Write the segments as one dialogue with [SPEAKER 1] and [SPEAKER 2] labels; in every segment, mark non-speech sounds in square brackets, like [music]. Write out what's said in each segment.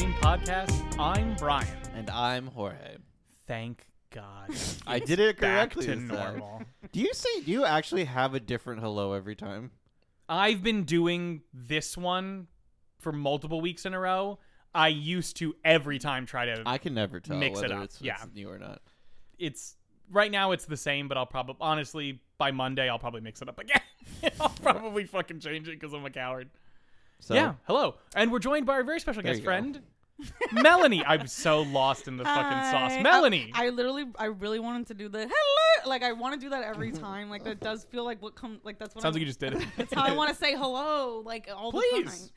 [SPEAKER 1] podcast. I'm Brian.
[SPEAKER 2] And I'm Jorge.
[SPEAKER 1] Thank God.
[SPEAKER 2] I did it
[SPEAKER 1] Back
[SPEAKER 2] correctly.
[SPEAKER 1] to
[SPEAKER 2] this time.
[SPEAKER 1] normal.
[SPEAKER 2] Do you say do you actually have a different hello every time?
[SPEAKER 1] I've been doing this one for multiple weeks in a row. I used to every time try to.
[SPEAKER 2] I can never tell
[SPEAKER 1] Mix it
[SPEAKER 2] whether
[SPEAKER 1] up,
[SPEAKER 2] it's,
[SPEAKER 1] yeah.
[SPEAKER 2] it's new or not.
[SPEAKER 1] it's right now it's the same, but I'll probably honestly by Monday I'll probably mix it up again. [laughs] I'll probably fucking change it because I'm a coward.
[SPEAKER 2] So
[SPEAKER 1] Yeah. Hello, and we're joined by our very special
[SPEAKER 2] There
[SPEAKER 1] guest
[SPEAKER 2] you go.
[SPEAKER 1] friend, Melanie. I'm so lost in the fucking
[SPEAKER 3] Hi.
[SPEAKER 1] sauce, Melanie.
[SPEAKER 3] I, I literally, I really wanted to do the hello. Like I want to do
[SPEAKER 1] [laughs]
[SPEAKER 3] that every time. Like that does feel like what comes. Like that's what.
[SPEAKER 1] Sounds
[SPEAKER 3] I,
[SPEAKER 1] like you just did it.
[SPEAKER 3] [laughs] That's how I want to say hello. Like all
[SPEAKER 1] Please.
[SPEAKER 3] the time.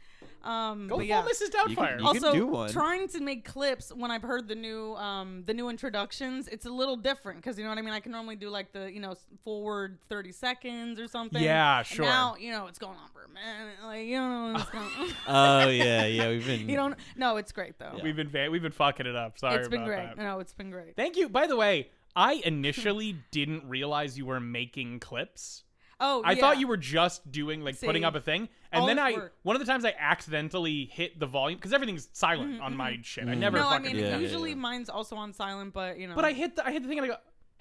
[SPEAKER 3] Um,
[SPEAKER 1] Go
[SPEAKER 3] but
[SPEAKER 1] full
[SPEAKER 3] yeah.
[SPEAKER 1] Mrs.
[SPEAKER 2] You
[SPEAKER 1] Doubtfire.
[SPEAKER 2] can- you
[SPEAKER 3] also,
[SPEAKER 2] do one.
[SPEAKER 3] trying to make clips when I've heard the new, um, the new introductions, it's a little different because you know what I mean. I can normally do like the you know s- forward thirty seconds or something.
[SPEAKER 1] Yeah,
[SPEAKER 3] And
[SPEAKER 1] sure.
[SPEAKER 3] now you know it's going on for a minute. Like you don't
[SPEAKER 1] [laughs]
[SPEAKER 3] know what's going. on.
[SPEAKER 2] Oh yeah, yeah. We've been
[SPEAKER 3] [laughs] you don't. No, it's great though.
[SPEAKER 2] Yeah.
[SPEAKER 1] We've been va- we've been fucking it up. Sorry
[SPEAKER 3] It's been
[SPEAKER 1] about
[SPEAKER 3] great.
[SPEAKER 1] that.
[SPEAKER 3] [laughs] No, it's been great.
[SPEAKER 1] Thank you. By the way,
[SPEAKER 3] [laughs]
[SPEAKER 1] I initially didn't realize you were making clips.
[SPEAKER 3] Oh,
[SPEAKER 1] I
[SPEAKER 3] yeah.
[SPEAKER 1] thought you were just doing like putting
[SPEAKER 3] See.
[SPEAKER 1] up a thing, and
[SPEAKER 3] All
[SPEAKER 1] then
[SPEAKER 3] this
[SPEAKER 1] I
[SPEAKER 3] work.
[SPEAKER 1] one of the times I accidentally hit the volume because everything's silent on my shit. I never
[SPEAKER 3] Mm-hmm, No, I
[SPEAKER 1] fucking.
[SPEAKER 3] mean
[SPEAKER 1] do
[SPEAKER 2] Yeah,
[SPEAKER 1] that.
[SPEAKER 2] yeah,
[SPEAKER 3] usually
[SPEAKER 2] yeah.
[SPEAKER 3] mine's also on silent, but you know.
[SPEAKER 1] But I hit the I hit the thing and I go,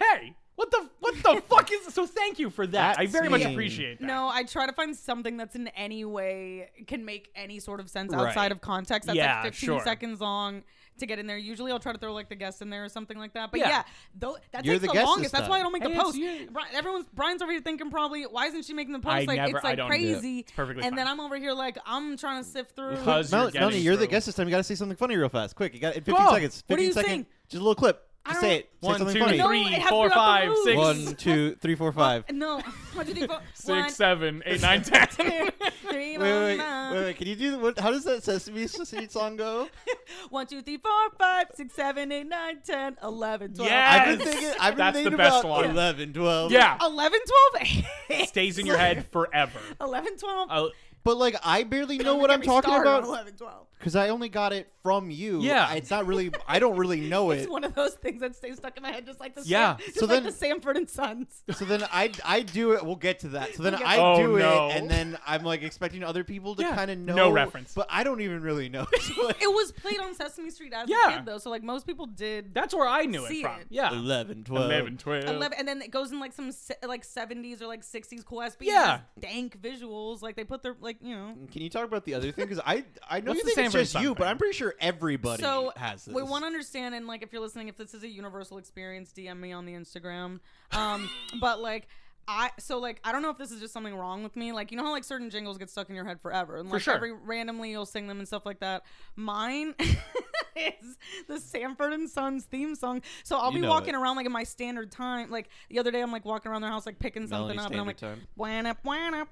[SPEAKER 1] hey, what the what
[SPEAKER 3] [laughs]
[SPEAKER 1] the fuck is so? Thank you for that. I
[SPEAKER 2] That's
[SPEAKER 1] very much
[SPEAKER 2] me.
[SPEAKER 1] appreciate that.
[SPEAKER 3] no, I try to find something that's in any way can make any sort of sense
[SPEAKER 1] Right.
[SPEAKER 3] outside of context. That's
[SPEAKER 1] Yeah,
[SPEAKER 3] like 15
[SPEAKER 1] sure.
[SPEAKER 3] seconds long to get in there. Usually, I'll try to throw like the guest in there or something like that. But
[SPEAKER 1] Yeah.
[SPEAKER 3] yeah, though that
[SPEAKER 2] You're
[SPEAKER 3] takes
[SPEAKER 2] the
[SPEAKER 3] the,
[SPEAKER 2] guest this
[SPEAKER 3] longest. That's why I
[SPEAKER 2] time.
[SPEAKER 3] don't make
[SPEAKER 1] Hey,
[SPEAKER 3] the
[SPEAKER 1] it's
[SPEAKER 3] post.
[SPEAKER 1] you.
[SPEAKER 3] Bri- Everyone's Brian's over here thinking probably why isn't she making the post?
[SPEAKER 1] I
[SPEAKER 3] like
[SPEAKER 1] never-
[SPEAKER 3] it's
[SPEAKER 1] I
[SPEAKER 3] like
[SPEAKER 1] don't do it.
[SPEAKER 3] crazy.
[SPEAKER 1] It's perfectly
[SPEAKER 3] and then
[SPEAKER 1] fine.
[SPEAKER 3] I'm over here like I'm trying to sift through.
[SPEAKER 1] Because
[SPEAKER 2] Mel-
[SPEAKER 1] you're getting
[SPEAKER 2] Melanie, you're the
[SPEAKER 1] through.
[SPEAKER 2] guest this time. You got to say something funny real fast, quick. You got it. Fifteen
[SPEAKER 1] Go.
[SPEAKER 2] seconds.
[SPEAKER 3] What do
[SPEAKER 2] Fifteen
[SPEAKER 3] you
[SPEAKER 2] seconds.
[SPEAKER 3] think?
[SPEAKER 2] Just a little clip. Just
[SPEAKER 3] I
[SPEAKER 2] say
[SPEAKER 3] don't-
[SPEAKER 2] it. Say
[SPEAKER 1] One,
[SPEAKER 2] something
[SPEAKER 1] two,
[SPEAKER 2] funny.
[SPEAKER 3] No,
[SPEAKER 1] three,
[SPEAKER 3] it has
[SPEAKER 1] four,
[SPEAKER 3] to be off
[SPEAKER 1] five,
[SPEAKER 3] the rules.
[SPEAKER 1] six.
[SPEAKER 2] One, two, three, four, five.
[SPEAKER 3] [laughs] no, [laughs] what do you think? One,
[SPEAKER 1] Six, seven,
[SPEAKER 3] [laughs]
[SPEAKER 1] eight, nine, ten.
[SPEAKER 3] two, [laughs]
[SPEAKER 2] Wait, wait,
[SPEAKER 3] three,
[SPEAKER 2] wait,
[SPEAKER 3] one,
[SPEAKER 2] wait, wait. Can you do the- what? How does that Sesame Street song go?
[SPEAKER 3] One, two, three, four, five, six, seven, eight, nine, ten, eleven, twelve.
[SPEAKER 1] Yeah.
[SPEAKER 2] I've been
[SPEAKER 1] Yes.
[SPEAKER 2] thinking. I've been
[SPEAKER 1] That's the
[SPEAKER 2] thinking
[SPEAKER 1] best
[SPEAKER 2] about
[SPEAKER 1] one.
[SPEAKER 2] 11,
[SPEAKER 1] [laughs]
[SPEAKER 2] 12.
[SPEAKER 1] yeah,
[SPEAKER 3] 11, [laughs] 12.
[SPEAKER 1] stays in your
[SPEAKER 3] [laughs]
[SPEAKER 1] head forever.
[SPEAKER 3] 11, 12.
[SPEAKER 1] Uh,
[SPEAKER 2] But like, I barely know
[SPEAKER 3] Don't
[SPEAKER 2] what
[SPEAKER 3] get
[SPEAKER 2] I'm
[SPEAKER 3] me
[SPEAKER 2] talking
[SPEAKER 3] started on
[SPEAKER 2] about
[SPEAKER 3] 11, 12.
[SPEAKER 2] because I only got it from you.
[SPEAKER 1] Yeah.
[SPEAKER 2] I- it's not really. I don't
[SPEAKER 3] [laughs]
[SPEAKER 2] really know
[SPEAKER 3] It's
[SPEAKER 2] it.
[SPEAKER 3] one of those things that stays stuck in my head, just like the
[SPEAKER 1] Yeah.
[SPEAKER 3] Sam- just
[SPEAKER 2] So
[SPEAKER 3] like
[SPEAKER 2] then-
[SPEAKER 3] the Sanford
[SPEAKER 1] [laughs]
[SPEAKER 3] and Sons.
[SPEAKER 2] So then I I do it. We'll get to that. So then
[SPEAKER 3] We'll get
[SPEAKER 2] I
[SPEAKER 1] to that.
[SPEAKER 2] do
[SPEAKER 1] Oh, no.
[SPEAKER 2] it, and then I'm like expecting other people to
[SPEAKER 1] Yeah.
[SPEAKER 2] kind of know.
[SPEAKER 1] No reference.
[SPEAKER 2] But I don't even really know. [laughs] So, like,
[SPEAKER 3] It was played on Sesame Street as
[SPEAKER 1] Yeah.
[SPEAKER 3] a kid, though, so like most people did.
[SPEAKER 1] that's where I knew it
[SPEAKER 3] See
[SPEAKER 1] from.
[SPEAKER 3] it.
[SPEAKER 1] [laughs] Yeah,
[SPEAKER 2] 11, 12.
[SPEAKER 1] 11, 12.
[SPEAKER 3] 11, and then it goes in like some se- like 70s or like 60s cool ass beats,
[SPEAKER 1] Yeah.
[SPEAKER 3] dank visuals. Like they put their like you know.
[SPEAKER 2] Can you talk about the other thing? Because I I know
[SPEAKER 1] What's the
[SPEAKER 2] you think it's
[SPEAKER 1] Sanford
[SPEAKER 2] just you,
[SPEAKER 1] Son
[SPEAKER 2] but
[SPEAKER 1] thing?
[SPEAKER 2] I'm pretty sure everybody
[SPEAKER 3] so
[SPEAKER 2] has this.
[SPEAKER 3] we want to understand and like if you're listening if this is a universal experience dm me on the instagram
[SPEAKER 2] [laughs]
[SPEAKER 3] um but like I, so like I don't know if this is just something wrong with me. Like you know how like certain jingles get stuck in your head forever, and
[SPEAKER 1] For
[SPEAKER 3] like
[SPEAKER 1] sure.
[SPEAKER 3] every randomly you'll sing them and stuff like that. Mine [laughs] is the Sanford and Sons theme song. So I'll
[SPEAKER 2] You
[SPEAKER 3] be
[SPEAKER 2] know
[SPEAKER 3] walking
[SPEAKER 2] it.
[SPEAKER 3] around like in my standard time. Like the other day, I'm like walking around their house like picking something
[SPEAKER 2] Melanie
[SPEAKER 3] up, and I'm like,
[SPEAKER 2] standard
[SPEAKER 3] "Wanna, wanna,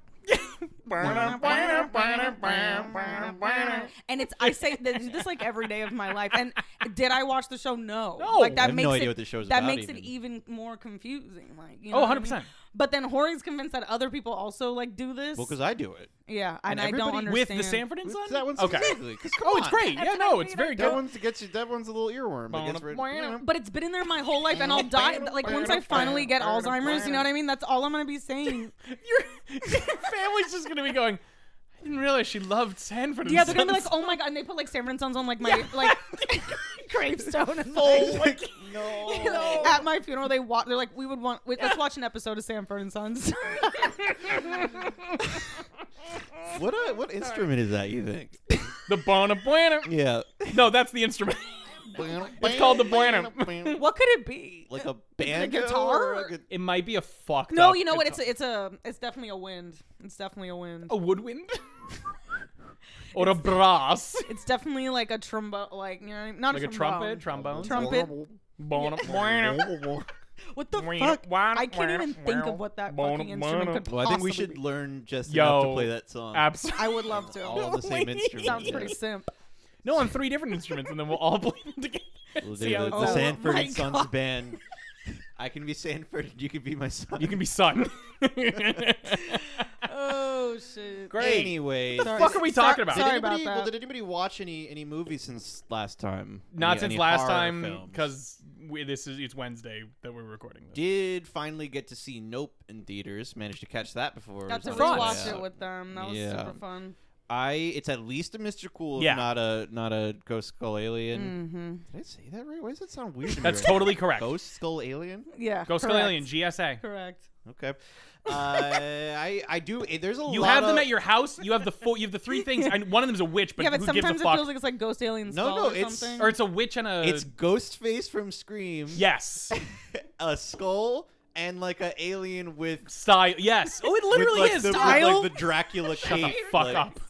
[SPEAKER 3] and it's I say that- do this like every day of my life. And did I watch the show? No.
[SPEAKER 1] No.
[SPEAKER 3] like
[SPEAKER 2] I
[SPEAKER 3] that
[SPEAKER 2] have
[SPEAKER 3] makes
[SPEAKER 2] no
[SPEAKER 3] it,
[SPEAKER 2] idea what the show's
[SPEAKER 3] That
[SPEAKER 2] about
[SPEAKER 3] makes it even more confusing. Like you know
[SPEAKER 1] Oh,
[SPEAKER 3] what I mean?
[SPEAKER 1] 100%.
[SPEAKER 3] But then Hori's convinced that other people also like do this.
[SPEAKER 2] well, because I do it.
[SPEAKER 3] yeah,
[SPEAKER 2] and
[SPEAKER 3] and, I don't
[SPEAKER 2] everybody-
[SPEAKER 3] understand
[SPEAKER 1] with the Sanford and
[SPEAKER 2] With
[SPEAKER 1] Son.
[SPEAKER 2] That one's
[SPEAKER 1] okay.
[SPEAKER 2] specifically,
[SPEAKER 1] [laughs]
[SPEAKER 2] 'cause come
[SPEAKER 1] Oh, it's
[SPEAKER 2] on.
[SPEAKER 1] great. Yeah,
[SPEAKER 3] That's
[SPEAKER 1] no,
[SPEAKER 3] what I
[SPEAKER 1] it's
[SPEAKER 3] mean,
[SPEAKER 1] very
[SPEAKER 3] I
[SPEAKER 1] good.
[SPEAKER 2] That one's to get you. That one's a little earworm. that gets rid-
[SPEAKER 3] But it's been in there my whole life, and I'll die. Like once I finally get Alzheimer's, you know what I mean? That's all I'm gonna be
[SPEAKER 1] [laughs]
[SPEAKER 3] saying.
[SPEAKER 1] [laughs] Your family's just gonna be going. I didn't realize she loved Sanford. and
[SPEAKER 3] Yeah, they're gonna be like,
[SPEAKER 1] Sons."
[SPEAKER 3] "Oh my god!" And they put like Sanford and Sons on like my
[SPEAKER 1] [laughs]
[SPEAKER 3] like [laughs] gravestone and
[SPEAKER 2] It's [laughs]
[SPEAKER 3] like,
[SPEAKER 2] like,
[SPEAKER 3] [laughs]
[SPEAKER 2] no.
[SPEAKER 3] at my funeral they wa- they're like we would want wait, let's watch an episode of Sanford and Sons.
[SPEAKER 2] What a, what instrument is that? You
[SPEAKER 3] [laughs]
[SPEAKER 2] think?
[SPEAKER 1] the bona buena.
[SPEAKER 2] [laughs] Yeah.
[SPEAKER 1] No, that's the
[SPEAKER 2] [laughs]
[SPEAKER 1] instrument.
[SPEAKER 2] it's
[SPEAKER 1] called the Buenum.
[SPEAKER 3] what could it be?
[SPEAKER 1] [laughs]
[SPEAKER 2] like a band
[SPEAKER 3] guitar?
[SPEAKER 1] It might be a fucked.
[SPEAKER 3] [laughs] no,
[SPEAKER 1] up
[SPEAKER 3] you know what? It's
[SPEAKER 1] guitar-
[SPEAKER 3] a, it's a it's definitely a wind. It's definitely a wind.
[SPEAKER 2] Oh.
[SPEAKER 1] a woodwind [laughs] or a
[SPEAKER 3] [laughs]
[SPEAKER 1] brass,
[SPEAKER 3] It's definitely like a trombone, like you know, not
[SPEAKER 1] like
[SPEAKER 3] a,
[SPEAKER 1] a trumpet, trombone,
[SPEAKER 3] Trum- Trumpet.
[SPEAKER 1] bona buena.
[SPEAKER 3] What the
[SPEAKER 1] Wah,
[SPEAKER 3] fuck?
[SPEAKER 1] wah,
[SPEAKER 3] I can't even
[SPEAKER 1] wah,
[SPEAKER 3] think
[SPEAKER 1] wah,
[SPEAKER 3] of what that
[SPEAKER 1] wah,
[SPEAKER 3] fucking
[SPEAKER 1] wah,
[SPEAKER 3] instrument could possibly.
[SPEAKER 2] Well, I think we should
[SPEAKER 3] be.
[SPEAKER 2] learn just
[SPEAKER 1] Yo,
[SPEAKER 2] enough to play that song.
[SPEAKER 1] Absolutely.
[SPEAKER 3] I would love to.
[SPEAKER 2] All
[SPEAKER 3] [laughs]
[SPEAKER 2] the same
[SPEAKER 1] Wait.
[SPEAKER 2] instrument.
[SPEAKER 3] Sounds
[SPEAKER 2] [laughs]
[SPEAKER 3] pretty simp.
[SPEAKER 1] [laughs] No, on three different instruments, and then we'll all [laughs] play them together.
[SPEAKER 2] We'll do
[SPEAKER 1] See how
[SPEAKER 2] the,
[SPEAKER 1] it
[SPEAKER 2] the
[SPEAKER 3] sounds.
[SPEAKER 2] Sanford
[SPEAKER 3] Oh
[SPEAKER 2] and
[SPEAKER 3] my
[SPEAKER 2] Sons
[SPEAKER 1] [laughs]
[SPEAKER 3] God.
[SPEAKER 2] band. I can be Sanford and you can be my son.
[SPEAKER 1] You can be
[SPEAKER 2] [laughs]
[SPEAKER 1] son.
[SPEAKER 3] Oh shit.
[SPEAKER 1] Great.
[SPEAKER 2] Anyway,
[SPEAKER 1] What the fuck are we
[SPEAKER 3] Sorry-
[SPEAKER 1] talking about?
[SPEAKER 2] did
[SPEAKER 3] sorry about
[SPEAKER 2] anybody, Well,
[SPEAKER 3] that.
[SPEAKER 2] did anybody watch any any movies since last time?
[SPEAKER 1] Not
[SPEAKER 2] Any-
[SPEAKER 1] since
[SPEAKER 2] any
[SPEAKER 1] last
[SPEAKER 2] horror
[SPEAKER 1] time,
[SPEAKER 2] films?
[SPEAKER 1] because this is it's Wednesday that we're recording this.
[SPEAKER 2] did finally get to see Nope in theaters. Managed to catch that before. it
[SPEAKER 3] Got to
[SPEAKER 2] was
[SPEAKER 1] Fun.
[SPEAKER 2] on
[SPEAKER 3] rewatch
[SPEAKER 2] sale.
[SPEAKER 3] it with them. That was
[SPEAKER 2] Yeah.
[SPEAKER 3] super fun.
[SPEAKER 2] I it's at least a Mr. Cool, if
[SPEAKER 1] Yeah.
[SPEAKER 2] not a not a Ghost Skull Alien.
[SPEAKER 3] Mm-hmm.
[SPEAKER 2] Did I say that right? Why does that sound weird? to me
[SPEAKER 1] That's
[SPEAKER 2] right now?
[SPEAKER 1] totally correct.
[SPEAKER 2] Ghost Skull Alien.
[SPEAKER 3] Yeah.
[SPEAKER 1] Ghost Skull
[SPEAKER 3] correct.
[SPEAKER 1] Alien, GSA.
[SPEAKER 3] Correct.
[SPEAKER 2] Okay. [laughs] Uh, I I do. eh, There's a
[SPEAKER 1] You
[SPEAKER 2] lot
[SPEAKER 1] have them
[SPEAKER 2] of-
[SPEAKER 1] at your house. You have the four. You have the
[SPEAKER 3] [laughs]
[SPEAKER 1] three things, and one of them is a witch. But
[SPEAKER 3] yeah, but
[SPEAKER 1] who gives a
[SPEAKER 3] sometimes it
[SPEAKER 1] fuck?
[SPEAKER 3] feels like it's like ghost alien
[SPEAKER 2] No,
[SPEAKER 3] skull
[SPEAKER 2] no,
[SPEAKER 3] or
[SPEAKER 2] it's-
[SPEAKER 3] something.
[SPEAKER 1] or it's a witch and a.
[SPEAKER 2] It's Ghostface from Scream.
[SPEAKER 1] yes.
[SPEAKER 2] [laughs] A skull and like an alien with.
[SPEAKER 1] Style.
[SPEAKER 2] [laughs]
[SPEAKER 1] Yes. [laughs] Oh, it
[SPEAKER 2] with,
[SPEAKER 1] literally
[SPEAKER 2] like,
[SPEAKER 1] is
[SPEAKER 2] the, with,
[SPEAKER 1] style.
[SPEAKER 2] like the Dracula
[SPEAKER 1] [laughs] Shut the
[SPEAKER 2] cape.
[SPEAKER 1] fuck
[SPEAKER 2] like-
[SPEAKER 1] up.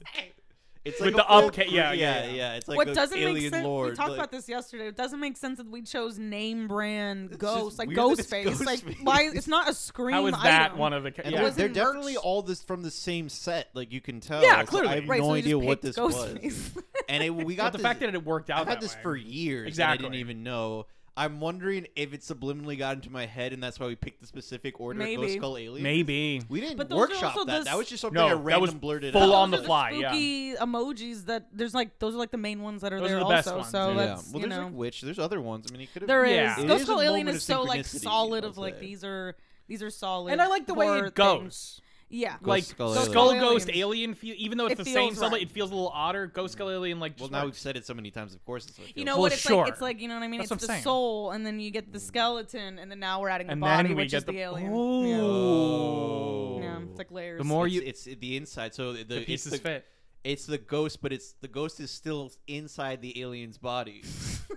[SPEAKER 2] It's
[SPEAKER 1] With
[SPEAKER 2] like
[SPEAKER 1] the
[SPEAKER 2] a full
[SPEAKER 1] up ca-
[SPEAKER 2] gr-
[SPEAKER 1] yeah, yeah,
[SPEAKER 2] yeah,
[SPEAKER 1] yeah.
[SPEAKER 2] It's like
[SPEAKER 3] what
[SPEAKER 2] a
[SPEAKER 3] doesn't
[SPEAKER 2] alien
[SPEAKER 3] make sense.
[SPEAKER 2] lord.
[SPEAKER 3] we talked
[SPEAKER 2] like-
[SPEAKER 3] about this yesterday. It doesn't make sense that we chose name brand
[SPEAKER 2] It's
[SPEAKER 3] ghost,
[SPEAKER 2] just
[SPEAKER 3] like
[SPEAKER 2] weird that it's
[SPEAKER 3] Ghostface. Like
[SPEAKER 2] Ghostface.
[SPEAKER 3] why? It's not a scream.
[SPEAKER 1] How is that
[SPEAKER 3] item.
[SPEAKER 1] one of the? ca-
[SPEAKER 2] And
[SPEAKER 1] yeah.
[SPEAKER 2] they're,
[SPEAKER 3] wasn't
[SPEAKER 2] they're definitely
[SPEAKER 3] merch.
[SPEAKER 2] all this from the same set. Like you can tell.
[SPEAKER 1] Yeah,
[SPEAKER 2] So
[SPEAKER 1] clearly.
[SPEAKER 2] I have
[SPEAKER 3] Right,
[SPEAKER 2] no
[SPEAKER 3] so they just
[SPEAKER 2] idea what this
[SPEAKER 3] picked
[SPEAKER 2] was.
[SPEAKER 3] [laughs] Ghostface.
[SPEAKER 2] And it, we
[SPEAKER 1] But
[SPEAKER 2] got
[SPEAKER 1] the
[SPEAKER 2] this,
[SPEAKER 1] fact that it worked out.
[SPEAKER 2] I've had
[SPEAKER 1] that
[SPEAKER 2] this
[SPEAKER 1] way.
[SPEAKER 2] for years. And I
[SPEAKER 1] Exactly.
[SPEAKER 2] didn't even know. I'm wondering if it subliminally got into my head, and that's why we picked the specific order of Ghost
[SPEAKER 3] Maybe.
[SPEAKER 2] Skull Alien.
[SPEAKER 1] maybe.
[SPEAKER 2] We didn't
[SPEAKER 3] But those are
[SPEAKER 2] workshop
[SPEAKER 3] also
[SPEAKER 2] that.
[SPEAKER 3] the
[SPEAKER 2] That was just something
[SPEAKER 1] No,
[SPEAKER 2] I
[SPEAKER 1] that was
[SPEAKER 2] random blurted
[SPEAKER 1] full
[SPEAKER 2] out.
[SPEAKER 1] on the
[SPEAKER 3] Those are
[SPEAKER 1] fly, yeah.
[SPEAKER 3] Spooky emojis that there's like those are like the main ones that are
[SPEAKER 1] Those are
[SPEAKER 3] there
[SPEAKER 1] the best
[SPEAKER 3] also.
[SPEAKER 1] ones,
[SPEAKER 3] so
[SPEAKER 1] yeah.
[SPEAKER 2] yeah.
[SPEAKER 3] that's
[SPEAKER 2] Well,
[SPEAKER 3] you
[SPEAKER 2] there's
[SPEAKER 3] know
[SPEAKER 2] like Witch. There's other ones. I mean, it could have.
[SPEAKER 3] there is
[SPEAKER 1] Yeah. It
[SPEAKER 3] Ghost
[SPEAKER 2] is a
[SPEAKER 3] Skull Alien
[SPEAKER 2] moment
[SPEAKER 3] is
[SPEAKER 2] of
[SPEAKER 3] so like
[SPEAKER 2] synchronicity,
[SPEAKER 3] solid
[SPEAKER 2] I'll
[SPEAKER 3] of like
[SPEAKER 2] say.
[SPEAKER 3] these are these are solid.
[SPEAKER 1] And I like the way
[SPEAKER 3] horror
[SPEAKER 1] it goes.
[SPEAKER 3] things. Yeah.
[SPEAKER 2] Ghost
[SPEAKER 1] Like
[SPEAKER 2] Skull
[SPEAKER 1] skull,
[SPEAKER 2] Alien.
[SPEAKER 1] ghost
[SPEAKER 3] Alien.
[SPEAKER 1] alien, feel, even though it's
[SPEAKER 3] It
[SPEAKER 1] the same
[SPEAKER 3] feels
[SPEAKER 1] skull,
[SPEAKER 3] right.
[SPEAKER 1] it feels a little odder. Ghost skull alien, like
[SPEAKER 2] Well,
[SPEAKER 1] just
[SPEAKER 2] now
[SPEAKER 1] works.
[SPEAKER 2] we've said it so many times. Of course, that's what it
[SPEAKER 3] You
[SPEAKER 2] feels
[SPEAKER 1] Well,
[SPEAKER 3] know
[SPEAKER 2] like.
[SPEAKER 3] what it's
[SPEAKER 1] sure.
[SPEAKER 3] like? It's like you know what I mean.
[SPEAKER 1] That's what
[SPEAKER 3] it's
[SPEAKER 1] I'm
[SPEAKER 3] the
[SPEAKER 1] saying. Mm.
[SPEAKER 3] soul, and then you get the skeleton, and then now we're adding
[SPEAKER 1] And
[SPEAKER 3] the body,
[SPEAKER 1] then we
[SPEAKER 3] which
[SPEAKER 1] get
[SPEAKER 3] is
[SPEAKER 1] the-
[SPEAKER 3] the, alien.
[SPEAKER 1] Oh.
[SPEAKER 3] Yeah. yeah, it's like layers.
[SPEAKER 1] The more
[SPEAKER 2] It's-
[SPEAKER 1] you,
[SPEAKER 2] it's, the inside. So the,
[SPEAKER 1] the
[SPEAKER 2] it's
[SPEAKER 1] pieces
[SPEAKER 2] the,
[SPEAKER 1] fit.
[SPEAKER 2] It's the ghost, but it's the ghost is still inside the alien's body.
[SPEAKER 3] [laughs]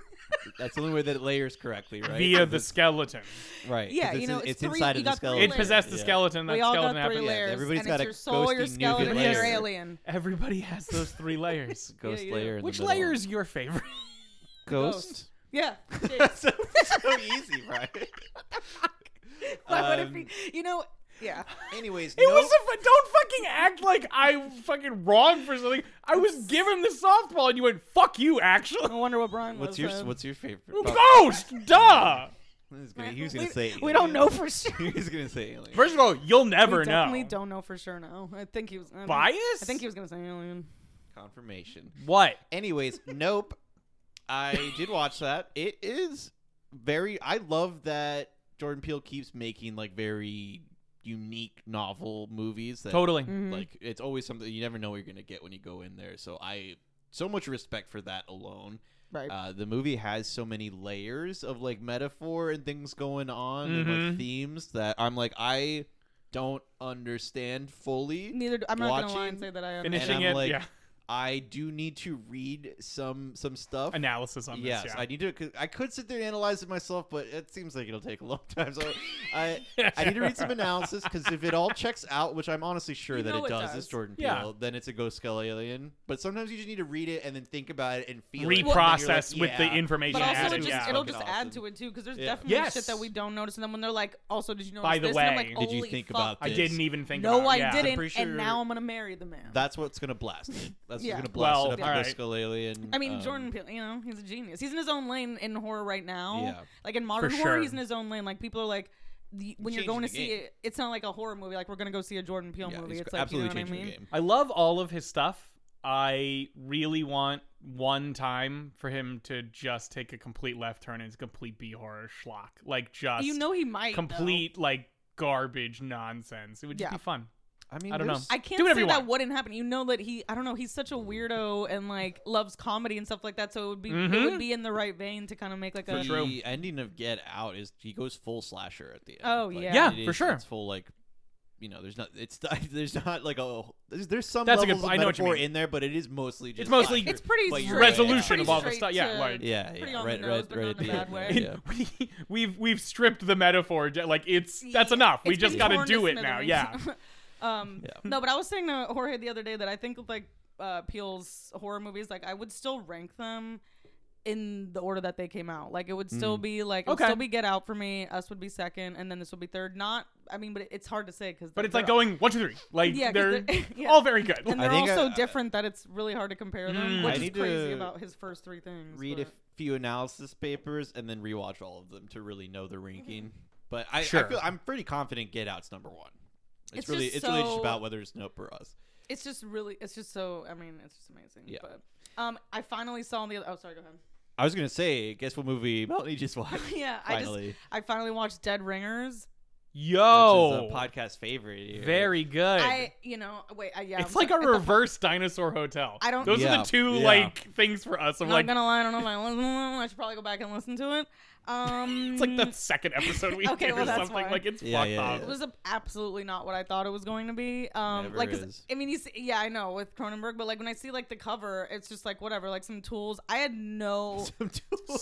[SPEAKER 2] That's the only way that it layers correctly, right?
[SPEAKER 1] Via the
[SPEAKER 2] Because
[SPEAKER 1] skeleton,
[SPEAKER 2] it's- right?
[SPEAKER 3] Yeah,
[SPEAKER 2] 'cause
[SPEAKER 3] you
[SPEAKER 2] it's,
[SPEAKER 3] know,
[SPEAKER 2] it's,
[SPEAKER 3] it's three-
[SPEAKER 2] inside
[SPEAKER 3] you
[SPEAKER 2] of the
[SPEAKER 3] got three
[SPEAKER 2] skeleton.
[SPEAKER 1] it possessed the
[SPEAKER 2] Oh, Yeah.
[SPEAKER 1] skeleton. That
[SPEAKER 3] we all
[SPEAKER 1] skeleton
[SPEAKER 3] got three
[SPEAKER 1] happened.
[SPEAKER 2] Yeah,
[SPEAKER 3] layers.
[SPEAKER 2] everybody's
[SPEAKER 3] and
[SPEAKER 2] got
[SPEAKER 3] it's
[SPEAKER 2] a
[SPEAKER 3] your soul, your
[SPEAKER 2] ghosty new
[SPEAKER 3] skeleton, and your
[SPEAKER 1] layer.
[SPEAKER 3] alien.
[SPEAKER 1] Everybody has those three layers.
[SPEAKER 2] Ghost
[SPEAKER 3] Yeah, yeah.
[SPEAKER 2] layer. In
[SPEAKER 1] Which
[SPEAKER 2] the middle.
[SPEAKER 1] layer is your favorite? [laughs]
[SPEAKER 2] Ghost.
[SPEAKER 3] Yeah. [laughs]
[SPEAKER 2] [laughs] so, so easy, right?
[SPEAKER 3] Why would it
[SPEAKER 2] Um,
[SPEAKER 3] be? You know.
[SPEAKER 1] [laughs]
[SPEAKER 3] Yeah.
[SPEAKER 2] Anyways,
[SPEAKER 1] It
[SPEAKER 2] no,
[SPEAKER 1] was a fu- don't fucking act like I fucking wrong for something. I was giving the softball and you went fuck you actually.
[SPEAKER 3] I wonder what Brian
[SPEAKER 2] what's
[SPEAKER 3] was.
[SPEAKER 2] your
[SPEAKER 3] uh,
[SPEAKER 2] what's your favorite?
[SPEAKER 1] Ghost, duh.
[SPEAKER 2] He's gonna, he was gonna
[SPEAKER 3] we,
[SPEAKER 2] say.
[SPEAKER 3] We
[SPEAKER 2] alien. [laughs]
[SPEAKER 3] don't know for
[SPEAKER 1] [laughs]
[SPEAKER 3] sure.
[SPEAKER 2] he was gonna say alien.
[SPEAKER 1] First of all, you'll never
[SPEAKER 3] we definitely
[SPEAKER 1] know.
[SPEAKER 3] don't know for sure. No, I think he was I think-
[SPEAKER 1] Bias?
[SPEAKER 3] Mm-hmm. I think he was gonna say alien.
[SPEAKER 2] Confirmation.
[SPEAKER 1] What?
[SPEAKER 2] Anyways, nope. I did watch that. It is very. I love that Jordan Peele keeps making like very unique novel movies. That,
[SPEAKER 1] Totally.
[SPEAKER 3] Mhm.
[SPEAKER 2] Like it's always something you never know what you're gonna get when you go in there. So I so much respect for that alone.
[SPEAKER 3] right.
[SPEAKER 2] Uh, the movie has so many layers of like metaphor and things going on and
[SPEAKER 1] Mhm.
[SPEAKER 2] like themes that I'm like I don't understand fully.
[SPEAKER 3] Neither. Do, I'm not gonna lie and
[SPEAKER 2] watching-
[SPEAKER 3] say that I. understand.
[SPEAKER 1] Finishing
[SPEAKER 2] I'm
[SPEAKER 1] it.
[SPEAKER 2] like-
[SPEAKER 1] yeah.
[SPEAKER 2] I do need to read some some stuff.
[SPEAKER 1] Analysis on
[SPEAKER 2] yes,
[SPEAKER 1] this. [laughs] Yeah.
[SPEAKER 2] I need to. 'cause I could sit there and analyze it myself, but it seems like it'll take a [laughs] long time. So I I need to read
[SPEAKER 1] [laughs]
[SPEAKER 2] some analysis because if it all checks out, which I'm honestly sure
[SPEAKER 3] You
[SPEAKER 2] that it
[SPEAKER 3] know it
[SPEAKER 2] does,
[SPEAKER 3] does.
[SPEAKER 2] it's Jordan Peele,
[SPEAKER 1] Yeah.
[SPEAKER 2] then it's a Ghost Skull Alien. But sometimes you just need to read it and then think about it and feel it. and then you're like,
[SPEAKER 1] Reprocess with the
[SPEAKER 2] yeah.
[SPEAKER 1] information
[SPEAKER 3] But
[SPEAKER 2] Yeah,
[SPEAKER 3] also,
[SPEAKER 1] added.
[SPEAKER 3] it just,
[SPEAKER 1] yeah.
[SPEAKER 3] it'll
[SPEAKER 2] Fucking
[SPEAKER 3] just
[SPEAKER 2] awesome.
[SPEAKER 3] add to it too, because there's
[SPEAKER 2] Yeah.
[SPEAKER 3] definitely
[SPEAKER 1] Yes.
[SPEAKER 3] shit that we don't notice. And then when they're like, "Also, did you notice
[SPEAKER 1] By the
[SPEAKER 3] this?" and I'm
[SPEAKER 1] way,
[SPEAKER 3] like,
[SPEAKER 2] Did you
[SPEAKER 3] "Holy
[SPEAKER 2] think
[SPEAKER 3] fuck,
[SPEAKER 2] about
[SPEAKER 1] I
[SPEAKER 2] this?
[SPEAKER 1] didn't even think
[SPEAKER 3] No,
[SPEAKER 1] about it.
[SPEAKER 3] I
[SPEAKER 1] yeah.
[SPEAKER 3] didn't,
[SPEAKER 2] pretty
[SPEAKER 3] and
[SPEAKER 2] sure-
[SPEAKER 3] now I'm gonna marry the man.
[SPEAKER 2] That's what's gonna
[SPEAKER 3] [laughs]
[SPEAKER 2] blast it. That's
[SPEAKER 3] Yeah.
[SPEAKER 2] what's gonna blast
[SPEAKER 1] Well,
[SPEAKER 2] it up
[SPEAKER 1] all
[SPEAKER 2] to
[SPEAKER 1] right.
[SPEAKER 2] Ghost Skull Alien.
[SPEAKER 3] I mean,
[SPEAKER 2] um,
[SPEAKER 3] Jordan Peele, you know, he's a genius. He's in his own lane in horror right now.
[SPEAKER 2] um, Yeah.
[SPEAKER 3] Like in modern
[SPEAKER 1] For
[SPEAKER 3] horror,
[SPEAKER 1] sure.
[SPEAKER 3] he's in his own lane. Like people are like, the, when you're
[SPEAKER 2] Changing
[SPEAKER 3] going
[SPEAKER 2] the
[SPEAKER 3] to see
[SPEAKER 2] game.
[SPEAKER 3] it, it's not like a horror movie. Like we're gonna go see a Jordan Peele
[SPEAKER 2] yeah,
[SPEAKER 3] movie.
[SPEAKER 2] he's
[SPEAKER 3] It's like you
[SPEAKER 2] absolutely
[SPEAKER 3] know what I
[SPEAKER 2] changing
[SPEAKER 3] mean.
[SPEAKER 2] the game.
[SPEAKER 1] I love all of his stuff. I really want one time for him to just take a complete left turn and it's complete B horror schlock. Like just
[SPEAKER 3] You know he might though.
[SPEAKER 1] complete like garbage nonsense. It would just
[SPEAKER 3] Yeah.
[SPEAKER 1] be fun.
[SPEAKER 2] I mean,
[SPEAKER 1] I don't know.
[SPEAKER 2] there's-
[SPEAKER 3] I
[SPEAKER 1] Do
[SPEAKER 3] can't
[SPEAKER 1] whatever
[SPEAKER 3] say
[SPEAKER 1] you
[SPEAKER 3] that
[SPEAKER 1] want.
[SPEAKER 3] wouldn't happen. You know that he, I don't know, he's such a weirdo and like loves comedy and stuff like that. So it would be, it
[SPEAKER 1] Mhm.
[SPEAKER 3] would be in the right vein to kind of make like a.
[SPEAKER 2] the
[SPEAKER 1] True.
[SPEAKER 2] ending of Get Out is he goes full slasher at the end.
[SPEAKER 3] Oh,
[SPEAKER 2] Like,
[SPEAKER 3] yeah.
[SPEAKER 1] Yeah,
[SPEAKER 2] it
[SPEAKER 1] for
[SPEAKER 2] is-
[SPEAKER 1] sure.
[SPEAKER 2] It's full like, you know, there's not. It's [laughs] there's not like a. There's, there's some
[SPEAKER 1] That's a good
[SPEAKER 2] levels
[SPEAKER 1] po-
[SPEAKER 2] of
[SPEAKER 1] I know what you
[SPEAKER 2] metaphor
[SPEAKER 1] mean.
[SPEAKER 2] in there, but it is mostly just.
[SPEAKER 1] mostly-
[SPEAKER 2] slasher.
[SPEAKER 3] It's pretty
[SPEAKER 2] But
[SPEAKER 3] straight.
[SPEAKER 2] you're
[SPEAKER 1] Resolution
[SPEAKER 3] pretty
[SPEAKER 1] of all the
[SPEAKER 3] straight
[SPEAKER 1] stuff. Yeah,
[SPEAKER 3] to-
[SPEAKER 1] like-
[SPEAKER 2] Yeah,
[SPEAKER 3] pretty
[SPEAKER 2] yeah,
[SPEAKER 3] on
[SPEAKER 2] right,
[SPEAKER 3] the
[SPEAKER 2] right,
[SPEAKER 3] nose, but
[SPEAKER 2] right
[SPEAKER 3] not
[SPEAKER 2] at
[SPEAKER 3] in
[SPEAKER 2] the
[SPEAKER 3] a bad
[SPEAKER 2] end.
[SPEAKER 3] way.
[SPEAKER 2] Yeah.
[SPEAKER 1] [laughs] we, we've we've stripped the metaphor. j- Like it's that's enough. we
[SPEAKER 3] It's
[SPEAKER 1] just
[SPEAKER 3] been
[SPEAKER 1] got to
[SPEAKER 3] torn
[SPEAKER 1] do it now.
[SPEAKER 3] smithereens. [laughs]
[SPEAKER 1] Yeah.
[SPEAKER 3] um,
[SPEAKER 2] Yeah.
[SPEAKER 3] No, but I was saying to Jorge the other day that I think like uh, Peel's horror movies, like I would still rank them in the order that they came out. Like it would
[SPEAKER 2] Mm.
[SPEAKER 3] still be like it would
[SPEAKER 1] Okay.
[SPEAKER 3] still be Get Out for me. Us would be second, and then this would be third. Not, I mean, but it- it's hard to say because.
[SPEAKER 1] But it's like going one, two, three. Like
[SPEAKER 3] Yeah, 'cause
[SPEAKER 1] they're,
[SPEAKER 3] they're- [laughs] yeah.
[SPEAKER 1] all very good.
[SPEAKER 3] And
[SPEAKER 2] I
[SPEAKER 3] they're all
[SPEAKER 2] think
[SPEAKER 3] so
[SPEAKER 2] I-
[SPEAKER 3] different that it's really hard to compare
[SPEAKER 1] Mm.
[SPEAKER 3] them,
[SPEAKER 2] I
[SPEAKER 3] which is
[SPEAKER 2] need
[SPEAKER 3] crazy
[SPEAKER 2] to
[SPEAKER 3] about his first three things.
[SPEAKER 2] Read a
[SPEAKER 3] but-
[SPEAKER 2] few analysis papers and then rewatch all of them to really know
[SPEAKER 3] Mm-hmm.
[SPEAKER 2] the ranking. But I,
[SPEAKER 1] Sure.
[SPEAKER 2] I feel I'm pretty confident Get Out's number one. It's,
[SPEAKER 3] It's
[SPEAKER 2] really
[SPEAKER 3] just
[SPEAKER 2] it's really just
[SPEAKER 3] so-
[SPEAKER 2] about whether it's nope or us.
[SPEAKER 3] It's just really, it's just so. I mean, it's just amazing.
[SPEAKER 2] Yeah.
[SPEAKER 3] But um, I finally saw the. Other, oh, sorry. Go ahead. [laughs]
[SPEAKER 2] I was gonna say, guess what movie Melanie just watched?
[SPEAKER 3] yeah, I just
[SPEAKER 2] Finally,
[SPEAKER 3] I finally watched Dead Ringers.
[SPEAKER 1] Yo,
[SPEAKER 2] which is a podcast favorite. here.
[SPEAKER 1] Oh. very good.
[SPEAKER 3] I, you know, wait, I, yeah.
[SPEAKER 1] it's
[SPEAKER 3] I'm
[SPEAKER 1] like a
[SPEAKER 3] sorry. What the fuck?
[SPEAKER 1] reverse dinosaur hotel.
[SPEAKER 3] I don't-
[SPEAKER 1] Those are
[SPEAKER 2] Yeah,
[SPEAKER 1] the two
[SPEAKER 2] yeah.
[SPEAKER 1] like things for us. I'm
[SPEAKER 3] I'm
[SPEAKER 1] like,
[SPEAKER 3] not gonna lie, I don't know if I listen to them. I should probably go back and listen to it.
[SPEAKER 1] [laughs]
[SPEAKER 3] Um,
[SPEAKER 1] it's like the second episode we
[SPEAKER 3] [laughs] Okay,
[SPEAKER 1] did
[SPEAKER 3] well,
[SPEAKER 1] or
[SPEAKER 3] that's
[SPEAKER 1] something.
[SPEAKER 3] fine.
[SPEAKER 1] Like it's
[SPEAKER 2] Yeah,
[SPEAKER 1] fucked
[SPEAKER 2] yeah,
[SPEAKER 1] up.
[SPEAKER 3] It was a, absolutely not what I thought it was going to be. Um,
[SPEAKER 2] Never
[SPEAKER 3] like, 'cause-
[SPEAKER 2] is.
[SPEAKER 3] I mean, he's yeah, I know with Cronenberg, but like when I see like the cover, it's just like whatever, like some tools. I had
[SPEAKER 1] [laughs]
[SPEAKER 3] no,
[SPEAKER 2] [laughs] Some
[SPEAKER 3] [laughs]
[SPEAKER 2] tools.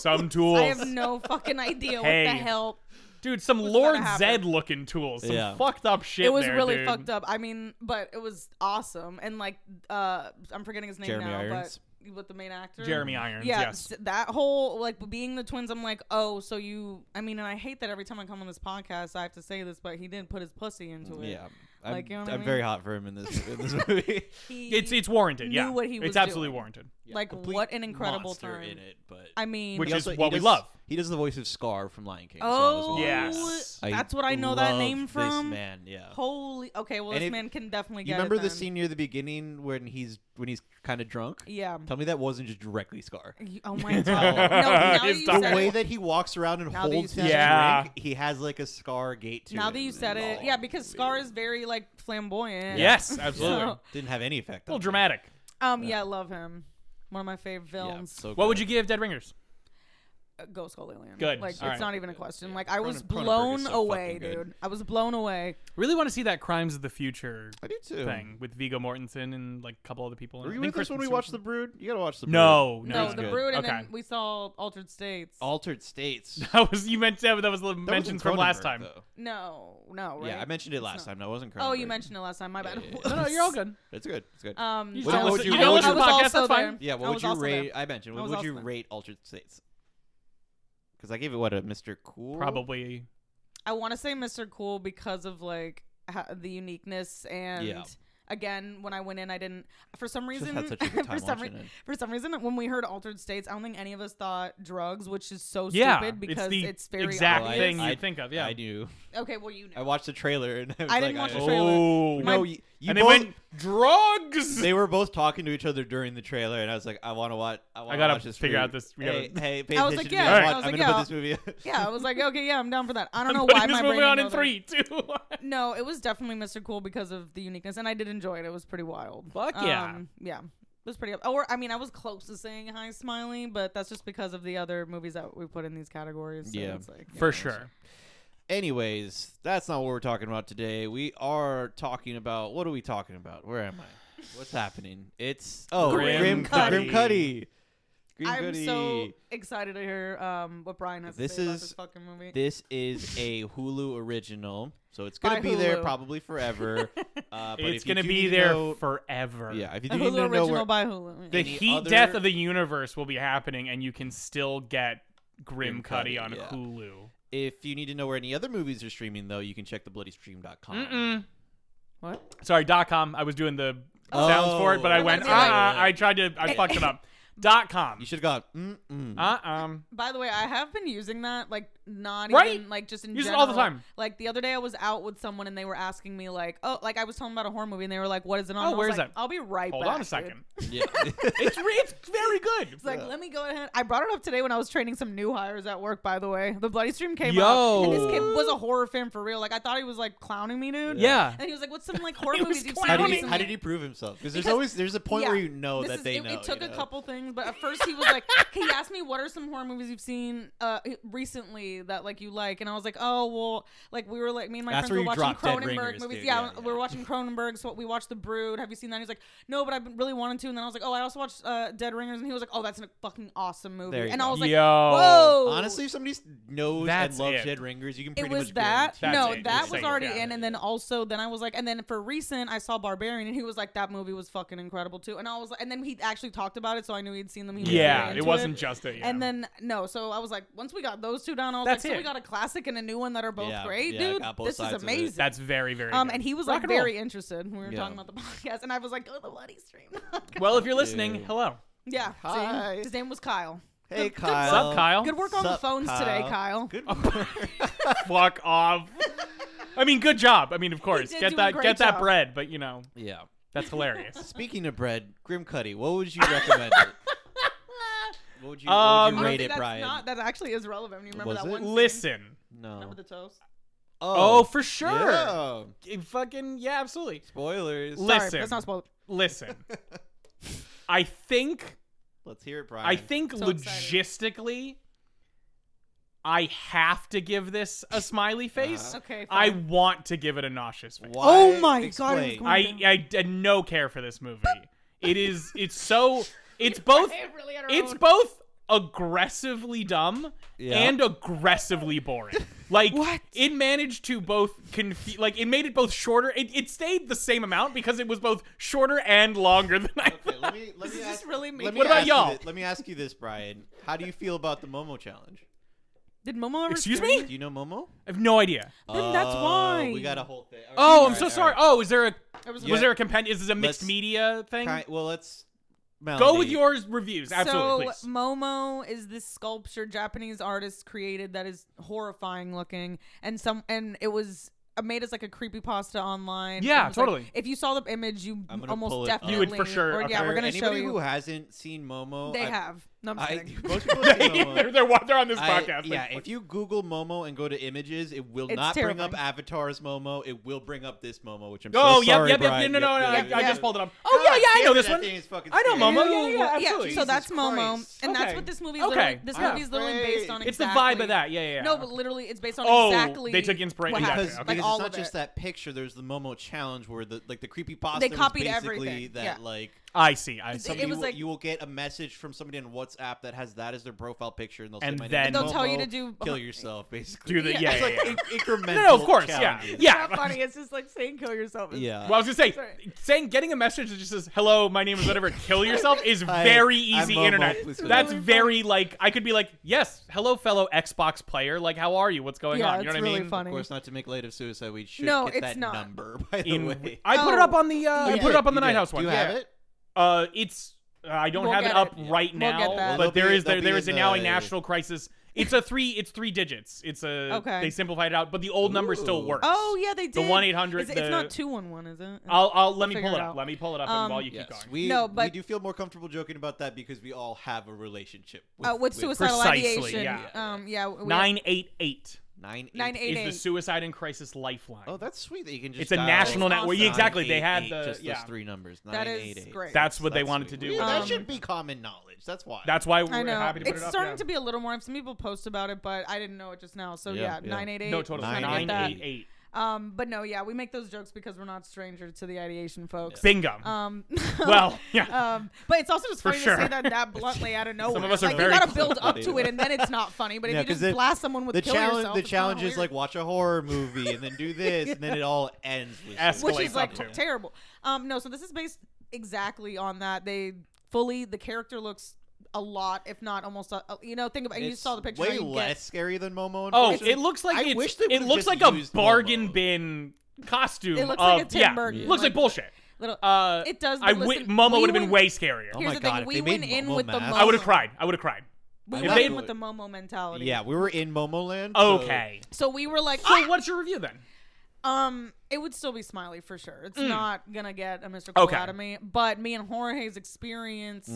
[SPEAKER 1] [laughs] Some tools,
[SPEAKER 3] I have no
[SPEAKER 1] [laughs]
[SPEAKER 3] fucking idea what
[SPEAKER 1] Hey.
[SPEAKER 3] the hell.
[SPEAKER 1] dude. Some
[SPEAKER 3] was
[SPEAKER 1] Lord
[SPEAKER 3] gonna happen.
[SPEAKER 1] Zed looking tools. Some
[SPEAKER 2] Yeah.
[SPEAKER 1] fucked up shit.
[SPEAKER 3] It was
[SPEAKER 1] there,
[SPEAKER 3] really
[SPEAKER 1] dude.
[SPEAKER 3] fucked up. I mean, but it was awesome. And like, uh, I'm forgetting his name
[SPEAKER 2] Jeremy
[SPEAKER 3] now,
[SPEAKER 2] Irons.
[SPEAKER 3] but with the main actor,
[SPEAKER 1] Jeremy Irons.
[SPEAKER 3] Yeah,
[SPEAKER 1] yes.
[SPEAKER 3] s- that whole like being the twins. I'm like, oh, so you. I mean, and I hate that every time I come on this podcast, I have to say this, but he didn't put his pussy into it.
[SPEAKER 2] Yeah. I'm,
[SPEAKER 3] Like, you know what I
[SPEAKER 2] I'm
[SPEAKER 3] mean?
[SPEAKER 2] very hot for him in
[SPEAKER 3] [laughs]
[SPEAKER 2] this, in this
[SPEAKER 1] [laughs]
[SPEAKER 2] movie.
[SPEAKER 3] He,
[SPEAKER 1] It's it's warranted.
[SPEAKER 3] knew
[SPEAKER 1] yeah,
[SPEAKER 3] what he was
[SPEAKER 1] it's absolutely
[SPEAKER 3] doing.
[SPEAKER 1] warranted.
[SPEAKER 3] Like,
[SPEAKER 2] Complete
[SPEAKER 3] what an incredible
[SPEAKER 2] monster
[SPEAKER 3] time.
[SPEAKER 2] in it, but
[SPEAKER 3] I mean,
[SPEAKER 1] Which
[SPEAKER 2] He
[SPEAKER 1] is
[SPEAKER 2] also- he
[SPEAKER 1] what we
[SPEAKER 2] does-
[SPEAKER 1] love.
[SPEAKER 2] He does the voice of Scar from Lion King. so
[SPEAKER 3] oh,
[SPEAKER 2] that was one.
[SPEAKER 1] Yes.
[SPEAKER 3] that's what I know that
[SPEAKER 2] love
[SPEAKER 3] name
[SPEAKER 2] this
[SPEAKER 3] from.
[SPEAKER 2] man, yeah.
[SPEAKER 3] Holy, okay, well,
[SPEAKER 2] And
[SPEAKER 3] this
[SPEAKER 2] it-
[SPEAKER 3] man can definitely
[SPEAKER 2] You
[SPEAKER 3] get. it
[SPEAKER 2] remember the
[SPEAKER 3] then.
[SPEAKER 2] scene near the beginning when he's when he's kind of drunk? [laughs]
[SPEAKER 3] Yeah.
[SPEAKER 2] Tell me that wasn't just directly Scar.
[SPEAKER 3] You- Oh
[SPEAKER 2] [laughs]
[SPEAKER 3] my
[SPEAKER 1] [laughs]
[SPEAKER 3] god. No, now that
[SPEAKER 1] His
[SPEAKER 3] you
[SPEAKER 1] dog.
[SPEAKER 2] The
[SPEAKER 3] said
[SPEAKER 2] way
[SPEAKER 3] it,
[SPEAKER 2] that he walks around and
[SPEAKER 3] Now that you
[SPEAKER 2] holds
[SPEAKER 3] said
[SPEAKER 2] his
[SPEAKER 1] it. Yeah.
[SPEAKER 2] drink, he has like a Scar gait to
[SPEAKER 3] now
[SPEAKER 2] it.
[SPEAKER 3] that you said it, yeah, because Scar is very like flamboyant.
[SPEAKER 1] Yes, [laughs] absolutely.
[SPEAKER 3] [laughs] So-
[SPEAKER 1] A
[SPEAKER 2] didn't have any effect. on
[SPEAKER 1] little
[SPEAKER 2] me.
[SPEAKER 1] dramatic.
[SPEAKER 3] Um, yeah, I love him. One of my favorite
[SPEAKER 2] Yeah,
[SPEAKER 3] films.
[SPEAKER 2] so
[SPEAKER 1] What
[SPEAKER 2] good.
[SPEAKER 1] would you give Dead Ringers?
[SPEAKER 3] uh, Ghost Land.
[SPEAKER 1] Good.
[SPEAKER 3] Like
[SPEAKER 1] All
[SPEAKER 3] it's
[SPEAKER 1] right.
[SPEAKER 3] not even a question.
[SPEAKER 2] Yeah.
[SPEAKER 3] Like I was
[SPEAKER 2] Cronen- Cronenberg is
[SPEAKER 3] blown
[SPEAKER 2] so
[SPEAKER 3] away,
[SPEAKER 2] fucking good.
[SPEAKER 3] dude. I was blown away.
[SPEAKER 1] Really want to see that Crimes of the Future
[SPEAKER 2] I do too.
[SPEAKER 1] thing with Vigo Mortensen and like a couple other people. in
[SPEAKER 2] Were
[SPEAKER 1] it.
[SPEAKER 2] you
[SPEAKER 1] I think
[SPEAKER 2] with us when we
[SPEAKER 1] Kristen
[SPEAKER 2] watched
[SPEAKER 1] Stewart-
[SPEAKER 2] The Brood? You gotta watch The Brood.
[SPEAKER 1] No, no,
[SPEAKER 3] No,
[SPEAKER 2] it's
[SPEAKER 3] the
[SPEAKER 2] good.
[SPEAKER 3] brood, and
[SPEAKER 1] Okay.
[SPEAKER 3] then we saw Altered States.
[SPEAKER 2] Altered States.
[SPEAKER 1] [laughs]
[SPEAKER 2] That
[SPEAKER 1] That was you meant that was that was the mentions
[SPEAKER 2] wasn't
[SPEAKER 1] from last
[SPEAKER 2] Cronenberg,
[SPEAKER 1] time.
[SPEAKER 2] though.
[SPEAKER 3] no, no, right?
[SPEAKER 2] Yeah, I mentioned it last
[SPEAKER 3] not-
[SPEAKER 2] time. That wasn't Cronenberg.
[SPEAKER 3] Oh, you mentioned it last time. My bad. [laughs]
[SPEAKER 2] Yeah, yeah,
[SPEAKER 1] No, no, you're
[SPEAKER 2] [laughs]
[SPEAKER 1] all good.
[SPEAKER 2] It's good. It's good.
[SPEAKER 3] Um,
[SPEAKER 1] You
[SPEAKER 2] What
[SPEAKER 1] don't
[SPEAKER 2] would
[SPEAKER 1] listen,
[SPEAKER 2] you-
[SPEAKER 1] you don't
[SPEAKER 2] I
[SPEAKER 1] listen to
[SPEAKER 3] was
[SPEAKER 1] podcasts.
[SPEAKER 3] also
[SPEAKER 1] That's fine.
[SPEAKER 3] there.
[SPEAKER 2] Yeah,
[SPEAKER 3] I
[SPEAKER 2] what would
[SPEAKER 3] was
[SPEAKER 2] you
[SPEAKER 3] also
[SPEAKER 2] rate? I mentioned.
[SPEAKER 3] I
[SPEAKER 2] What
[SPEAKER 3] was
[SPEAKER 2] would you
[SPEAKER 3] also there.
[SPEAKER 2] rate Altered States? Because I gave it what a Mr. Cool.
[SPEAKER 1] Probably.
[SPEAKER 3] I want to say Mr. Cool because of like ha- the uniqueness and.
[SPEAKER 2] Yeah.
[SPEAKER 3] Again, when I went in, I didn't. For some
[SPEAKER 2] Just
[SPEAKER 3] reason,
[SPEAKER 2] had such a good
[SPEAKER 3] [laughs] for
[SPEAKER 2] time
[SPEAKER 3] some
[SPEAKER 2] watching
[SPEAKER 3] reason,
[SPEAKER 2] it.
[SPEAKER 3] for some reason, when we heard altered states, I don't think any of us thought drugs, which is so
[SPEAKER 1] yeah,
[SPEAKER 3] stupid because
[SPEAKER 1] it's
[SPEAKER 3] it's,
[SPEAKER 1] the
[SPEAKER 3] very
[SPEAKER 1] exact
[SPEAKER 2] Well, I-
[SPEAKER 3] obvious.
[SPEAKER 1] thing
[SPEAKER 2] I-
[SPEAKER 1] you think of. Yeah.
[SPEAKER 2] I knew.
[SPEAKER 3] Okay, well you know.
[SPEAKER 2] I watched the trailer and [laughs] I, was
[SPEAKER 3] I didn't
[SPEAKER 2] like,
[SPEAKER 3] watch the trailer.
[SPEAKER 1] oh,
[SPEAKER 2] No,
[SPEAKER 3] My-
[SPEAKER 2] you, you
[SPEAKER 1] and they
[SPEAKER 2] both-
[SPEAKER 1] went drugs.
[SPEAKER 2] [laughs] They were both talking to each other during the trailer, and I was like, I want to watch. I, wanna
[SPEAKER 1] I gotta
[SPEAKER 2] watch this
[SPEAKER 1] figure
[SPEAKER 2] movie.
[SPEAKER 1] out this- we [laughs]
[SPEAKER 2] Hey,
[SPEAKER 1] gotta-
[SPEAKER 2] hey, pay
[SPEAKER 3] I was
[SPEAKER 2] attention
[SPEAKER 3] like,
[SPEAKER 2] to
[SPEAKER 3] yeah,
[SPEAKER 2] me.
[SPEAKER 1] I
[SPEAKER 2] Watch-
[SPEAKER 3] was
[SPEAKER 2] I'm
[SPEAKER 3] like,
[SPEAKER 2] gonna
[SPEAKER 3] yeah.
[SPEAKER 2] put this movie.
[SPEAKER 3] Yeah, I was like, okay, yeah, I'm down for that.
[SPEAKER 1] [laughs]
[SPEAKER 3] I don't
[SPEAKER 1] I'm
[SPEAKER 3] know
[SPEAKER 1] putting
[SPEAKER 3] why
[SPEAKER 1] this
[SPEAKER 3] my
[SPEAKER 1] movie
[SPEAKER 3] brain
[SPEAKER 1] on
[SPEAKER 3] didn't
[SPEAKER 1] in
[SPEAKER 3] go
[SPEAKER 1] three,
[SPEAKER 3] there.
[SPEAKER 1] two,
[SPEAKER 2] [laughs]
[SPEAKER 1] one.
[SPEAKER 3] No, it was definitely Mr. Cool because of the uniqueness, and I did enjoy it. It was pretty wild.
[SPEAKER 1] Fuck yeah.
[SPEAKER 3] Um, yeah, it was pretty. Or I mean, I was close to saying hi, Smiley, but that's just because of the other movies that we put in these categories. So
[SPEAKER 2] Yeah.
[SPEAKER 3] it's like, yeah.
[SPEAKER 1] For sure.
[SPEAKER 2] [laughs] Anyways, that's not what we're talking about today. We are talking about what are we talking about? Where am I? What's happening? It's oh,
[SPEAKER 1] Grim
[SPEAKER 2] Grim
[SPEAKER 1] Cuddy.
[SPEAKER 2] Grim Cuddy. Grim
[SPEAKER 3] I'm
[SPEAKER 2] Cuddy.
[SPEAKER 3] so excited to hear um, what Brian has
[SPEAKER 2] This
[SPEAKER 3] to say about
[SPEAKER 2] is-
[SPEAKER 3] this fucking movie. [laughs]
[SPEAKER 2] This is a Hulu original, so it's gonna
[SPEAKER 3] By
[SPEAKER 2] be there
[SPEAKER 3] Hulu.
[SPEAKER 2] probably
[SPEAKER 3] [laughs]
[SPEAKER 2] forever. Uh, but
[SPEAKER 1] It's
[SPEAKER 2] if you
[SPEAKER 1] gonna
[SPEAKER 2] do
[SPEAKER 1] be
[SPEAKER 2] need to
[SPEAKER 1] there
[SPEAKER 2] know-
[SPEAKER 1] forever.
[SPEAKER 2] yeah, if you do
[SPEAKER 3] a
[SPEAKER 2] need to
[SPEAKER 3] Hulu
[SPEAKER 2] know
[SPEAKER 3] original
[SPEAKER 2] where
[SPEAKER 3] by Hulu.
[SPEAKER 1] The
[SPEAKER 3] yeah.
[SPEAKER 2] Any
[SPEAKER 1] heat
[SPEAKER 2] other-
[SPEAKER 1] death of the universe will be happening, and you can still get Grim
[SPEAKER 2] Grim Cuddy,
[SPEAKER 1] Cuddy on
[SPEAKER 2] yeah.
[SPEAKER 1] Hulu.
[SPEAKER 2] if you need to know where any other movies are streaming, though, you can check thebloodystream.com.
[SPEAKER 1] Mm-mm.
[SPEAKER 3] what?
[SPEAKER 1] Um, Sorry, dot com. I was doing the sounds for it, but I
[SPEAKER 3] Oh.
[SPEAKER 1] went.
[SPEAKER 3] I
[SPEAKER 1] Uh,
[SPEAKER 3] was gonna be
[SPEAKER 2] like-
[SPEAKER 1] I tried to. I fucked it up.
[SPEAKER 3] [laughs]
[SPEAKER 1] Dot com.
[SPEAKER 2] You should have gone. Mm-mm.
[SPEAKER 1] Uh um.
[SPEAKER 3] By the way, I have been using that, like not
[SPEAKER 1] Right?
[SPEAKER 3] even like just in
[SPEAKER 1] Use it
[SPEAKER 3] general.
[SPEAKER 1] all the time.
[SPEAKER 3] Like the other day, I was out with someone and they were asking me like, "Oh, like I was telling them about a horror movie and they were like, what is it on?"
[SPEAKER 1] Oh,
[SPEAKER 3] And I was
[SPEAKER 1] where's
[SPEAKER 3] like,
[SPEAKER 1] that?
[SPEAKER 3] I'll be right
[SPEAKER 1] Hold
[SPEAKER 3] back.
[SPEAKER 1] on a
[SPEAKER 3] dude."
[SPEAKER 1] second.
[SPEAKER 2] [laughs] yeah.
[SPEAKER 1] [laughs] It's, re- it's very good.
[SPEAKER 3] [laughs] It's like,
[SPEAKER 2] Yeah.
[SPEAKER 3] let me go ahead. I brought it up today when I was training some new hires at work. By the way, the bloody stream came
[SPEAKER 1] Yo.
[SPEAKER 3] up, and this kid was a horror fan for real. Like I thought he was like clowning me, dude.
[SPEAKER 1] Yeah.
[SPEAKER 3] And he was like, "What's some
[SPEAKER 1] [laughs]
[SPEAKER 3] like horror
[SPEAKER 1] He was
[SPEAKER 3] movies you've seen
[SPEAKER 2] how, did
[SPEAKER 1] clowning
[SPEAKER 2] he,
[SPEAKER 3] recently?"
[SPEAKER 2] how did he prove himself? Because there's
[SPEAKER 3] Because-
[SPEAKER 2] always there's a point
[SPEAKER 3] yeah.
[SPEAKER 2] where you know
[SPEAKER 3] This
[SPEAKER 2] Oh, that
[SPEAKER 3] is-
[SPEAKER 2] they
[SPEAKER 3] it,
[SPEAKER 2] know.
[SPEAKER 3] It took
[SPEAKER 2] you
[SPEAKER 3] a
[SPEAKER 2] know? [laughs]
[SPEAKER 3] couple things, but at first he was like, he asked me what are some horror movies you've seen uh, recently that like you like, and I was like, oh well, like we were like me and my
[SPEAKER 2] That's where
[SPEAKER 3] friends
[SPEAKER 2] you
[SPEAKER 3] were watching
[SPEAKER 2] dropped Dead
[SPEAKER 3] Cronenberg
[SPEAKER 2] Ringers,
[SPEAKER 3] movies.
[SPEAKER 2] dude.
[SPEAKER 3] Yeah,
[SPEAKER 2] Yeah,
[SPEAKER 3] we were
[SPEAKER 2] yeah.
[SPEAKER 3] watching Cronenberg, so we watched The Brood. Have you seen that? And he's like, no, but I've been really wanted to. And then I was like, oh, I also watched uh, Dead Ringers, and he was like, oh, that's a fucking awesome movie.
[SPEAKER 2] There you
[SPEAKER 3] And I
[SPEAKER 2] go.
[SPEAKER 3] was like,
[SPEAKER 1] Yo.
[SPEAKER 3] whoa,
[SPEAKER 2] Honestly, if somebody knows
[SPEAKER 1] That's
[SPEAKER 2] and loves
[SPEAKER 1] it.
[SPEAKER 2] Jed Ringers, you can
[SPEAKER 3] it
[SPEAKER 2] pretty
[SPEAKER 3] was
[SPEAKER 2] much
[SPEAKER 3] that.
[SPEAKER 2] guarantee-
[SPEAKER 3] No,
[SPEAKER 1] it.
[SPEAKER 3] that
[SPEAKER 1] You're
[SPEAKER 3] was
[SPEAKER 1] safe,
[SPEAKER 3] already
[SPEAKER 1] yeah.
[SPEAKER 3] in, and then also then I was like, and then for recent I saw Barbarian, and he was like, that movie was fucking incredible too, and I was, like, and then he actually talked about it, so I knew he'd seen them. He was
[SPEAKER 1] Yeah,
[SPEAKER 3] really
[SPEAKER 1] it
[SPEAKER 3] into
[SPEAKER 1] wasn't just a.
[SPEAKER 3] And then no, so I was like, once we got those two down, I was
[SPEAKER 1] That's
[SPEAKER 3] like, so we
[SPEAKER 1] it.
[SPEAKER 3] got a classic and a new one that are both
[SPEAKER 2] Yeah,
[SPEAKER 3] great,
[SPEAKER 2] yeah,
[SPEAKER 3] dude.
[SPEAKER 2] got both
[SPEAKER 3] This
[SPEAKER 2] sides
[SPEAKER 3] is
[SPEAKER 2] of it.
[SPEAKER 3] amazing.
[SPEAKER 1] that's very very.
[SPEAKER 3] um,
[SPEAKER 1] good.
[SPEAKER 3] and he was
[SPEAKER 1] Rock
[SPEAKER 3] like
[SPEAKER 1] and roll.
[SPEAKER 3] very interested when we were
[SPEAKER 2] Yeah.
[SPEAKER 3] talking about the [laughs] podcast, and I was like, oh, the bloody stream. [laughs]
[SPEAKER 1] Well, if you're listening,
[SPEAKER 2] Dude.
[SPEAKER 1] hello.
[SPEAKER 3] yeah, see?
[SPEAKER 2] Hi.
[SPEAKER 3] His name was Kyle.
[SPEAKER 2] Hey,
[SPEAKER 3] Good- good
[SPEAKER 2] Kyle.
[SPEAKER 1] Sup, Kyle?
[SPEAKER 3] work- Good work on the
[SPEAKER 2] Sup,
[SPEAKER 3] phones today, Kyle.
[SPEAKER 2] Good
[SPEAKER 3] Oh.
[SPEAKER 1] Fuck
[SPEAKER 3] [laughs]
[SPEAKER 1] off. I mean, good job. I mean, of course,
[SPEAKER 3] did do
[SPEAKER 1] get
[SPEAKER 3] a
[SPEAKER 1] that
[SPEAKER 3] great
[SPEAKER 1] get
[SPEAKER 3] job.
[SPEAKER 1] that bread, but you know
[SPEAKER 2] [laughs] yeah.
[SPEAKER 1] that's
[SPEAKER 3] [laughs]
[SPEAKER 1] hilarious.
[SPEAKER 2] Speaking of bread, Grim Cuddy, what would you recommend? it? What would
[SPEAKER 1] Um,
[SPEAKER 2] you, what would you
[SPEAKER 3] Ah, Honestly,
[SPEAKER 2] rate it,
[SPEAKER 3] that's
[SPEAKER 2] Brian?
[SPEAKER 3] not- that actually is relevant. You remember
[SPEAKER 2] Was
[SPEAKER 3] that
[SPEAKER 2] it?
[SPEAKER 3] one? scene?
[SPEAKER 1] Listen,
[SPEAKER 2] no.
[SPEAKER 3] Remember the toast?
[SPEAKER 1] Oh, for sure.
[SPEAKER 2] yeah.
[SPEAKER 1] It fucking yeah, absolutely.
[SPEAKER 2] Spoilers.
[SPEAKER 1] Le- Listen.
[SPEAKER 3] Sorry, that's not spoiled.
[SPEAKER 1] Listen, [laughs] I think
[SPEAKER 2] Let's hear it, Brian.
[SPEAKER 1] I think
[SPEAKER 3] So excited.
[SPEAKER 1] logistically, I have to give this a smiley face.
[SPEAKER 2] Uh-huh.
[SPEAKER 3] Okay.
[SPEAKER 1] I
[SPEAKER 3] fine.
[SPEAKER 1] want to give it a nauseous face.
[SPEAKER 2] Why?
[SPEAKER 3] Oh my God, it was
[SPEAKER 2] Explain.
[SPEAKER 3] going-
[SPEAKER 1] I I did no care for this movie. it is it's so it's both
[SPEAKER 3] I really had her
[SPEAKER 1] it's
[SPEAKER 3] own-
[SPEAKER 1] both aggressively dumb
[SPEAKER 2] Yeah.
[SPEAKER 1] and aggressively boring. Like
[SPEAKER 3] What?
[SPEAKER 1] it managed to both confuse, like it made it both shorter. It, it stayed the same amount because it was both shorter and longer than I.
[SPEAKER 2] Okay, let me, let
[SPEAKER 3] This
[SPEAKER 2] me
[SPEAKER 3] is
[SPEAKER 2] ask,
[SPEAKER 3] just really
[SPEAKER 2] let
[SPEAKER 3] making
[SPEAKER 2] me
[SPEAKER 1] What about
[SPEAKER 2] ask you
[SPEAKER 1] y'all?
[SPEAKER 2] thi- let me ask you this, Brian. How do you feel about the Momo challenge?
[SPEAKER 3] Did Momo ever
[SPEAKER 1] Excuse
[SPEAKER 3] scare you?
[SPEAKER 1] me?
[SPEAKER 2] Do you know Momo?
[SPEAKER 1] I have no idea.
[SPEAKER 3] Then that's
[SPEAKER 2] Oh,
[SPEAKER 3] why.
[SPEAKER 2] we got a whole thing. All right,
[SPEAKER 1] Oh,
[SPEAKER 2] all
[SPEAKER 1] I'm
[SPEAKER 2] right,
[SPEAKER 1] so
[SPEAKER 2] all
[SPEAKER 1] sorry.
[SPEAKER 2] right.
[SPEAKER 1] Oh, is there a
[SPEAKER 3] It was
[SPEAKER 1] was
[SPEAKER 2] Yeah.
[SPEAKER 1] there a companion? Is this a mixed
[SPEAKER 2] Let's
[SPEAKER 1] media thing?
[SPEAKER 2] Ki- well, let's
[SPEAKER 1] Oh, Go
[SPEAKER 2] Melody.
[SPEAKER 1] with yours reviews. Absolutely,
[SPEAKER 3] so
[SPEAKER 1] please.
[SPEAKER 3] Momo is this sculpture Japanese artist created that is horrifying looking, and some and it was uh, made as like a creepy pasta online.
[SPEAKER 1] Yeah,
[SPEAKER 3] It was, like,
[SPEAKER 1] totally.
[SPEAKER 3] if you saw the image, you
[SPEAKER 2] I'm gonna
[SPEAKER 3] almost
[SPEAKER 2] pull it up.
[SPEAKER 3] definitely
[SPEAKER 1] You would for sure-
[SPEAKER 3] Or, yeah,
[SPEAKER 1] okay.
[SPEAKER 3] we're
[SPEAKER 2] For
[SPEAKER 3] gonna show
[SPEAKER 2] anybody
[SPEAKER 3] you.
[SPEAKER 2] who hasn't seen Momo,
[SPEAKER 3] they
[SPEAKER 2] I,
[SPEAKER 3] have. No, I'm
[SPEAKER 2] [laughs]
[SPEAKER 3] just
[SPEAKER 2] I,
[SPEAKER 3] kidding.
[SPEAKER 2] most people have
[SPEAKER 1] [laughs]
[SPEAKER 2] seen
[SPEAKER 1] [laughs] they're,
[SPEAKER 2] Momo.
[SPEAKER 1] they're wa- they're on this
[SPEAKER 2] I-
[SPEAKER 1] podcast.
[SPEAKER 2] yeah,
[SPEAKER 1] Like,
[SPEAKER 2] if you Google Momo and go to images, it will
[SPEAKER 3] It's
[SPEAKER 2] not bring up
[SPEAKER 3] terrifying.
[SPEAKER 2] Avatar's Momo. It will bring up this Momo, which I'm
[SPEAKER 1] oh,
[SPEAKER 2] so
[SPEAKER 1] yep,
[SPEAKER 2] sorry,
[SPEAKER 1] yep, yep,
[SPEAKER 2] Brian.
[SPEAKER 1] No, no, no.
[SPEAKER 2] Yep,
[SPEAKER 1] I,
[SPEAKER 2] yep,
[SPEAKER 1] I
[SPEAKER 2] yep.
[SPEAKER 1] just pulled it up. Oh yeah, yeah. I know
[SPEAKER 2] Damn,
[SPEAKER 1] this
[SPEAKER 2] that
[SPEAKER 1] one.
[SPEAKER 2] thing is fucking
[SPEAKER 1] I know
[SPEAKER 2] scary.
[SPEAKER 1] Momo. Yeah, yeah,
[SPEAKER 3] yeah.
[SPEAKER 1] absolutely.
[SPEAKER 3] So that's
[SPEAKER 2] Jesus
[SPEAKER 3] Momo,
[SPEAKER 2] Christ.
[SPEAKER 3] and
[SPEAKER 1] Okay.
[SPEAKER 3] that's what this movie is.
[SPEAKER 1] Okay.
[SPEAKER 3] Literally, this
[SPEAKER 1] Yeah.
[SPEAKER 3] movie is literally based on.
[SPEAKER 1] It's
[SPEAKER 3] exactly,
[SPEAKER 1] the vibe of that. Yeah, yeah. yeah.
[SPEAKER 3] No, but literally, it's based on
[SPEAKER 1] Oh,
[SPEAKER 3] exactly.
[SPEAKER 1] they took inspiration-
[SPEAKER 3] What
[SPEAKER 1] yeah,
[SPEAKER 3] happened.
[SPEAKER 1] okay,
[SPEAKER 2] because,
[SPEAKER 1] okay.
[SPEAKER 3] Like
[SPEAKER 2] because
[SPEAKER 3] all
[SPEAKER 2] it's not
[SPEAKER 3] of
[SPEAKER 2] just
[SPEAKER 3] it.
[SPEAKER 2] that picture. There's the Momo challenge where the like the creepy pasta.
[SPEAKER 3] They copied
[SPEAKER 2] was basically
[SPEAKER 3] everything,
[SPEAKER 2] That
[SPEAKER 3] yeah.
[SPEAKER 2] like
[SPEAKER 1] I see. I see.
[SPEAKER 3] It
[SPEAKER 2] somebody
[SPEAKER 3] was
[SPEAKER 2] will-
[SPEAKER 3] like-
[SPEAKER 2] you will get a message from somebody on WhatsApp that has that as their profile picture, and they'll
[SPEAKER 1] And
[SPEAKER 2] say, "My
[SPEAKER 1] then-
[SPEAKER 2] name is
[SPEAKER 3] They'll tell you
[SPEAKER 2] Momo,
[SPEAKER 3] to do-
[SPEAKER 2] kill yourself basically.
[SPEAKER 1] Do the yeah,
[SPEAKER 3] Yeah.
[SPEAKER 1] yeah,
[SPEAKER 2] it's like
[SPEAKER 1] yeah, yeah.
[SPEAKER 2] in-
[SPEAKER 1] [laughs]
[SPEAKER 2] incremental.
[SPEAKER 1] No, no, of course, yeah,
[SPEAKER 2] challenges.
[SPEAKER 1] yeah.
[SPEAKER 3] It's not funny. It's just like saying kill yourself. It's-
[SPEAKER 2] yeah.
[SPEAKER 1] Well, I was gonna say,
[SPEAKER 3] Sorry.
[SPEAKER 1] saying getting a message that just says "Hello, my name is whatever," kill yourself
[SPEAKER 2] [laughs]
[SPEAKER 1] is
[SPEAKER 2] Hi,
[SPEAKER 1] very
[SPEAKER 2] I'm
[SPEAKER 1] easy
[SPEAKER 2] Momo,
[SPEAKER 1] internet.
[SPEAKER 2] please kill
[SPEAKER 1] That's
[SPEAKER 3] yourself.
[SPEAKER 1] very like I could be like, "Yes, hello, fellow Xbox player. Like, how are you? What's going
[SPEAKER 3] Yeah,
[SPEAKER 1] on?" You know
[SPEAKER 3] it's
[SPEAKER 1] what I
[SPEAKER 3] really
[SPEAKER 1] mean?
[SPEAKER 3] fun.
[SPEAKER 2] Of course, not to make light of suicide, we should
[SPEAKER 3] No,
[SPEAKER 2] get
[SPEAKER 3] it's
[SPEAKER 2] that
[SPEAKER 3] not.
[SPEAKER 2] number. [laughs] By the
[SPEAKER 1] In-
[SPEAKER 2] way,
[SPEAKER 1] I put it
[SPEAKER 3] Oh.
[SPEAKER 1] up on the uh, [laughs]
[SPEAKER 3] You
[SPEAKER 1] I put
[SPEAKER 3] did,
[SPEAKER 1] it up on the
[SPEAKER 2] You
[SPEAKER 1] Night
[SPEAKER 2] did.
[SPEAKER 1] House one.
[SPEAKER 2] Do you
[SPEAKER 1] yeah.
[SPEAKER 2] have it?
[SPEAKER 1] Uh, it's uh, I don't
[SPEAKER 3] We'll
[SPEAKER 1] have it
[SPEAKER 3] get
[SPEAKER 1] up
[SPEAKER 3] it.
[SPEAKER 1] right
[SPEAKER 3] We'll
[SPEAKER 1] now,
[SPEAKER 3] get that.
[SPEAKER 1] but there
[SPEAKER 2] They'll be-
[SPEAKER 1] is there
[SPEAKER 2] they'll
[SPEAKER 1] there
[SPEAKER 2] be
[SPEAKER 1] is
[SPEAKER 2] in
[SPEAKER 1] now a
[SPEAKER 2] the-
[SPEAKER 1] national crisis. It's a three. It's three digits. It's a
[SPEAKER 3] Okay.
[SPEAKER 1] They simplified it out, but the old number still
[SPEAKER 2] Ooh.
[SPEAKER 1] works.
[SPEAKER 3] Oh yeah, they did.
[SPEAKER 1] The 1-800,
[SPEAKER 3] Is it- It's
[SPEAKER 1] the-
[SPEAKER 3] not two one one, is it?
[SPEAKER 1] I'll, I'll let me
[SPEAKER 3] figure
[SPEAKER 1] pull it
[SPEAKER 3] it
[SPEAKER 1] up.
[SPEAKER 3] out.
[SPEAKER 1] Let me pull it up
[SPEAKER 3] Um,
[SPEAKER 1] and while you
[SPEAKER 2] Yes,
[SPEAKER 1] keep going.
[SPEAKER 2] we
[SPEAKER 3] No,
[SPEAKER 2] we
[SPEAKER 3] but-
[SPEAKER 2] do feel more comfortable joking about that because we all have a relationship with,
[SPEAKER 3] uh, with suicidal
[SPEAKER 1] Precisely,
[SPEAKER 3] ideation.
[SPEAKER 1] yeah.
[SPEAKER 3] Um, yeah. we-
[SPEAKER 1] Nine eight eight
[SPEAKER 2] nine eight-
[SPEAKER 3] nine
[SPEAKER 1] is
[SPEAKER 3] eight
[SPEAKER 1] the
[SPEAKER 3] eight.
[SPEAKER 1] suicide and crisis lifeline.
[SPEAKER 2] Oh, that's sweet that you can just.
[SPEAKER 1] It's a
[SPEAKER 2] dial
[SPEAKER 1] national
[SPEAKER 3] That's
[SPEAKER 1] network.
[SPEAKER 3] awesome.
[SPEAKER 1] Exactly, they had
[SPEAKER 2] 988,
[SPEAKER 1] the-
[SPEAKER 2] just
[SPEAKER 1] yeah.
[SPEAKER 2] those three numbers.
[SPEAKER 3] That is
[SPEAKER 2] 988.
[SPEAKER 3] great. Um,
[SPEAKER 1] That's what they wanted to
[SPEAKER 2] sweet.
[SPEAKER 1] do
[SPEAKER 2] Yeah,
[SPEAKER 1] with
[SPEAKER 2] that
[SPEAKER 3] it.
[SPEAKER 2] should be common knowledge. That's why.
[SPEAKER 1] That's why we're
[SPEAKER 3] I know.
[SPEAKER 1] happy to put
[SPEAKER 3] it's
[SPEAKER 1] it up.
[SPEAKER 3] starting
[SPEAKER 1] yeah.
[SPEAKER 3] to be a little more. Some people post about it, but I didn't know it just now. So
[SPEAKER 2] Yeah,
[SPEAKER 3] yeah,
[SPEAKER 2] yeah.
[SPEAKER 3] nine eight eight.
[SPEAKER 1] no total
[SPEAKER 2] Nine
[SPEAKER 1] nine
[SPEAKER 2] eight
[SPEAKER 1] eight eight.
[SPEAKER 3] Um, but no, yeah, we make those jokes because we're not stranger to the ideation, folks.
[SPEAKER 1] Bingo.
[SPEAKER 3] Um, [laughs]
[SPEAKER 1] well, yeah.
[SPEAKER 3] Um, but it's also just
[SPEAKER 1] For
[SPEAKER 3] funny
[SPEAKER 1] sure.
[SPEAKER 3] to say that that bluntly out of nowhere.
[SPEAKER 1] of us are
[SPEAKER 3] like,
[SPEAKER 1] very
[SPEAKER 3] you gotta build up
[SPEAKER 2] blunt.
[SPEAKER 3] to it, and then it's not funny. But if
[SPEAKER 2] Yeah,
[SPEAKER 3] you
[SPEAKER 2] 'cause
[SPEAKER 3] just
[SPEAKER 2] it-
[SPEAKER 3] blast someone with
[SPEAKER 2] the
[SPEAKER 3] kill
[SPEAKER 2] challenge.
[SPEAKER 3] yourself,
[SPEAKER 2] the
[SPEAKER 3] it's kinda
[SPEAKER 2] challenge is
[SPEAKER 3] weird.
[SPEAKER 2] like watch a horror movie and then do
[SPEAKER 3] [laughs]
[SPEAKER 2] this, and then it all ends with
[SPEAKER 1] Escalates
[SPEAKER 2] suicide.
[SPEAKER 3] which is like
[SPEAKER 1] up to.
[SPEAKER 3] terrible. Um, no, so this is based exactly on that. They fully the character looks a lot, if not almost, a, you know. Think about and you
[SPEAKER 2] It's
[SPEAKER 3] saw the picture.
[SPEAKER 2] Way
[SPEAKER 3] you
[SPEAKER 2] less
[SPEAKER 3] Get,
[SPEAKER 2] scary than Momo.
[SPEAKER 1] Oh,
[SPEAKER 2] unfortunately.
[SPEAKER 1] it looks like
[SPEAKER 2] I
[SPEAKER 1] it's,
[SPEAKER 2] wish they
[SPEAKER 1] it
[SPEAKER 2] would've
[SPEAKER 1] looks
[SPEAKER 2] just
[SPEAKER 1] like a
[SPEAKER 2] used
[SPEAKER 1] bargain
[SPEAKER 2] Momo.
[SPEAKER 1] bin costume.
[SPEAKER 3] It looks
[SPEAKER 1] of,
[SPEAKER 3] like a Tim
[SPEAKER 1] yeah,
[SPEAKER 3] Burton,
[SPEAKER 1] looks like
[SPEAKER 3] like-
[SPEAKER 1] bullshit.
[SPEAKER 3] little,
[SPEAKER 1] Uh,
[SPEAKER 3] it does.
[SPEAKER 1] I
[SPEAKER 3] but
[SPEAKER 1] wi-
[SPEAKER 3] listen,
[SPEAKER 1] Momo
[SPEAKER 3] we Oh.
[SPEAKER 1] would have been
[SPEAKER 3] went-
[SPEAKER 1] way scarier.
[SPEAKER 2] Oh
[SPEAKER 3] Here's
[SPEAKER 2] my
[SPEAKER 3] the thing,
[SPEAKER 2] god, if
[SPEAKER 3] we
[SPEAKER 2] they made
[SPEAKER 3] went in
[SPEAKER 2] Momo
[SPEAKER 3] with the
[SPEAKER 2] mask-
[SPEAKER 1] I would have
[SPEAKER 3] Momo.
[SPEAKER 1] cried. I would have cried.
[SPEAKER 3] We
[SPEAKER 2] I
[SPEAKER 3] went
[SPEAKER 1] like
[SPEAKER 3] in
[SPEAKER 1] it.
[SPEAKER 3] with the Momo mentality.
[SPEAKER 2] Yeah, we were in Momo Land. so-
[SPEAKER 1] Okay.
[SPEAKER 3] So we were like,
[SPEAKER 1] So what's your review then?
[SPEAKER 3] Um, it would still be Smiley for sure. It's not gonna get a Mr.
[SPEAKER 1] Mm.
[SPEAKER 3] Cool
[SPEAKER 1] Okay. Mm-hmm.
[SPEAKER 3] out of me. But me and Jorge's experience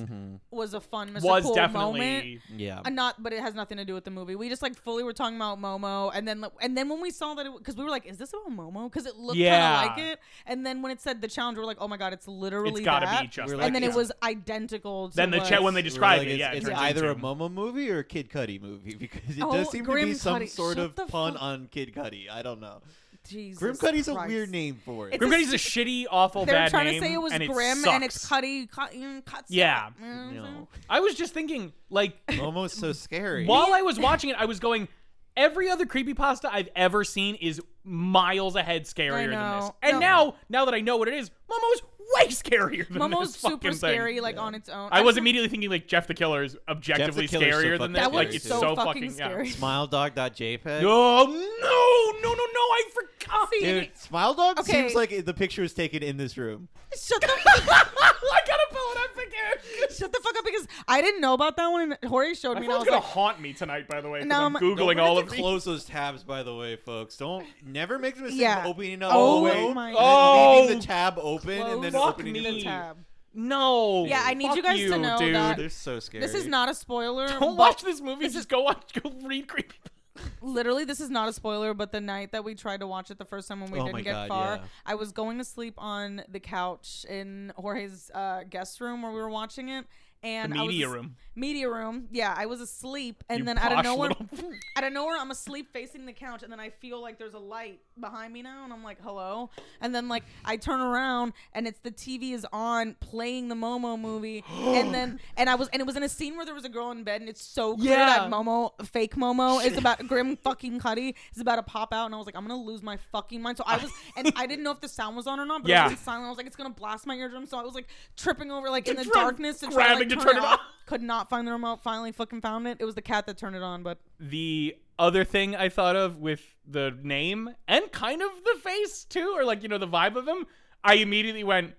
[SPEAKER 3] was a fun Mr.
[SPEAKER 1] was
[SPEAKER 3] cool
[SPEAKER 1] definitely
[SPEAKER 3] moment.
[SPEAKER 2] Yeah.
[SPEAKER 3] Uh, not, but it has nothing to do with the movie. We just like fully were talking about Momo, and then and then when we saw that, because we were like, "Is this about Momo?" Because it looked
[SPEAKER 1] Yeah.
[SPEAKER 3] kind of like it. And then when it said the challenge, we are like, "Oh my god, it's literally
[SPEAKER 1] it's got to
[SPEAKER 3] that."
[SPEAKER 1] be just.
[SPEAKER 2] We're
[SPEAKER 1] like
[SPEAKER 3] and then
[SPEAKER 1] that.
[SPEAKER 3] it was identical. to
[SPEAKER 1] Then the
[SPEAKER 3] what-
[SPEAKER 1] chat when they
[SPEAKER 2] We were
[SPEAKER 1] described
[SPEAKER 2] like,
[SPEAKER 1] it,
[SPEAKER 2] it's-
[SPEAKER 1] yeah, it
[SPEAKER 2] it's
[SPEAKER 1] turns
[SPEAKER 2] either a
[SPEAKER 1] into-
[SPEAKER 2] Momo movie or a Kid Cudi movie [laughs] because it
[SPEAKER 3] Oh,
[SPEAKER 2] does seem to
[SPEAKER 3] Grim
[SPEAKER 2] be some
[SPEAKER 3] Cudi.
[SPEAKER 2] sort
[SPEAKER 3] Shut
[SPEAKER 2] of
[SPEAKER 3] the
[SPEAKER 2] pun
[SPEAKER 3] fuck-
[SPEAKER 2] on Kid Cudi. I don't know.
[SPEAKER 3] Jesus
[SPEAKER 2] Grim Cudi's a
[SPEAKER 3] Christ.
[SPEAKER 2] weird name for it.
[SPEAKER 3] It's
[SPEAKER 1] Grim
[SPEAKER 3] a
[SPEAKER 1] Cudi's a shitty, awful,
[SPEAKER 3] They were
[SPEAKER 1] bad
[SPEAKER 3] trying
[SPEAKER 1] name,
[SPEAKER 3] to say it was
[SPEAKER 1] and
[SPEAKER 3] Grim
[SPEAKER 1] sucks.
[SPEAKER 3] and it's Cuddy. Cut, mm, Mm-hmm. cut
[SPEAKER 1] Yeah.
[SPEAKER 3] You know what I'm saying?
[SPEAKER 2] no.
[SPEAKER 1] I was just thinking, like,
[SPEAKER 2] Momo's so scary.
[SPEAKER 1] while I was watching it, I was going. Every other creepypasta I've ever seen is miles ahead scarier than this.
[SPEAKER 3] know.
[SPEAKER 1] And
[SPEAKER 3] No.
[SPEAKER 1] now, now that I know what it is, Momo's way scarier than
[SPEAKER 3] Momo's
[SPEAKER 1] this fucking
[SPEAKER 3] super
[SPEAKER 1] thing.
[SPEAKER 3] scary, like on its own.
[SPEAKER 1] I was
[SPEAKER 3] just-
[SPEAKER 1] immediately thinking like Jeff the Killer is objectively
[SPEAKER 2] Jeff the Killer's so
[SPEAKER 1] scarier than
[SPEAKER 2] fucking
[SPEAKER 1] this.
[SPEAKER 3] That
[SPEAKER 2] scary,
[SPEAKER 1] like
[SPEAKER 3] was
[SPEAKER 1] it's
[SPEAKER 3] so, fucking,
[SPEAKER 1] yeah.
[SPEAKER 3] scary.
[SPEAKER 2] Smiledog.jpg.
[SPEAKER 1] Oh no, no, no, no! I forgot.
[SPEAKER 3] See,
[SPEAKER 1] Dude,
[SPEAKER 2] Dude, Smiledog
[SPEAKER 3] Okay.
[SPEAKER 2] seems like the picture was taken in this room.
[SPEAKER 3] [laughs] Shut the fuck
[SPEAKER 1] [laughs]
[SPEAKER 3] up! [laughs]
[SPEAKER 1] I gotta pull it up again.
[SPEAKER 3] Shut the fuck up because I didn't know about that one. And Hori showed
[SPEAKER 1] My
[SPEAKER 3] me, and I
[SPEAKER 1] phone's
[SPEAKER 3] was
[SPEAKER 1] gonna
[SPEAKER 3] like,
[SPEAKER 1] haunt me tonight. By the way, 'cause
[SPEAKER 3] No,
[SPEAKER 1] I'm
[SPEAKER 3] my-
[SPEAKER 1] googling all of these.
[SPEAKER 2] Close those tabs, by the way, folks. Don't never make the mistake
[SPEAKER 3] Yeah.
[SPEAKER 2] of opening up
[SPEAKER 3] Oh
[SPEAKER 2] Momo
[SPEAKER 3] my
[SPEAKER 2] and
[SPEAKER 1] God.
[SPEAKER 2] then leaving the tab open and then
[SPEAKER 3] Close
[SPEAKER 1] Fuck
[SPEAKER 2] opening
[SPEAKER 1] me.
[SPEAKER 2] it.
[SPEAKER 3] the tab.
[SPEAKER 1] [laughs] No.
[SPEAKER 3] Yeah, I need
[SPEAKER 1] Fuck
[SPEAKER 3] you guys to know
[SPEAKER 1] dude.
[SPEAKER 3] that-
[SPEAKER 2] They're so scary.
[SPEAKER 3] This is not a spoiler.
[SPEAKER 1] Don't
[SPEAKER 3] but
[SPEAKER 1] watch this movie. Just go watch. Go read creepy.
[SPEAKER 3] literally this is not a spoiler but the night that we tried to watch it the first time when we
[SPEAKER 2] Oh my
[SPEAKER 3] didn't get
[SPEAKER 2] God,
[SPEAKER 3] far
[SPEAKER 2] yeah.
[SPEAKER 3] i was going to sleep on the couch in jorge's uh, guest room where we were watching it
[SPEAKER 1] The
[SPEAKER 3] and I was
[SPEAKER 1] media
[SPEAKER 3] as-
[SPEAKER 1] room.
[SPEAKER 3] media room yeah i was asleep and
[SPEAKER 1] You
[SPEAKER 3] then out of
[SPEAKER 1] posh
[SPEAKER 3] nowhere
[SPEAKER 1] little-
[SPEAKER 3] out of nowhere i'm asleep facing the couch and then i feel like there's a light behind me now and i'm like hello and then like i turn around and it's the tv is on playing the momo [gasps] movie and then and i was and it was in a scene where there was a girl in bed and it's so clear
[SPEAKER 1] Yeah.
[SPEAKER 3] that momo fake momo is about grim fucking cuddy is about to pop out and i was like i'm gonna lose my fucking mind so i was and i didn't know if the sound was on or not but
[SPEAKER 1] Yeah.
[SPEAKER 3] it was silent i was like it's gonna blast my eardrum so i was like tripping over like in the
[SPEAKER 1] Try
[SPEAKER 3] darkness and trying
[SPEAKER 1] grabbing
[SPEAKER 3] to, like, turn it off could not find the remote finally fucking found it it was the cat that turned it on but
[SPEAKER 1] the other thing I thought of with the name and kind of the face too, or like you know the vibe of him, I immediately went,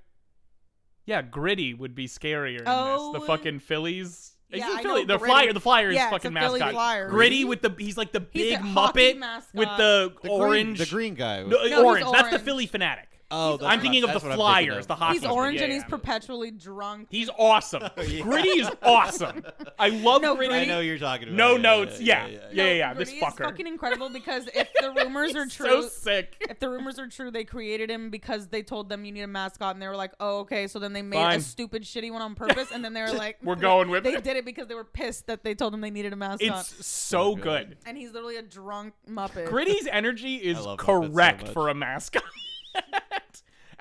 [SPEAKER 1] "Yeah, gritty would be scarier." In
[SPEAKER 3] Oh,
[SPEAKER 1] this. the fucking Phillies.
[SPEAKER 3] yeah,
[SPEAKER 1] Is it
[SPEAKER 3] I
[SPEAKER 1] Philly?
[SPEAKER 3] know
[SPEAKER 1] the
[SPEAKER 3] Gritty.
[SPEAKER 1] flyer. The flyer is
[SPEAKER 3] Yeah, it's
[SPEAKER 1] fucking
[SPEAKER 3] a Philly
[SPEAKER 1] mascot.
[SPEAKER 3] flyer.
[SPEAKER 1] Gritty with the he's like the
[SPEAKER 3] He's
[SPEAKER 1] big
[SPEAKER 3] a hockey
[SPEAKER 1] Muppet
[SPEAKER 3] mascot.
[SPEAKER 1] with the,
[SPEAKER 2] The
[SPEAKER 1] orange,
[SPEAKER 2] green, the green guy.
[SPEAKER 1] No,
[SPEAKER 3] he's
[SPEAKER 1] orange. That's the
[SPEAKER 3] orange.
[SPEAKER 1] Philly fanatic.
[SPEAKER 2] oh, that's
[SPEAKER 1] I'm
[SPEAKER 2] what
[SPEAKER 1] thinking of
[SPEAKER 2] that's
[SPEAKER 1] the
[SPEAKER 2] what I'm thinking
[SPEAKER 1] Flyers,
[SPEAKER 2] of.
[SPEAKER 1] the hockey
[SPEAKER 3] He's
[SPEAKER 1] Awesome.
[SPEAKER 3] orange
[SPEAKER 1] Yeah,
[SPEAKER 3] and he's
[SPEAKER 1] yeah.
[SPEAKER 3] perpetually drunk.
[SPEAKER 1] He's
[SPEAKER 2] [laughs]
[SPEAKER 1] awesome. Gritty is awesome. I love
[SPEAKER 3] No,
[SPEAKER 1] Gritty.
[SPEAKER 2] I know who you're talking about.
[SPEAKER 1] No
[SPEAKER 2] Yeah,
[SPEAKER 1] notes. Yeah. Yeah, yeah,
[SPEAKER 3] No,
[SPEAKER 1] yeah. This
[SPEAKER 3] Gritty is
[SPEAKER 1] fucker.
[SPEAKER 3] fucking incredible because
[SPEAKER 1] [laughs]
[SPEAKER 3] if the rumors are
[SPEAKER 1] so
[SPEAKER 3] true,
[SPEAKER 1] sick.
[SPEAKER 3] if the rumors are true, they created him because they told them you need a mascot, and they were like, "Oh, okay." So then they made
[SPEAKER 1] Fine.
[SPEAKER 3] a stupid,
[SPEAKER 1] [laughs]
[SPEAKER 3] shitty one on purpose, and then they were like,
[SPEAKER 1] We're going with
[SPEAKER 3] They
[SPEAKER 1] it.
[SPEAKER 3] did it because they were pissed that they told them they needed a mascot,
[SPEAKER 1] It's so
[SPEAKER 2] good.
[SPEAKER 1] good.
[SPEAKER 3] and he's literally a drunk muppet.
[SPEAKER 1] Gritty's energy
[SPEAKER 2] [laughs]
[SPEAKER 1] is
[SPEAKER 2] love Muppets so
[SPEAKER 1] correct
[SPEAKER 2] much.
[SPEAKER 1] for a mascot. [laughs]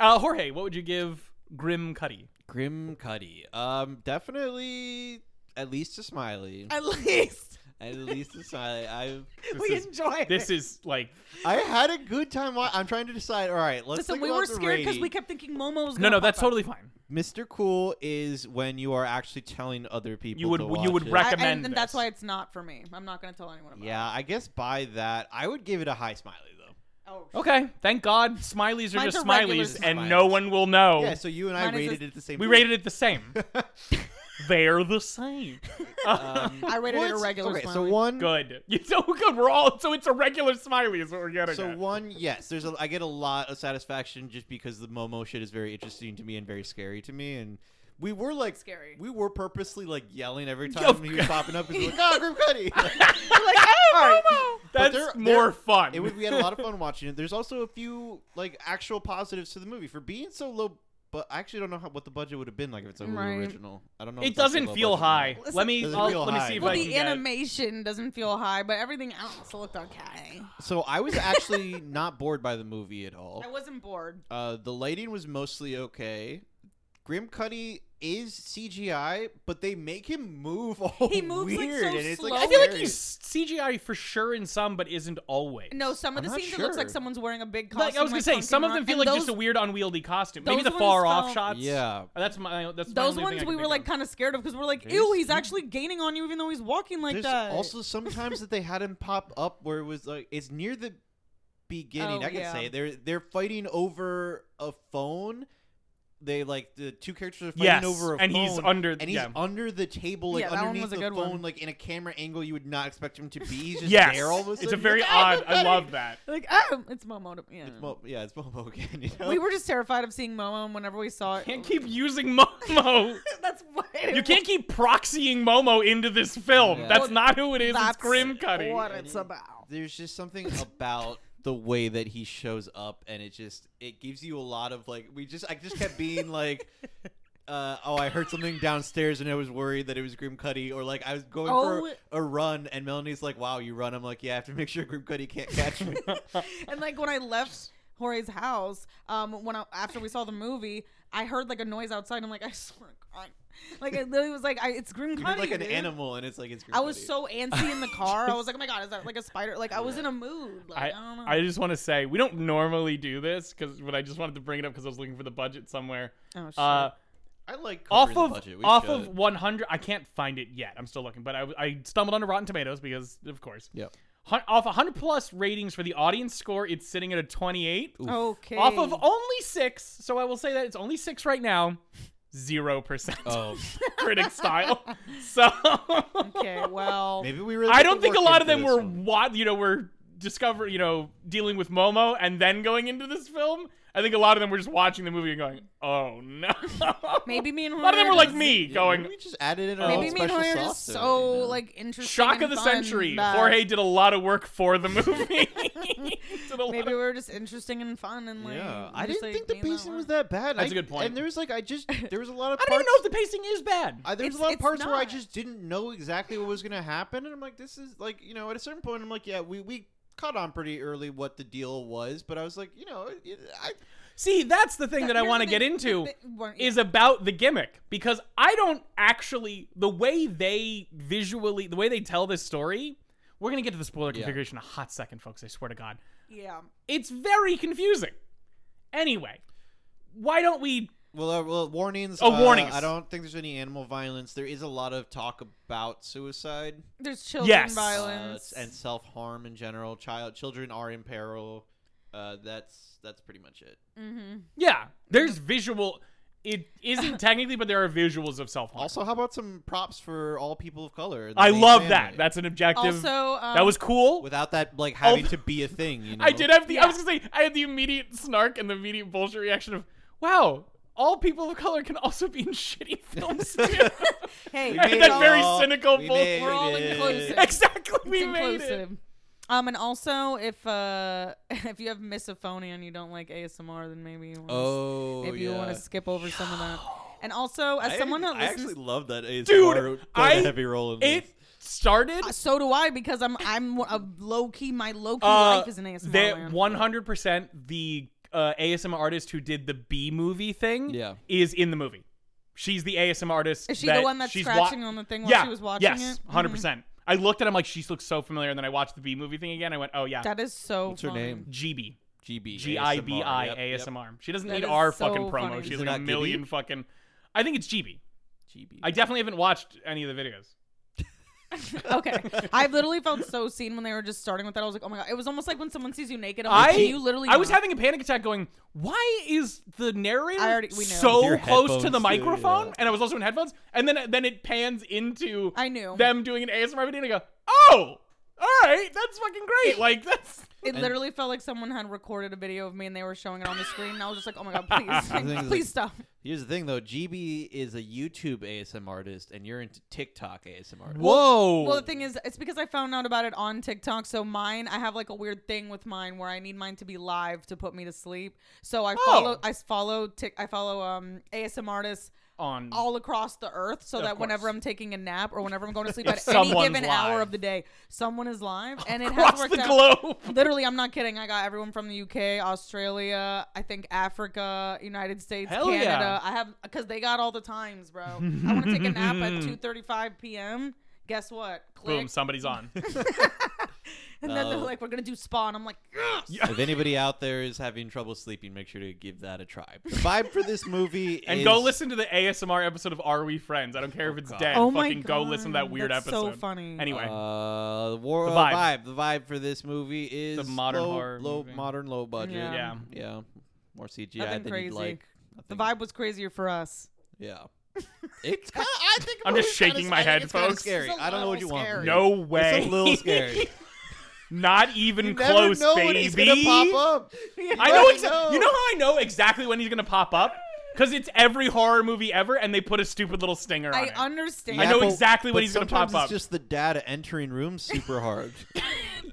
[SPEAKER 1] uh, Jorge, what would you give Grim Cuddy?
[SPEAKER 2] Grim Cuddy. Um, definitely at least a smiley.
[SPEAKER 3] At least [laughs]
[SPEAKER 2] at least a smiley. I
[SPEAKER 3] we
[SPEAKER 1] is-
[SPEAKER 3] enjoy it.
[SPEAKER 1] This is like
[SPEAKER 2] I had a good time. Wa- I'm trying to decide. All right, let's.
[SPEAKER 3] Listen,
[SPEAKER 2] think
[SPEAKER 3] we
[SPEAKER 2] about
[SPEAKER 3] were
[SPEAKER 2] the
[SPEAKER 3] scared because
[SPEAKER 2] rating.
[SPEAKER 3] we kept thinking Momo was.
[SPEAKER 1] no, no.
[SPEAKER 3] gonna
[SPEAKER 1] That's
[SPEAKER 3] pop up.
[SPEAKER 1] totally fine.
[SPEAKER 2] Mr. Cool is when you are actually telling other people.
[SPEAKER 1] You would-
[SPEAKER 2] to
[SPEAKER 1] you
[SPEAKER 2] watch
[SPEAKER 1] would
[SPEAKER 2] it.
[SPEAKER 1] rec-
[SPEAKER 3] I-
[SPEAKER 1] recommend
[SPEAKER 3] and, and that's
[SPEAKER 1] this.
[SPEAKER 3] why it's not for me. I'm not going to tell anyone about
[SPEAKER 2] Yeah, I guess by that, I would give it a high smiley though.
[SPEAKER 3] it. Oh,
[SPEAKER 1] Okay. Thank God, smileys are
[SPEAKER 3] Mine's
[SPEAKER 1] just
[SPEAKER 3] a regular
[SPEAKER 1] smileys,
[SPEAKER 2] smileys.
[SPEAKER 1] and no one will know.
[SPEAKER 2] Yeah, so you and I
[SPEAKER 3] Mine is
[SPEAKER 2] rated
[SPEAKER 3] a-
[SPEAKER 2] it the same.
[SPEAKER 1] Oh. we
[SPEAKER 2] thing.
[SPEAKER 1] rated it the
[SPEAKER 3] [laughs]
[SPEAKER 1] same. They're the same.
[SPEAKER 2] [laughs]
[SPEAKER 1] [laughs]
[SPEAKER 2] Um,
[SPEAKER 3] I rated it a
[SPEAKER 2] what's-
[SPEAKER 3] regular
[SPEAKER 2] Okay, so
[SPEAKER 3] smiley.
[SPEAKER 2] one.
[SPEAKER 1] good. So [laughs] good. We're all. So it's a regular smiley is what we're getting.
[SPEAKER 2] So
[SPEAKER 1] [laughs] at.
[SPEAKER 2] one, yes, there's a. I get a lot of satisfaction just because the Momo shit is very interesting to me and very scary to me, and we were like
[SPEAKER 3] Scary.
[SPEAKER 2] We were purposely like yelling every
[SPEAKER 1] Yo,
[SPEAKER 2] time he was popping up. 'cause we're
[SPEAKER 1] [laughs]
[SPEAKER 2] like, oh, Grim Cuddy.
[SPEAKER 3] like, oh,
[SPEAKER 2] All right. But
[SPEAKER 1] That's
[SPEAKER 2] there-
[SPEAKER 1] more
[SPEAKER 2] there-
[SPEAKER 1] fun.
[SPEAKER 2] It was, we had a lot
[SPEAKER 1] [laughs]
[SPEAKER 2] of fun watching it. There's also a few like actual positives to the movie for being so low. But I actually don't know how, what the budget would have been like if it's a Hulu
[SPEAKER 3] Right.
[SPEAKER 2] original. I don't know. if
[SPEAKER 1] It
[SPEAKER 2] it's actually
[SPEAKER 1] doesn't
[SPEAKER 2] low
[SPEAKER 1] feel
[SPEAKER 2] budget or not.
[SPEAKER 1] high.
[SPEAKER 3] Listen-
[SPEAKER 1] let me.
[SPEAKER 2] Doesn't
[SPEAKER 1] I'll,
[SPEAKER 2] feel
[SPEAKER 1] let me
[SPEAKER 2] high.
[SPEAKER 1] see if
[SPEAKER 3] Well,
[SPEAKER 1] I can
[SPEAKER 3] the
[SPEAKER 1] get.
[SPEAKER 3] animation doesn't feel high, but everything else looked okay.
[SPEAKER 2] So I was actually
[SPEAKER 1] [laughs]
[SPEAKER 2] not bored by the movie at all.
[SPEAKER 3] I wasn't bored.
[SPEAKER 2] Uh, the lighting was mostly okay. Grim Cuddy is CGI, but they make him move [laughs] all
[SPEAKER 3] He moves, like, so
[SPEAKER 2] weird, and it's like
[SPEAKER 3] slow.
[SPEAKER 1] I feel like
[SPEAKER 2] hilarious.
[SPEAKER 1] he's CGI for sure in some, but isn't always.
[SPEAKER 3] No, some of
[SPEAKER 2] I'm
[SPEAKER 3] the
[SPEAKER 2] not
[SPEAKER 3] scenes it looks like
[SPEAKER 2] sure.
[SPEAKER 3] someone's wearing a big costume.
[SPEAKER 1] Like I was gonna say,
[SPEAKER 3] punking
[SPEAKER 1] some of them
[SPEAKER 3] around.
[SPEAKER 1] feel like
[SPEAKER 3] And those,
[SPEAKER 1] just a weird, unwieldy costume. Maybe
[SPEAKER 3] those
[SPEAKER 1] the
[SPEAKER 3] ones
[SPEAKER 1] far off
[SPEAKER 3] felt-
[SPEAKER 1] shots. Uh,
[SPEAKER 2] Yeah.
[SPEAKER 1] That's my. That's my
[SPEAKER 3] Those
[SPEAKER 1] only thing I
[SPEAKER 3] ones
[SPEAKER 1] can
[SPEAKER 3] we were
[SPEAKER 1] think
[SPEAKER 3] like
[SPEAKER 1] of.
[SPEAKER 3] kind of scared of because we're like,
[SPEAKER 2] There's-
[SPEAKER 3] ew, he's actually gaining on you even though he's walking like
[SPEAKER 2] There's
[SPEAKER 3] that.
[SPEAKER 2] also sometimes that they had him pop up where it was like it's near the beginning.
[SPEAKER 3] Oh,
[SPEAKER 2] I can
[SPEAKER 3] yeah.
[SPEAKER 2] say they're they're fighting over a phone. They like the two characters are fighting
[SPEAKER 1] Yes,
[SPEAKER 2] over a
[SPEAKER 1] and
[SPEAKER 2] phone,
[SPEAKER 1] he's under-
[SPEAKER 2] and he's
[SPEAKER 1] yeah.
[SPEAKER 2] under the table, like
[SPEAKER 3] Yeah, that one
[SPEAKER 2] underneath
[SPEAKER 3] was a
[SPEAKER 2] the
[SPEAKER 3] good
[SPEAKER 2] phone,
[SPEAKER 3] one.
[SPEAKER 2] like in a camera angle you would not expect him to be. He's just
[SPEAKER 1] Yes,
[SPEAKER 2] there all of a
[SPEAKER 1] it's a
[SPEAKER 2] sudden.
[SPEAKER 1] very
[SPEAKER 2] [laughs] You're like,
[SPEAKER 1] odd.
[SPEAKER 2] "Oh,
[SPEAKER 1] I
[SPEAKER 2] Momo
[SPEAKER 1] love
[SPEAKER 2] Cuddy."
[SPEAKER 1] that.
[SPEAKER 3] like, oh, it's Momo. To, yeah.
[SPEAKER 2] Mo- yeah, it's Momo again. You know?
[SPEAKER 3] We were just terrified of seeing Momo, and whenever we saw it,
[SPEAKER 1] Can't keep using [laughs] Momo.
[SPEAKER 3] that's what it
[SPEAKER 1] You can't keep proxying Momo into this film.
[SPEAKER 2] Yeah.
[SPEAKER 1] That's not who it is. it's
[SPEAKER 3] That's
[SPEAKER 1] Grim Cuddy.
[SPEAKER 3] What it's about.
[SPEAKER 2] there's just something about the way that he shows up and it just it gives you a lot of like we just I just kept being
[SPEAKER 1] [laughs]
[SPEAKER 2] like uh, oh I heard something downstairs and I was worried that it was Grim Cuddy or like I was going
[SPEAKER 3] Oh.
[SPEAKER 2] for a run and Melanie's like wow you run I'm like yeah I have to make sure Grim Cuddy can't catch
[SPEAKER 1] [laughs]
[SPEAKER 2] me [laughs]
[SPEAKER 3] and like when I left Jorge's house, um, when I, after we saw the movie, I heard like a noise outside. I'm like, I swear, to God. like it literally was like, I, it's Grim
[SPEAKER 2] you heard,
[SPEAKER 3] Cuddy.
[SPEAKER 2] like an
[SPEAKER 3] dude.
[SPEAKER 2] animal and it's like it's Grim
[SPEAKER 3] I was
[SPEAKER 2] Cuddy.
[SPEAKER 3] so antsy in the car. I was like, oh my god, is that like a spider? Like I was in a mood. Like, I,
[SPEAKER 1] I,
[SPEAKER 3] don't know.
[SPEAKER 1] I just want to say we don't normally do this because but I just wanted to bring it up because I was looking for the budget somewhere.
[SPEAKER 3] oh shit.
[SPEAKER 1] Uh,
[SPEAKER 2] I like
[SPEAKER 1] off
[SPEAKER 2] covering the
[SPEAKER 1] of
[SPEAKER 2] budget. We
[SPEAKER 1] off
[SPEAKER 2] should.
[SPEAKER 1] of 100 i can't find it yet i'm still looking but i, I stumbled onto rotten tomatoes because of course
[SPEAKER 2] Yep.
[SPEAKER 1] Hun- off 100 plus ratings for the audience score it's sitting at a 28
[SPEAKER 3] okay.
[SPEAKER 1] off of only six so i will say that it's only six right now zero percent
[SPEAKER 2] oh
[SPEAKER 1] [laughs] critic style [laughs] so
[SPEAKER 3] [laughs] okay. Well,
[SPEAKER 2] maybe we really
[SPEAKER 1] i
[SPEAKER 2] put
[SPEAKER 1] don't
[SPEAKER 2] the
[SPEAKER 1] think a
[SPEAKER 2] work
[SPEAKER 1] lot of
[SPEAKER 2] into
[SPEAKER 1] them
[SPEAKER 2] this
[SPEAKER 1] were
[SPEAKER 2] one.
[SPEAKER 1] what you know were discover you know dealing with momo and then going into this film I think a lot of them were just watching the movie and going, "Oh no." [laughs]
[SPEAKER 3] Maybe me and
[SPEAKER 1] a lot of them were like
[SPEAKER 3] Hoyer's-
[SPEAKER 1] me,
[SPEAKER 2] Yeah,
[SPEAKER 1] going, Oh.
[SPEAKER 2] maybe we just added in our
[SPEAKER 1] Maybe
[SPEAKER 2] own
[SPEAKER 3] Maybe me and
[SPEAKER 2] special
[SPEAKER 3] Hoyer are
[SPEAKER 2] sauce.
[SPEAKER 3] just
[SPEAKER 2] to it, you
[SPEAKER 3] so
[SPEAKER 2] know?
[SPEAKER 3] like interesting.
[SPEAKER 1] Shock
[SPEAKER 3] and
[SPEAKER 1] of the
[SPEAKER 3] fun,
[SPEAKER 1] century.
[SPEAKER 3] but
[SPEAKER 1] Jorge did a lot of work for the movie. [laughs] Did a lot
[SPEAKER 3] Maybe we
[SPEAKER 1] of-
[SPEAKER 3] were just interesting and fun and like.
[SPEAKER 2] yeah, I
[SPEAKER 3] just,
[SPEAKER 2] didn't
[SPEAKER 3] like,
[SPEAKER 2] think the
[SPEAKER 3] being that
[SPEAKER 2] pacing was
[SPEAKER 3] way.
[SPEAKER 2] that bad.
[SPEAKER 1] That's
[SPEAKER 2] a
[SPEAKER 1] a good point.
[SPEAKER 2] And there was like I
[SPEAKER 3] [laughs]
[SPEAKER 2] just there was a lot of
[SPEAKER 1] I
[SPEAKER 2] parts.
[SPEAKER 1] don't even know if the pacing is bad.
[SPEAKER 2] I, there was a
[SPEAKER 3] It's-
[SPEAKER 2] lot of
[SPEAKER 3] it's
[SPEAKER 2] parts where I
[SPEAKER 3] not.
[SPEAKER 2] just didn't know exactly what was going to happen, and I'm like, this is like, you know, at a certain point, I'm like, yeah, we we caught on pretty early what the deal was, but I was like, you know, it- it- I
[SPEAKER 1] See, that's the thing that I
[SPEAKER 3] Here's
[SPEAKER 1] want to
[SPEAKER 3] the
[SPEAKER 1] get
[SPEAKER 3] thing,
[SPEAKER 1] into
[SPEAKER 3] that weren't-
[SPEAKER 1] is about the gimmick because I don't actually the way they visually the way they tell this story. We're gonna get to the spoiler
[SPEAKER 2] Yeah.
[SPEAKER 1] configuration in a hot second, folks. I swear to God,
[SPEAKER 3] yeah.
[SPEAKER 1] it's very confusing. Anyway, why don't we?
[SPEAKER 2] well, uh, well warnings.
[SPEAKER 1] Oh,
[SPEAKER 2] uh,
[SPEAKER 1] warnings.
[SPEAKER 2] I don't think there's any animal violence. There is a lot of talk about suicide,
[SPEAKER 3] There's children
[SPEAKER 1] Yes.
[SPEAKER 2] uh,
[SPEAKER 3] violence
[SPEAKER 2] and self harm in general. Child children are in peril. Uh, that's that's pretty much it.
[SPEAKER 3] mm-hmm.
[SPEAKER 1] Yeah, there's visual. It isn't technically, but there are visuals of self harm.
[SPEAKER 2] Also, how about some props for all people of color? in the
[SPEAKER 1] I
[SPEAKER 2] main
[SPEAKER 1] love
[SPEAKER 2] family?
[SPEAKER 1] that. That's an objective.
[SPEAKER 3] Also, um,
[SPEAKER 1] that was cool.
[SPEAKER 2] without that like having
[SPEAKER 1] Although-
[SPEAKER 2] to be a thing. You know,
[SPEAKER 1] I did have the. I was
[SPEAKER 3] Yeah.
[SPEAKER 1] gonna say I had the immediate snark and the immediate bullshit reaction of, "Wow, all people of color can also be in shitty films too."
[SPEAKER 3] Hey,
[SPEAKER 2] We
[SPEAKER 1] I had [laughs]
[SPEAKER 2] made
[SPEAKER 1] that
[SPEAKER 2] it
[SPEAKER 1] very
[SPEAKER 2] all.
[SPEAKER 1] cynical
[SPEAKER 2] We
[SPEAKER 1] bull-
[SPEAKER 2] made
[SPEAKER 3] We're all
[SPEAKER 2] it.
[SPEAKER 3] inclusive.
[SPEAKER 1] exactly, we
[SPEAKER 3] it's
[SPEAKER 1] made it.
[SPEAKER 3] inclusive. Um, and also if uh [laughs] if you have misophonia and you don't like ASMR, then maybe you want
[SPEAKER 1] [laughs]
[SPEAKER 2] Oh,
[SPEAKER 3] maybe you want
[SPEAKER 2] yeah.
[SPEAKER 3] to skip over some of that. And also, as someone that
[SPEAKER 2] I
[SPEAKER 3] listens,
[SPEAKER 2] actually love that ASMR
[SPEAKER 1] Dude,
[SPEAKER 2] played
[SPEAKER 1] I-
[SPEAKER 2] a heavy role in
[SPEAKER 1] It
[SPEAKER 2] this.
[SPEAKER 1] started.
[SPEAKER 3] Uh, so do I because I'm I'm a low key. My low key
[SPEAKER 1] Uh,
[SPEAKER 3] life is an ASMR. land.
[SPEAKER 1] one hundred percent the uh, ASM artist who did the B movie thing.
[SPEAKER 2] Yeah.
[SPEAKER 1] is in the movie. She's the ASM artist.
[SPEAKER 3] is she
[SPEAKER 1] that
[SPEAKER 3] the one that's
[SPEAKER 1] she's
[SPEAKER 3] scratching
[SPEAKER 1] wa-
[SPEAKER 3] on the thing while
[SPEAKER 1] yeah,
[SPEAKER 3] she was watching
[SPEAKER 1] yes,
[SPEAKER 3] it? Mm-hmm.
[SPEAKER 1] hundred percent. I looked at him like she looks so familiar, and then I watched the B movie thing again. I went, oh yeah,
[SPEAKER 3] That is so.
[SPEAKER 2] What's her
[SPEAKER 3] funny.
[SPEAKER 2] name?
[SPEAKER 1] GB.
[SPEAKER 2] GB
[SPEAKER 1] G I B I
[SPEAKER 2] Yep, yep.
[SPEAKER 1] ASMR. She doesn't
[SPEAKER 3] That
[SPEAKER 1] need
[SPEAKER 3] is
[SPEAKER 1] our
[SPEAKER 3] so
[SPEAKER 1] fucking promo.
[SPEAKER 3] funny.
[SPEAKER 1] She's
[SPEAKER 2] Is it
[SPEAKER 1] like a
[SPEAKER 2] not
[SPEAKER 1] million
[SPEAKER 2] GB?
[SPEAKER 1] fucking. I think it's GB.
[SPEAKER 2] GB.
[SPEAKER 1] I definitely haven't watched any of the videos.
[SPEAKER 3] okay, I literally felt so seen when they were just starting with that. I was like, oh my god, it was almost like when someone sees you naked. I'm
[SPEAKER 1] I
[SPEAKER 3] like, you literally.
[SPEAKER 1] I was
[SPEAKER 3] not-
[SPEAKER 1] having a panic attack, going, "Why is the narrator
[SPEAKER 3] I already- we know.
[SPEAKER 2] With
[SPEAKER 1] so
[SPEAKER 2] your
[SPEAKER 1] close to the
[SPEAKER 2] headphones, too,
[SPEAKER 1] microphone?"
[SPEAKER 2] yeah.
[SPEAKER 1] And I was also in headphones, and then then it pans into
[SPEAKER 3] I knew.
[SPEAKER 1] them doing an ASMR video, and I go, "Oh, all right, that's fucking great!" Like that's
[SPEAKER 3] It
[SPEAKER 2] And-
[SPEAKER 3] literally felt like someone had recorded a video of me and they were showing it on the screen, and I was just like, "Oh
[SPEAKER 1] [laughs]
[SPEAKER 3] my god, please,
[SPEAKER 2] The thing is,
[SPEAKER 3] please
[SPEAKER 2] like-
[SPEAKER 3] stop!"
[SPEAKER 2] Here's the thing, though. GB is a YouTube ASM artist, and you're into TikTok ASM artist.
[SPEAKER 1] whoa.
[SPEAKER 3] Well, the thing is, it's because I found out about it on TikTok. So mine, I have like a weird thing with mine where I need mine to be live to put me to sleep. So
[SPEAKER 1] Oh.
[SPEAKER 3] I follow, I follow, tick, I follow um ASM artists
[SPEAKER 1] on
[SPEAKER 3] all across the earth, so
[SPEAKER 1] Of
[SPEAKER 3] that whenever
[SPEAKER 1] course.
[SPEAKER 3] I'm taking a nap or whenever I'm going to
[SPEAKER 1] [laughs]
[SPEAKER 3] sleep
[SPEAKER 1] If
[SPEAKER 3] at any
[SPEAKER 1] someone's
[SPEAKER 3] given hour
[SPEAKER 1] live.
[SPEAKER 3] of the day, someone is live, and it has
[SPEAKER 1] across
[SPEAKER 3] worked
[SPEAKER 1] the
[SPEAKER 3] out. [laughs]
[SPEAKER 1] globe. [laughs]
[SPEAKER 3] Literally, I'm not kidding. I got everyone from the UK, Australia, I think Africa, United States,
[SPEAKER 1] Hell
[SPEAKER 3] Canada.
[SPEAKER 1] yeah.
[SPEAKER 3] I have because they got all the times, bro. I want to take a
[SPEAKER 1] [laughs]
[SPEAKER 3] nap at 2:35 p.m. Guess what? Click,
[SPEAKER 1] Boom! Somebody's
[SPEAKER 3] [laughs]
[SPEAKER 1] on.
[SPEAKER 3] and then they're
[SPEAKER 2] Oh.
[SPEAKER 3] like, "We're gonna do spa," and I'm like, "Yes."
[SPEAKER 2] [laughs] If anybody out there is having trouble sleeping, make sure to give that a try. The vibe for this movie
[SPEAKER 1] [laughs] And
[SPEAKER 2] is
[SPEAKER 1] go listen to the ASMR episode of Are We Friends? I don't care if it's
[SPEAKER 2] God.
[SPEAKER 1] dead.
[SPEAKER 3] "Oh my
[SPEAKER 1] Fucking
[SPEAKER 3] god,
[SPEAKER 1] go listen to that weird
[SPEAKER 3] that's
[SPEAKER 1] episode.
[SPEAKER 3] So funny.
[SPEAKER 1] Anyway,
[SPEAKER 2] Uh, the, war,
[SPEAKER 1] The
[SPEAKER 2] the
[SPEAKER 1] vibe.
[SPEAKER 2] vibe. The vibe for this movie is
[SPEAKER 1] It's a modern
[SPEAKER 2] low,
[SPEAKER 1] horror
[SPEAKER 2] low
[SPEAKER 1] movie.
[SPEAKER 2] modern, low budget.
[SPEAKER 3] Yeah.
[SPEAKER 1] yeah.
[SPEAKER 2] Yeah. more CGI
[SPEAKER 3] Nothing
[SPEAKER 2] than
[SPEAKER 3] crazy.
[SPEAKER 2] you'd like. I
[SPEAKER 3] the
[SPEAKER 2] think-
[SPEAKER 3] vibe was crazier for us.
[SPEAKER 2] Yeah. It's kind of, I think
[SPEAKER 1] I'm
[SPEAKER 2] it
[SPEAKER 1] just
[SPEAKER 2] was kinda-
[SPEAKER 1] shaking my
[SPEAKER 2] I think
[SPEAKER 1] head,
[SPEAKER 2] it's kinda
[SPEAKER 1] folks.
[SPEAKER 2] Scary.
[SPEAKER 3] It's a
[SPEAKER 2] I don't know what you
[SPEAKER 3] little
[SPEAKER 2] want.
[SPEAKER 3] scary.
[SPEAKER 1] No way.
[SPEAKER 2] It's a little scary.
[SPEAKER 1] [laughs] Not even
[SPEAKER 2] you never
[SPEAKER 1] close,
[SPEAKER 2] know
[SPEAKER 1] baby.
[SPEAKER 2] when he's gonna pop [laughs] up.
[SPEAKER 1] I know
[SPEAKER 2] Right,
[SPEAKER 1] exactly.
[SPEAKER 2] no.
[SPEAKER 1] You know how I know exactly when he's gonna pop up? Because it's every horror movie ever, and they put a stupid little stinger on
[SPEAKER 3] I
[SPEAKER 1] it.
[SPEAKER 3] understand.
[SPEAKER 1] I know
[SPEAKER 2] but-
[SPEAKER 1] exactly when
[SPEAKER 2] but
[SPEAKER 1] he's gonna
[SPEAKER 2] sometimes
[SPEAKER 1] pop up.
[SPEAKER 2] It's just the data entering rooms super hard.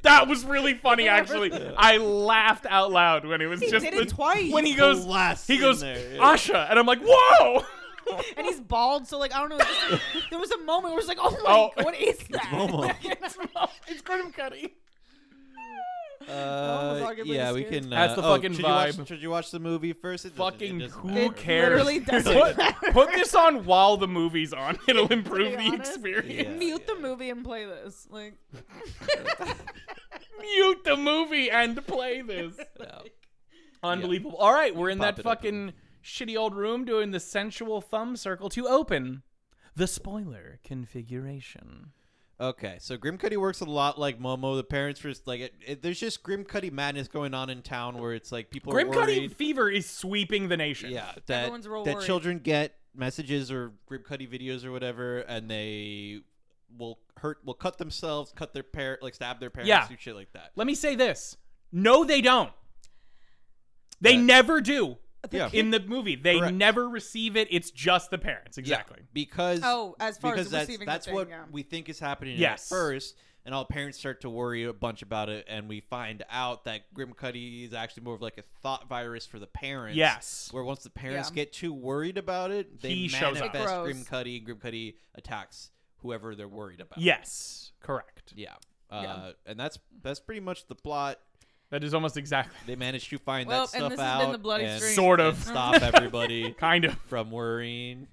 [SPEAKER 1] that was really funny, actually.
[SPEAKER 3] [laughs]
[SPEAKER 1] I laughed out loud when it was
[SPEAKER 3] He
[SPEAKER 1] just
[SPEAKER 3] did
[SPEAKER 1] the-
[SPEAKER 3] it twice.
[SPEAKER 1] when [laughs] he goes.
[SPEAKER 2] Blast
[SPEAKER 1] He
[SPEAKER 2] in
[SPEAKER 1] goes
[SPEAKER 2] there, yeah.
[SPEAKER 1] Asha, and I'm like, whoa.
[SPEAKER 3] [laughs] and he's bald, so like I don't know. it was
[SPEAKER 2] [laughs]
[SPEAKER 3] just like- there was a moment where it was like, "Oh my,
[SPEAKER 1] Oh.
[SPEAKER 3] god, what is that?" [laughs]
[SPEAKER 2] Momo.
[SPEAKER 1] it's Mo- it's Grim Cuddy.
[SPEAKER 3] was
[SPEAKER 2] Uh,
[SPEAKER 3] arguably
[SPEAKER 2] yeah, we
[SPEAKER 3] scared.
[SPEAKER 2] can. Uh,
[SPEAKER 1] That's the
[SPEAKER 2] oh,
[SPEAKER 1] fucking
[SPEAKER 2] should you watch-
[SPEAKER 1] vibe.
[SPEAKER 2] should you watch the movie first? It doesn't- it
[SPEAKER 1] Fucking
[SPEAKER 2] doesn't
[SPEAKER 1] who
[SPEAKER 2] matter.
[SPEAKER 1] cares?
[SPEAKER 3] literally doesn't
[SPEAKER 1] Put,
[SPEAKER 3] matter.
[SPEAKER 1] put this on while the movie's on. [laughs] It'll improve the
[SPEAKER 3] honest.
[SPEAKER 1] experience.
[SPEAKER 2] [laughs]
[SPEAKER 3] [laughs]
[SPEAKER 2] Yeah,
[SPEAKER 3] [laughs] Mute the
[SPEAKER 2] yeah.
[SPEAKER 3] movie and play this. Like,
[SPEAKER 1] Mute the movie and play this.
[SPEAKER 2] Yeah.
[SPEAKER 1] Unbelievable. All right, we're in
[SPEAKER 2] Pop
[SPEAKER 1] that
[SPEAKER 2] it up
[SPEAKER 1] fucking shitty old room doing the sensual thumb circle to open the spoiler configuration.
[SPEAKER 2] Okay, so Grim Cuddy works a lot like Momo. The parents were just like, it, it- there's just Grim Cuddy madness going on in town where it's like people
[SPEAKER 1] Grim
[SPEAKER 2] are
[SPEAKER 1] Cuddy
[SPEAKER 2] worried.
[SPEAKER 1] fever is sweeping the nation.
[SPEAKER 2] yeah, that
[SPEAKER 3] Everyone's real
[SPEAKER 2] that
[SPEAKER 3] worried.
[SPEAKER 2] children get messages or Grim Cuddy videos or whatever, and they will hurt, will cut themselves, cut their parent, like stab their parents,
[SPEAKER 1] Yeah.
[SPEAKER 2] do shit like that.
[SPEAKER 1] Let me say this. No, they don't. They
[SPEAKER 2] That-
[SPEAKER 1] never do
[SPEAKER 3] The
[SPEAKER 2] Yeah.
[SPEAKER 3] kid-
[SPEAKER 1] in the movie. They
[SPEAKER 2] Correct.
[SPEAKER 1] never receive it. It's just the parents.
[SPEAKER 2] Yeah,
[SPEAKER 1] Exactly.
[SPEAKER 2] because
[SPEAKER 3] Oh, as far as
[SPEAKER 2] because that's
[SPEAKER 3] receiving the
[SPEAKER 2] that's
[SPEAKER 3] thing,
[SPEAKER 2] what
[SPEAKER 3] yeah.
[SPEAKER 2] we think is happening
[SPEAKER 1] Yes.
[SPEAKER 2] at first, and all parents start to worry a bunch about it, and we find out that Grim Cuddy is actually more of like a thought virus for the parents.
[SPEAKER 1] Yes.
[SPEAKER 2] Where once the parents
[SPEAKER 3] Yeah.
[SPEAKER 2] get too worried about it, they
[SPEAKER 1] He shows up.
[SPEAKER 2] manifest
[SPEAKER 1] It
[SPEAKER 3] grows.
[SPEAKER 2] Grim Cuddy. Grim Cuddy attacks whoever they're worried about.
[SPEAKER 1] Yes. Correct.
[SPEAKER 2] yeah. Uh, and that's that's pretty much the plot.
[SPEAKER 1] That is almost exactly [laughs]
[SPEAKER 2] They managed to find
[SPEAKER 3] Well,
[SPEAKER 2] that
[SPEAKER 3] and
[SPEAKER 2] stuff
[SPEAKER 3] this has
[SPEAKER 2] out
[SPEAKER 3] been the bloody
[SPEAKER 2] and,
[SPEAKER 3] stream.
[SPEAKER 1] Sort of.
[SPEAKER 2] and stop
[SPEAKER 1] [laughs]
[SPEAKER 2] everybody
[SPEAKER 1] kind of.
[SPEAKER 2] from worrying.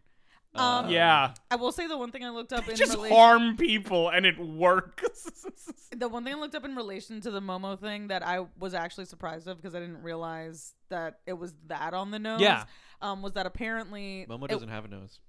[SPEAKER 3] Um,
[SPEAKER 1] Yeah.
[SPEAKER 3] I will say the one thing
[SPEAKER 2] [laughs]
[SPEAKER 3] I looked up in
[SPEAKER 1] Just
[SPEAKER 3] relation-
[SPEAKER 1] harm people and it works. [laughs]
[SPEAKER 3] the one thing I looked up in relation to the Momo thing that I was actually surprised of because I didn't realize that it was that on the nose.
[SPEAKER 1] Yeah.
[SPEAKER 3] Um, was that apparently
[SPEAKER 2] Momo
[SPEAKER 3] it-
[SPEAKER 2] doesn't have a nose.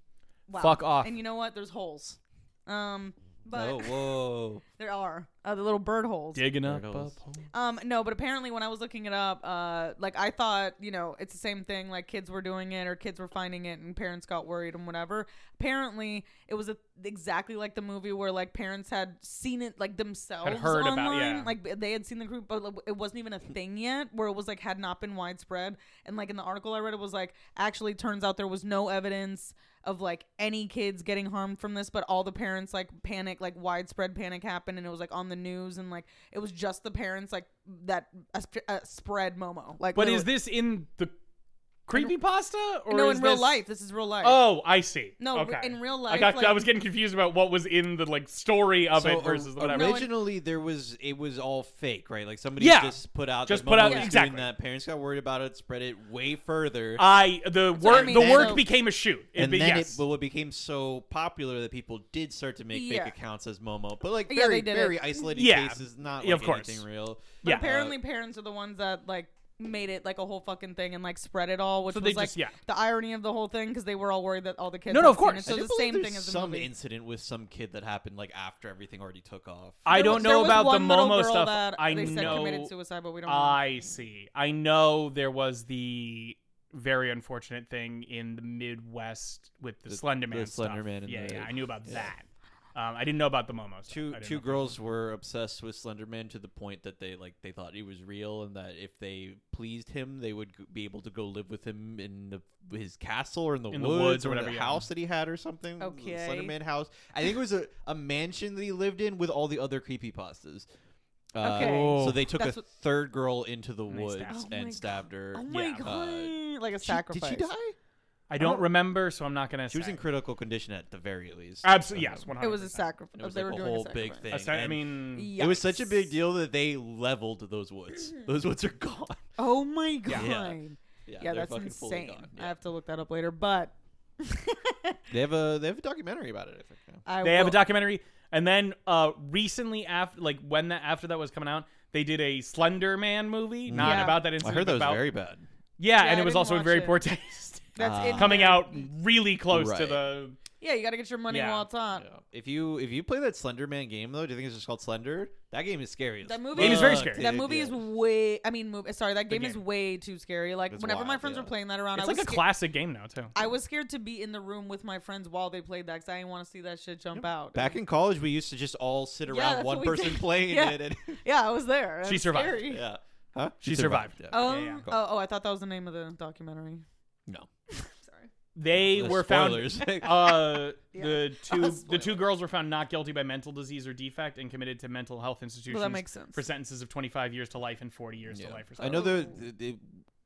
[SPEAKER 3] wow.
[SPEAKER 1] Fuck off.
[SPEAKER 3] And you know what? There's holes. Um, but
[SPEAKER 2] oh, whoa.
[SPEAKER 3] there are uh, the little bird holes.
[SPEAKER 1] Digging up.
[SPEAKER 2] Turtles.
[SPEAKER 1] up home.
[SPEAKER 3] Um, no, but apparently when I was looking it up, uh, like I thought, you know, it's the same thing. Like kids were doing it, or kids were finding it, and parents got worried and whatever. Apparently, it was a, exactly like the movie where like parents had seen it like themselves
[SPEAKER 1] heard about-
[SPEAKER 3] online.
[SPEAKER 1] yeah.
[SPEAKER 3] Like they had seen the group, but like, it wasn't even a thing yet. Where it was like had not been widespread. And like in the article I read, it was like actually turns out there was no evidence of like any kids getting harmed from this, but all the parents like panic, like widespread panic happened, and it was like on the news, and like it was just the parents like that uh, sp- uh, spread Momo. Like,
[SPEAKER 1] But
[SPEAKER 3] they
[SPEAKER 1] is
[SPEAKER 3] were-
[SPEAKER 1] this in the creepy pasta or
[SPEAKER 3] no
[SPEAKER 1] is
[SPEAKER 3] in real
[SPEAKER 1] this-
[SPEAKER 3] life? This is real life.
[SPEAKER 1] Oh, I see.
[SPEAKER 3] No,
[SPEAKER 1] okay.
[SPEAKER 3] in real
[SPEAKER 1] I
[SPEAKER 3] life,
[SPEAKER 1] got. I
[SPEAKER 3] like-
[SPEAKER 1] was getting confused about what was in the like story of it versus the
[SPEAKER 2] or-
[SPEAKER 1] whatever.
[SPEAKER 2] originally there was it was all fake, right? Like somebody
[SPEAKER 1] Yeah.
[SPEAKER 2] just put out
[SPEAKER 1] Just
[SPEAKER 2] that
[SPEAKER 1] put
[SPEAKER 2] Momo
[SPEAKER 1] out-
[SPEAKER 2] was
[SPEAKER 1] exactly.
[SPEAKER 2] doing that. Parents got worried about it, spread it way further,
[SPEAKER 1] I the
[SPEAKER 3] what
[SPEAKER 1] work
[SPEAKER 3] I mean.
[SPEAKER 1] the
[SPEAKER 2] Then-
[SPEAKER 1] work became a shoot. It
[SPEAKER 2] and
[SPEAKER 1] be-
[SPEAKER 2] then
[SPEAKER 1] yes.
[SPEAKER 2] it but it became so popular that people did start to make
[SPEAKER 3] Yeah.
[SPEAKER 2] fake accounts as Momo, but like
[SPEAKER 3] Yeah,
[SPEAKER 2] very
[SPEAKER 3] they did it.
[SPEAKER 2] very isolated
[SPEAKER 1] Yeah.
[SPEAKER 2] cases, not like
[SPEAKER 1] Yeah, of course.
[SPEAKER 2] anything real. Uh,
[SPEAKER 3] But
[SPEAKER 1] yeah.
[SPEAKER 3] apparently, parents are the ones that like made it like a whole fucking thing and like spread it all, which
[SPEAKER 1] So they
[SPEAKER 3] was like
[SPEAKER 1] just- yeah.
[SPEAKER 3] the irony of the whole thing because they were all worried that all the kids.
[SPEAKER 1] No, no,
[SPEAKER 3] had
[SPEAKER 1] of
[SPEAKER 3] seen
[SPEAKER 1] course.
[SPEAKER 3] It. So
[SPEAKER 2] I do
[SPEAKER 3] the
[SPEAKER 2] believe
[SPEAKER 3] same
[SPEAKER 2] there's
[SPEAKER 3] thing as the
[SPEAKER 2] some
[SPEAKER 3] movie.
[SPEAKER 2] incident with some kid that happened like after everything already took off.
[SPEAKER 1] I
[SPEAKER 3] There
[SPEAKER 1] don't
[SPEAKER 3] was- there
[SPEAKER 1] know
[SPEAKER 3] was
[SPEAKER 1] about the
[SPEAKER 3] one little
[SPEAKER 1] Momo
[SPEAKER 3] girl
[SPEAKER 1] stuff.
[SPEAKER 3] That
[SPEAKER 1] I
[SPEAKER 3] they said
[SPEAKER 1] know.
[SPEAKER 3] committed suicide, but we don't. know.
[SPEAKER 1] I see. I know there was the very unfortunate thing in the Midwest with the,
[SPEAKER 2] The-
[SPEAKER 1] Slender
[SPEAKER 2] the
[SPEAKER 1] Man. stuff.
[SPEAKER 2] Slender Man and
[SPEAKER 1] yeah,
[SPEAKER 2] the-
[SPEAKER 1] yeah. I knew about
[SPEAKER 2] yeah.
[SPEAKER 1] that. Um, I didn't know about the Momo. Stuff.
[SPEAKER 2] two
[SPEAKER 1] I didn't
[SPEAKER 2] two
[SPEAKER 1] know.
[SPEAKER 2] girls were obsessed with Slenderman to the point that they like they thought he was real and that if they pleased him, they would g- be able to go live with him in the, his castle or in the,
[SPEAKER 1] In the
[SPEAKER 2] woods,
[SPEAKER 1] woods or
[SPEAKER 2] or, in
[SPEAKER 1] whatever,
[SPEAKER 2] the
[SPEAKER 1] yeah.
[SPEAKER 2] house that he had or something. the
[SPEAKER 3] Okay.
[SPEAKER 2] Slenderman house. I think it was a, a mansion that he lived in with all the other creepypastas. Uh,
[SPEAKER 3] Okay.
[SPEAKER 1] Oh.
[SPEAKER 2] So they took
[SPEAKER 3] That's
[SPEAKER 2] a
[SPEAKER 3] what-
[SPEAKER 2] third girl into the
[SPEAKER 1] And they
[SPEAKER 2] woods
[SPEAKER 1] stabbed
[SPEAKER 3] Oh my
[SPEAKER 2] and stabbed
[SPEAKER 3] God.
[SPEAKER 2] her.
[SPEAKER 3] Oh my
[SPEAKER 1] Yeah.
[SPEAKER 3] god! Like a
[SPEAKER 2] She-
[SPEAKER 3] sacrifice.
[SPEAKER 2] Did she die?
[SPEAKER 1] I don't remember, so I'm not gonna.
[SPEAKER 2] Oh. She was
[SPEAKER 1] say.
[SPEAKER 2] in critical condition at the very least.
[SPEAKER 1] Absolutely.
[SPEAKER 2] Um,
[SPEAKER 1] Yes. One
[SPEAKER 3] It
[SPEAKER 1] hundred.
[SPEAKER 3] was a sacrifice.
[SPEAKER 2] It was
[SPEAKER 3] they
[SPEAKER 2] like
[SPEAKER 3] were
[SPEAKER 2] a
[SPEAKER 3] doing
[SPEAKER 2] whole
[SPEAKER 3] a
[SPEAKER 2] big
[SPEAKER 3] sacrifice.
[SPEAKER 2] thing.
[SPEAKER 1] I
[SPEAKER 2] And-
[SPEAKER 1] mean,
[SPEAKER 2] It was such a
[SPEAKER 3] Yikes.
[SPEAKER 2] big deal that they leveled
[SPEAKER 1] [clears throat]
[SPEAKER 2] those woods. Those woods are gone.
[SPEAKER 3] Oh my god.
[SPEAKER 1] Yeah.
[SPEAKER 2] Yeah.
[SPEAKER 3] yeah,
[SPEAKER 2] they're
[SPEAKER 3] that's
[SPEAKER 2] fucking fully
[SPEAKER 3] insane.
[SPEAKER 2] gone.
[SPEAKER 3] I
[SPEAKER 2] Yeah.
[SPEAKER 3] have to look that up
[SPEAKER 1] [laughs]
[SPEAKER 3] later, but
[SPEAKER 2] They have a they have a documentary about it. I think. yeah.
[SPEAKER 3] I
[SPEAKER 1] they have a
[SPEAKER 3] will-
[SPEAKER 1] documentary and then uh recently after like when that after that was coming out they did a slender man movie not
[SPEAKER 3] Yeah.
[SPEAKER 1] about that
[SPEAKER 2] I
[SPEAKER 1] incident
[SPEAKER 2] heard that was
[SPEAKER 1] about,
[SPEAKER 2] very bad.
[SPEAKER 1] yeah,
[SPEAKER 3] Yeah,
[SPEAKER 1] and
[SPEAKER 3] I
[SPEAKER 1] it was
[SPEAKER 3] didn't
[SPEAKER 1] also in
[SPEAKER 3] watch
[SPEAKER 1] very
[SPEAKER 3] it.
[SPEAKER 1] poor taste
[SPEAKER 3] That's
[SPEAKER 2] Ah.
[SPEAKER 1] [laughs]
[SPEAKER 3] in
[SPEAKER 1] coming
[SPEAKER 3] there.
[SPEAKER 1] out really close to
[SPEAKER 2] Right.
[SPEAKER 1] the
[SPEAKER 3] Yeah, you got to get your money
[SPEAKER 1] Yeah.
[SPEAKER 3] while it's on.
[SPEAKER 2] Yeah. If you if you play that Slenderman game though, do you think it's just called Slender? That game is scary. as
[SPEAKER 3] That movie
[SPEAKER 1] Game is very
[SPEAKER 2] fuck,
[SPEAKER 1] scary.
[SPEAKER 3] That
[SPEAKER 2] dude,
[SPEAKER 3] movie
[SPEAKER 2] yeah.
[SPEAKER 3] is way. I mean, mov Sorry, that game, is
[SPEAKER 1] game.
[SPEAKER 3] way too scary. Like
[SPEAKER 2] It's
[SPEAKER 3] whenever my
[SPEAKER 2] wild,
[SPEAKER 3] friends
[SPEAKER 2] yeah.
[SPEAKER 3] were playing that around,
[SPEAKER 1] it's
[SPEAKER 3] I was
[SPEAKER 1] like a
[SPEAKER 3] sca-
[SPEAKER 1] classic game now too
[SPEAKER 3] I was scared to be in the room with my friends while they played that because I didn't want to see that shit jump out.
[SPEAKER 2] Back in college, we used to just all sit
[SPEAKER 3] Yeah,
[SPEAKER 2] around
[SPEAKER 3] that's
[SPEAKER 2] one
[SPEAKER 3] what we
[SPEAKER 1] [laughs]
[SPEAKER 2] person
[SPEAKER 3] did.
[SPEAKER 2] playing
[SPEAKER 3] Yeah.
[SPEAKER 2] it. And,
[SPEAKER 3] yeah, I was there.
[SPEAKER 1] She
[SPEAKER 3] That's
[SPEAKER 1] survived.
[SPEAKER 3] Scary.
[SPEAKER 2] yeah. Huh?
[SPEAKER 1] She survived.
[SPEAKER 2] Yeah.
[SPEAKER 3] Um,
[SPEAKER 1] yeah.
[SPEAKER 3] Oh, oh, I thought that was the name of the documentary.
[SPEAKER 2] no.
[SPEAKER 3] Sorry.
[SPEAKER 1] they
[SPEAKER 2] Uh,
[SPEAKER 1] were
[SPEAKER 2] spoilers. [laughs]
[SPEAKER 1] found [laughs] uh
[SPEAKER 3] [laughs]
[SPEAKER 1] the two
[SPEAKER 3] Uh,
[SPEAKER 1] the
[SPEAKER 3] spoiler.
[SPEAKER 1] two girls were found not guilty by mental disease or defect and committed to mental health institutions
[SPEAKER 3] Well, that makes sense.
[SPEAKER 1] for sentences of 25 years to life and 40 years
[SPEAKER 2] Yeah.
[SPEAKER 1] to life or something
[SPEAKER 2] I know the, the, the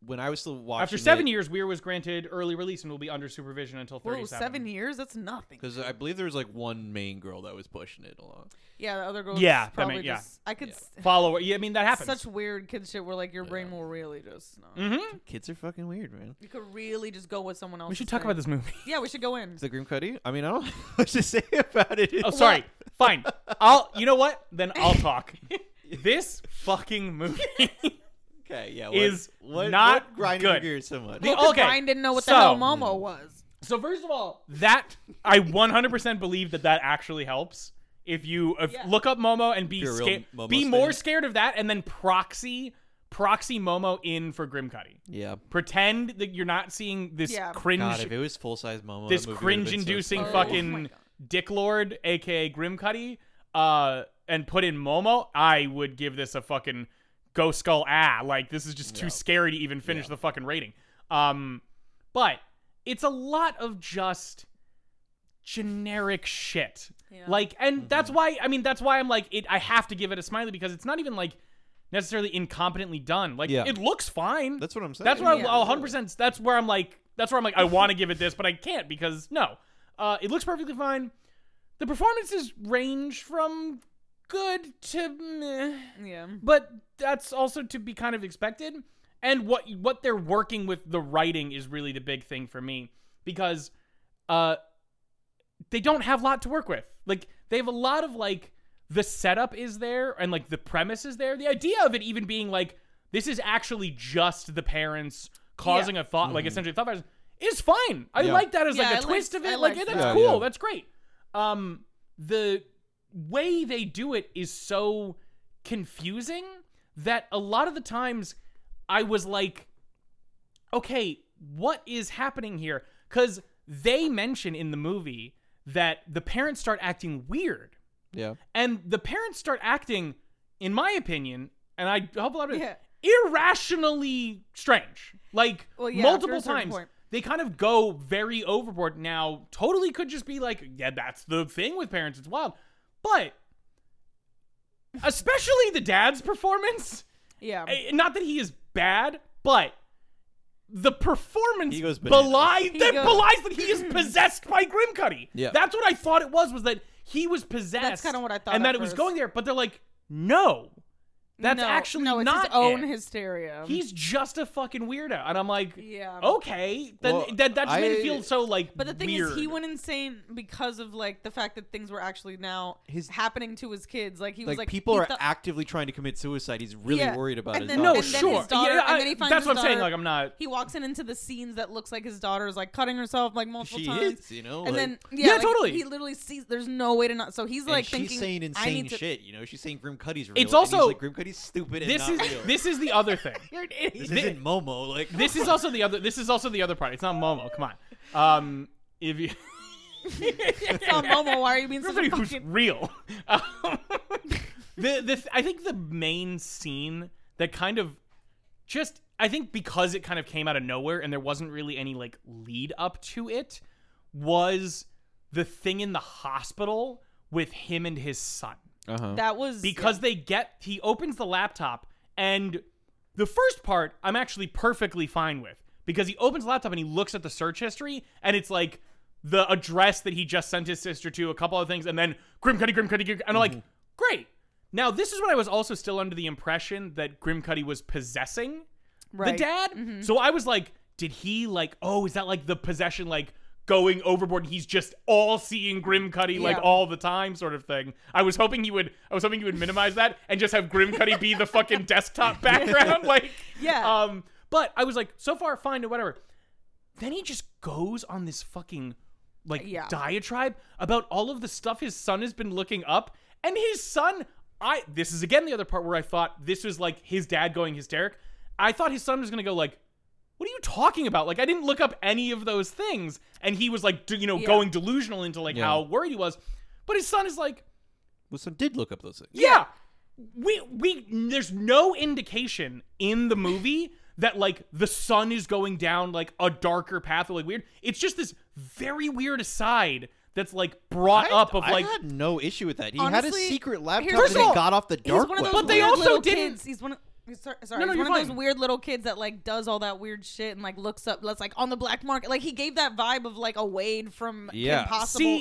[SPEAKER 2] when I was still watching
[SPEAKER 1] after seven
[SPEAKER 2] it,
[SPEAKER 1] years, Weir was granted early release and will be under supervision until
[SPEAKER 3] Whoa,
[SPEAKER 1] 37.
[SPEAKER 3] seven years? That's nothing.
[SPEAKER 2] because I believe there was like one main girl that was pushing it along.
[SPEAKER 3] Yeah, the other girl. was
[SPEAKER 1] Yeah, that
[SPEAKER 3] probably
[SPEAKER 1] ma- yeah.
[SPEAKER 3] just. I could.
[SPEAKER 2] Yeah.
[SPEAKER 3] s-
[SPEAKER 1] Follow. Yeah, I mean that happens.
[SPEAKER 3] Such weird kid shit where like your brain will really just. Not,
[SPEAKER 1] Mm-hmm.
[SPEAKER 2] Kids are fucking weird, man.
[SPEAKER 3] You could really just go with someone else.
[SPEAKER 1] We should talk about this movie.
[SPEAKER 3] Yeah, we should go in.
[SPEAKER 2] Is the Grim Cuddy? I mean, I don't [laughs] know what to say about it.
[SPEAKER 1] Oh,
[SPEAKER 3] [laughs]
[SPEAKER 1] sorry. Fine. I'll. You know what? Then I'll talk. this fucking movie.
[SPEAKER 3] [laughs]
[SPEAKER 2] Okay, yeah.
[SPEAKER 1] Is
[SPEAKER 2] what,
[SPEAKER 1] not
[SPEAKER 2] what grinding
[SPEAKER 1] good.
[SPEAKER 2] your gears so much?
[SPEAKER 1] The-
[SPEAKER 3] Because
[SPEAKER 1] okay,
[SPEAKER 3] Brian didn't know what
[SPEAKER 1] so-
[SPEAKER 3] the hell Momo
[SPEAKER 2] Mm.
[SPEAKER 3] was.
[SPEAKER 1] so first of all, that I 100% believe that that actually helps. If you if,
[SPEAKER 3] Yeah.
[SPEAKER 1] look up Momo and be
[SPEAKER 2] If you're a real
[SPEAKER 1] scared,
[SPEAKER 2] Momo
[SPEAKER 1] be
[SPEAKER 2] stan.
[SPEAKER 1] more scared of that, and then proxy proxy Momo in for Grim Cuddy.
[SPEAKER 2] yeah.
[SPEAKER 1] Pretend that you're not seeing this
[SPEAKER 3] Yeah.
[SPEAKER 1] cringe.
[SPEAKER 2] God, if it was full size Momo,
[SPEAKER 1] this
[SPEAKER 2] that movie would've been so
[SPEAKER 1] cringe-inducing
[SPEAKER 2] scary.
[SPEAKER 3] Oh my
[SPEAKER 1] fucking
[SPEAKER 3] God.
[SPEAKER 1] dick lord, aka Grim Cuddy, uh, and put in Momo, I would give this a fucking go skull ah like this is just too
[SPEAKER 2] Yeah.
[SPEAKER 1] scary to even finish
[SPEAKER 2] Yeah.
[SPEAKER 1] the fucking rating um but it's a lot of just generic shit
[SPEAKER 3] Yeah.
[SPEAKER 1] like and
[SPEAKER 2] Mm-hmm.
[SPEAKER 1] that's why i mean that's why i'm like it i have to give it a smiley because it's not even like necessarily incompetently done like
[SPEAKER 2] Yeah.
[SPEAKER 1] it looks fine
[SPEAKER 2] [laughs] That's what I'm saying.
[SPEAKER 1] that's where
[SPEAKER 3] Yeah.
[SPEAKER 1] I'll 100. percent That's where I'm like. That's where I'm like. I want to give it this, but I can't because no. Uh, it looks perfectly fine. The performances range from good to meh,
[SPEAKER 3] yeah.
[SPEAKER 1] but that's also to be kind of expected. And what what they're working with the writing is really the big thing for me because uh, they don't have a lot to work with. Like they have a lot of like the setup is there and like the premise is there. The idea of it even being like this is actually just the parents causing a thought, like essentially a thought virus, is fine. I
[SPEAKER 2] Yeah.
[SPEAKER 1] like that as
[SPEAKER 3] Yeah, I
[SPEAKER 1] like a
[SPEAKER 3] liked-
[SPEAKER 1] twist of
[SPEAKER 3] I
[SPEAKER 1] it. like
[SPEAKER 3] liked
[SPEAKER 1] that's
[SPEAKER 2] that.
[SPEAKER 1] cool.
[SPEAKER 2] Yeah, yeah.
[SPEAKER 1] That's great. Um, the way they do it is so confusing that a lot of the times I was like okay, what is happening here? Because they mention in the movie that the parents start acting weird,
[SPEAKER 2] Yeah.
[SPEAKER 1] and the parents start acting, in my opinion, and I hope a lot of
[SPEAKER 3] Yeah.
[SPEAKER 1] irrationally strange. Like
[SPEAKER 3] Well, yeah, after
[SPEAKER 1] multiple
[SPEAKER 3] a certain
[SPEAKER 1] times,
[SPEAKER 3] point.
[SPEAKER 1] they kind of go very overboard. Now, totally could just be like, yeah, that's the thing with parents. It's wild, but especially the dad's performance.
[SPEAKER 3] Yeah.
[SPEAKER 1] I- Eh, not that he is bad, but the performance
[SPEAKER 2] He goes bananas.
[SPEAKER 1] belies
[SPEAKER 3] He
[SPEAKER 1] that
[SPEAKER 3] goes-
[SPEAKER 1] belies that
[SPEAKER 3] [clears throat]
[SPEAKER 1] he is possessed by Grimcuddy.
[SPEAKER 2] Yeah.
[SPEAKER 1] That's what I thought it was was that he was possessed.
[SPEAKER 3] kinda what I thought
[SPEAKER 1] And
[SPEAKER 3] at
[SPEAKER 1] that it was
[SPEAKER 3] first.
[SPEAKER 1] going there, but they're like, "No. That's
[SPEAKER 3] no,
[SPEAKER 1] actually
[SPEAKER 3] no, it's
[SPEAKER 1] not
[SPEAKER 3] his own
[SPEAKER 1] it.
[SPEAKER 3] hysteria.
[SPEAKER 1] He's oh, just a fucking weirdo." And I'm like,
[SPEAKER 3] yeah.
[SPEAKER 1] "Okay, then
[SPEAKER 2] Well,
[SPEAKER 1] that that just made it
[SPEAKER 2] I-
[SPEAKER 1] feel so like
[SPEAKER 3] But the thing is, he
[SPEAKER 1] weird.
[SPEAKER 3] went insane because of like the fact that things were actually now
[SPEAKER 2] His-
[SPEAKER 3] happening to his kids. Like he was
[SPEAKER 2] Like,
[SPEAKER 3] like
[SPEAKER 2] people
[SPEAKER 3] he
[SPEAKER 2] are
[SPEAKER 3] thought-
[SPEAKER 2] actively trying to commit suicide. He's really
[SPEAKER 3] Yeah.
[SPEAKER 2] worried about
[SPEAKER 3] And
[SPEAKER 2] his
[SPEAKER 3] then-
[SPEAKER 1] No,
[SPEAKER 2] daughter.
[SPEAKER 3] and then
[SPEAKER 1] sure.
[SPEAKER 3] his daughter-
[SPEAKER 1] yeah,
[SPEAKER 3] and
[SPEAKER 1] I-
[SPEAKER 3] then he finds
[SPEAKER 1] that's
[SPEAKER 3] his
[SPEAKER 1] what I'm saying.
[SPEAKER 3] daughter-
[SPEAKER 1] Like, I'm not.
[SPEAKER 3] He walks in into the scenes that looks like his daughter is like cutting herself like multiple
[SPEAKER 2] She
[SPEAKER 3] times.
[SPEAKER 2] is, you know. like-
[SPEAKER 3] And then yeah,
[SPEAKER 1] Yeah,
[SPEAKER 3] like,
[SPEAKER 1] totally.
[SPEAKER 3] He literally sees there's no way to not. So he's
[SPEAKER 2] and
[SPEAKER 3] like
[SPEAKER 2] she's
[SPEAKER 3] thinking,
[SPEAKER 2] saying
[SPEAKER 3] I
[SPEAKER 2] insane
[SPEAKER 3] need to,
[SPEAKER 2] shit. You know, she's saying Grim Cuddy's real.
[SPEAKER 1] It's
[SPEAKER 2] and he's
[SPEAKER 1] also-
[SPEAKER 2] like, Grim Cuddy's stupid and
[SPEAKER 1] This
[SPEAKER 2] not
[SPEAKER 1] is
[SPEAKER 2] real.
[SPEAKER 1] this is the other thing.
[SPEAKER 3] You're an idiot. [laughs]
[SPEAKER 2] This
[SPEAKER 1] thi-
[SPEAKER 2] isn't Momo. Like
[SPEAKER 1] This is also the other. This is also the other part. It's not Momo. Come on. Um, if you
[SPEAKER 3] [laughs] It's
[SPEAKER 1] [laughs]
[SPEAKER 3] not Momo. Why are you being such
[SPEAKER 1] somebody
[SPEAKER 3] a
[SPEAKER 1] who's
[SPEAKER 3] fucking?
[SPEAKER 1] real. [laughs] Um, the the I think the main scene that kind of just I think because it kind of came out of nowhere and there wasn't really any like lead up to it was the thing in the hospital with him and his son
[SPEAKER 2] [laughs] uh-huh.
[SPEAKER 3] That was
[SPEAKER 1] because they get he opens the laptop and the first part I'm actually perfectly fine with because he opens the laptop and he looks at the search history and it's like the address that he just sent his sister to a couple of things and then grim cuddy grim cuddy Grim- and I'm like great now this is what I was also still under the impression that grim cuddy was possessing
[SPEAKER 3] right. Mm-hmm.
[SPEAKER 1] the dad. So I was like, did he like? Oh, is that like the possession like going overboard? And he's just all seeing Grim Cuddy like
[SPEAKER 3] Yeah.
[SPEAKER 1] all the time, sort of thing. I was hoping he would. I was hoping he would minimize that and just have Grim Cuddy be the fucking
[SPEAKER 3] [laughs]
[SPEAKER 1] desktop background, [laughs] like
[SPEAKER 3] Yeah.
[SPEAKER 1] Um, but I was like, so far fine to whatever. Then he just goes on this fucking like
[SPEAKER 3] Yeah.
[SPEAKER 1] diatribe about all of the stuff his son has been looking up and his son i this is again the other part where i thought this was like his dad going hysteric i thought his son was going to go like what are you talking about like i didn't look up any of those things and he was like d- you know
[SPEAKER 3] Yeah.
[SPEAKER 1] going delusional into like
[SPEAKER 2] Yeah.
[SPEAKER 1] how worried he was but his son is like
[SPEAKER 2] Well, some did look up those things.
[SPEAKER 1] yeah. We we there's no indication in the movie that like the sun is going down like a darker path or like weird. It's just this very weird aside that's like brought up of
[SPEAKER 2] I
[SPEAKER 1] like
[SPEAKER 2] had no issue with that. He had a
[SPEAKER 3] Honestly,
[SPEAKER 2] secret laptop
[SPEAKER 3] here's
[SPEAKER 2] that
[SPEAKER 1] all-
[SPEAKER 2] he got off the
[SPEAKER 3] He's
[SPEAKER 2] dark
[SPEAKER 3] one of
[SPEAKER 2] web.
[SPEAKER 3] those
[SPEAKER 1] But they
[SPEAKER 3] weird
[SPEAKER 1] also
[SPEAKER 3] little
[SPEAKER 1] didn't-
[SPEAKER 3] Kids. He's one. Of, he's sor- sorry,
[SPEAKER 1] No, no,
[SPEAKER 3] he's
[SPEAKER 1] you're
[SPEAKER 3] one of
[SPEAKER 1] fine.
[SPEAKER 3] those weird little kids that like does all that weird shit and like looks up. Let's like on the black market. Like he gave that vibe of like a Wade from
[SPEAKER 2] Yeah.
[SPEAKER 3] Kim Possible.
[SPEAKER 1] see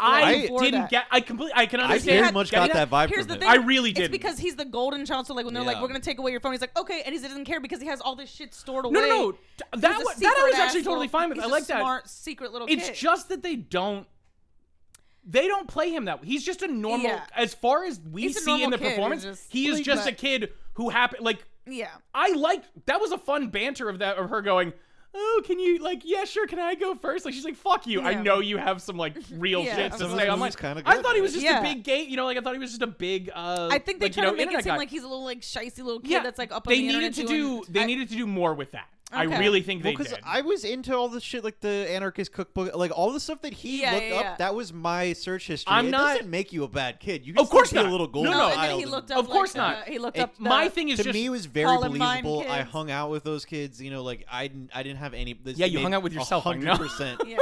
[SPEAKER 3] like,
[SPEAKER 1] I
[SPEAKER 3] before
[SPEAKER 1] didn't
[SPEAKER 3] that.
[SPEAKER 1] get I completely I can
[SPEAKER 2] I
[SPEAKER 1] understand
[SPEAKER 2] very
[SPEAKER 3] had-
[SPEAKER 2] much
[SPEAKER 1] getting
[SPEAKER 2] got that vibe
[SPEAKER 3] Here's
[SPEAKER 2] from
[SPEAKER 3] the
[SPEAKER 2] it.
[SPEAKER 3] thing.
[SPEAKER 1] I really
[SPEAKER 3] It's
[SPEAKER 1] didn't.
[SPEAKER 3] because he's the golden child. So like when they're like,
[SPEAKER 2] Yeah.
[SPEAKER 3] we're gonna take away your phone, he's like, okay, and he doesn't care because he has all this shit stored away.
[SPEAKER 1] No, no, no. T- That
[SPEAKER 3] He's
[SPEAKER 1] was, that I
[SPEAKER 3] a
[SPEAKER 1] was
[SPEAKER 3] secret
[SPEAKER 1] actually
[SPEAKER 3] asshole.
[SPEAKER 1] totally fine with.
[SPEAKER 3] He's
[SPEAKER 1] I
[SPEAKER 3] a
[SPEAKER 1] like that.
[SPEAKER 3] Smart secret little
[SPEAKER 1] It's
[SPEAKER 3] kid.
[SPEAKER 1] just that they don't. They don't play him that way. He's just a normal.
[SPEAKER 3] Yeah.
[SPEAKER 1] As far as we
[SPEAKER 3] He's a
[SPEAKER 1] see in
[SPEAKER 3] normal
[SPEAKER 1] the
[SPEAKER 3] kid who
[SPEAKER 1] performance,
[SPEAKER 3] just-
[SPEAKER 1] he is
[SPEAKER 3] Like,
[SPEAKER 1] just
[SPEAKER 3] but-
[SPEAKER 1] a kid who happened. Like
[SPEAKER 3] yeah.
[SPEAKER 1] I liked that was a fun banter of that of her going, "Oh, can you like yeah, sure, can I go first? Like she's like, "Fuck you. I
[SPEAKER 3] Yeah.
[SPEAKER 1] know you have some
[SPEAKER 3] [laughs]
[SPEAKER 1] like real
[SPEAKER 3] Yeah.
[SPEAKER 1] shit to
[SPEAKER 3] Some
[SPEAKER 2] of
[SPEAKER 1] say
[SPEAKER 2] the
[SPEAKER 1] online."
[SPEAKER 2] movies kinda
[SPEAKER 1] I
[SPEAKER 2] go
[SPEAKER 1] thought he
[SPEAKER 2] there.
[SPEAKER 1] was just
[SPEAKER 3] Yeah.
[SPEAKER 1] a big gay, you know, like I thought he was just a big uh
[SPEAKER 3] I think they
[SPEAKER 1] like,
[SPEAKER 3] try
[SPEAKER 1] you know,
[SPEAKER 3] to make
[SPEAKER 1] internet
[SPEAKER 3] it seem
[SPEAKER 1] guy.
[SPEAKER 3] like he's a little like shisty little kid
[SPEAKER 1] yeah,
[SPEAKER 3] that's like up on
[SPEAKER 1] they
[SPEAKER 3] the
[SPEAKER 1] needed
[SPEAKER 3] internet
[SPEAKER 1] to
[SPEAKER 3] doing-
[SPEAKER 1] do they
[SPEAKER 3] I-
[SPEAKER 1] needed to do more with that. I
[SPEAKER 3] Okay.
[SPEAKER 1] really think they
[SPEAKER 2] Well,
[SPEAKER 1] did.
[SPEAKER 2] I was into all the shit like the anarchist cookbook, like all the stuff that he
[SPEAKER 3] Yeah,
[SPEAKER 2] looked
[SPEAKER 3] yeah,
[SPEAKER 2] up.
[SPEAKER 3] yeah.
[SPEAKER 2] That was my search history.
[SPEAKER 1] I'm
[SPEAKER 2] it
[SPEAKER 1] not-
[SPEAKER 2] doesn't make you a bad kid. You can
[SPEAKER 1] Of course
[SPEAKER 2] still
[SPEAKER 1] not.
[SPEAKER 2] be a little
[SPEAKER 1] No, no.
[SPEAKER 2] golden
[SPEAKER 1] No,
[SPEAKER 3] and then
[SPEAKER 2] child
[SPEAKER 3] he
[SPEAKER 2] and-
[SPEAKER 3] looked
[SPEAKER 1] Of
[SPEAKER 3] up. like,
[SPEAKER 1] course
[SPEAKER 3] the-
[SPEAKER 1] not.
[SPEAKER 3] he looked
[SPEAKER 2] It-
[SPEAKER 3] up. The,
[SPEAKER 1] My thing is
[SPEAKER 2] to
[SPEAKER 1] just
[SPEAKER 2] me it was very
[SPEAKER 3] Columbine
[SPEAKER 2] believable. I
[SPEAKER 3] kids.
[SPEAKER 2] hung out with those kids, you know, like I didn't- I didn't have any. This
[SPEAKER 1] Yeah, you
[SPEAKER 2] made
[SPEAKER 1] hung out with yourself, I know.
[SPEAKER 2] 100%,
[SPEAKER 3] [laughs]
[SPEAKER 1] [laughs]
[SPEAKER 3] Yeah.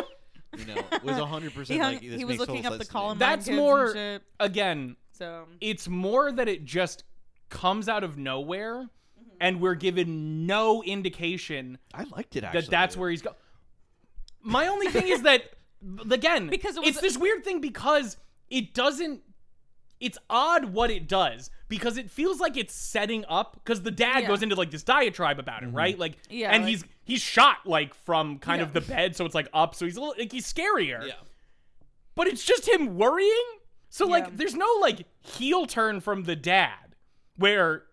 [SPEAKER 2] you know, it was hundred
[SPEAKER 3] He,
[SPEAKER 2] percent.
[SPEAKER 3] hung,
[SPEAKER 2] like, this
[SPEAKER 3] he was
[SPEAKER 2] makes
[SPEAKER 3] looking
[SPEAKER 2] total
[SPEAKER 3] up the
[SPEAKER 2] sense to me.
[SPEAKER 3] Columbine
[SPEAKER 1] That's
[SPEAKER 3] kids and
[SPEAKER 1] more-
[SPEAKER 3] shit,
[SPEAKER 1] Again,
[SPEAKER 3] so
[SPEAKER 1] it's more that it just comes out of nowhere,
[SPEAKER 3] Mm-hmm.
[SPEAKER 1] and we're given no indication
[SPEAKER 2] I liked it actually.
[SPEAKER 1] that that's where he's going. My only thing is
[SPEAKER 3] [laughs]
[SPEAKER 1] that again,
[SPEAKER 3] Because it was-
[SPEAKER 1] it's this weird thing because it doesn't. It's odd what it does because it feels like it's setting up because the dad
[SPEAKER 3] Yeah.
[SPEAKER 1] goes into like this diatribe about it, right? Like,
[SPEAKER 3] Yeah,
[SPEAKER 1] and
[SPEAKER 3] like-
[SPEAKER 1] he's he's shot like from kind of
[SPEAKER 3] Yeah.
[SPEAKER 1] the bed, so it's like up, so he's a little like he's scarier.
[SPEAKER 2] Yeah.
[SPEAKER 1] but it's just him worrying. So
[SPEAKER 3] Yeah.
[SPEAKER 1] like, there's no like heel turn from the dad where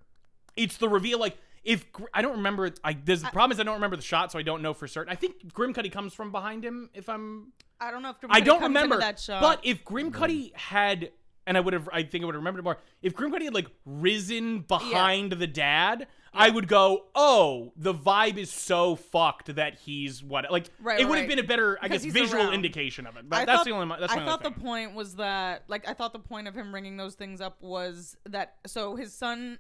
[SPEAKER 1] it's the reveal like if Gr- I don't remember I there's the problem is I don't remember the shot so I don't know for certain. I think Grim Cuddy comes from behind him if I'm
[SPEAKER 3] I don't know if
[SPEAKER 1] I
[SPEAKER 3] Grim
[SPEAKER 1] don't
[SPEAKER 3] comes into
[SPEAKER 1] remember.
[SPEAKER 3] that show.
[SPEAKER 1] But if Grim Cuddy had and I would have I think I would have remembered more. If Grim Cuddy had like risen behind the dad, I would go, "Oh, the vibe is so fucked that he's what like
[SPEAKER 3] Right,
[SPEAKER 1] it
[SPEAKER 3] right,
[SPEAKER 1] would have
[SPEAKER 3] right.
[SPEAKER 1] been a better I
[SPEAKER 3] Because
[SPEAKER 1] guess
[SPEAKER 3] he's
[SPEAKER 1] visual
[SPEAKER 3] around.
[SPEAKER 1] indication of it. But that's the only that's
[SPEAKER 3] I
[SPEAKER 1] my only
[SPEAKER 3] thought
[SPEAKER 1] thing.
[SPEAKER 3] the point was that, like, I thought the point of him bringing those things up was that so his son,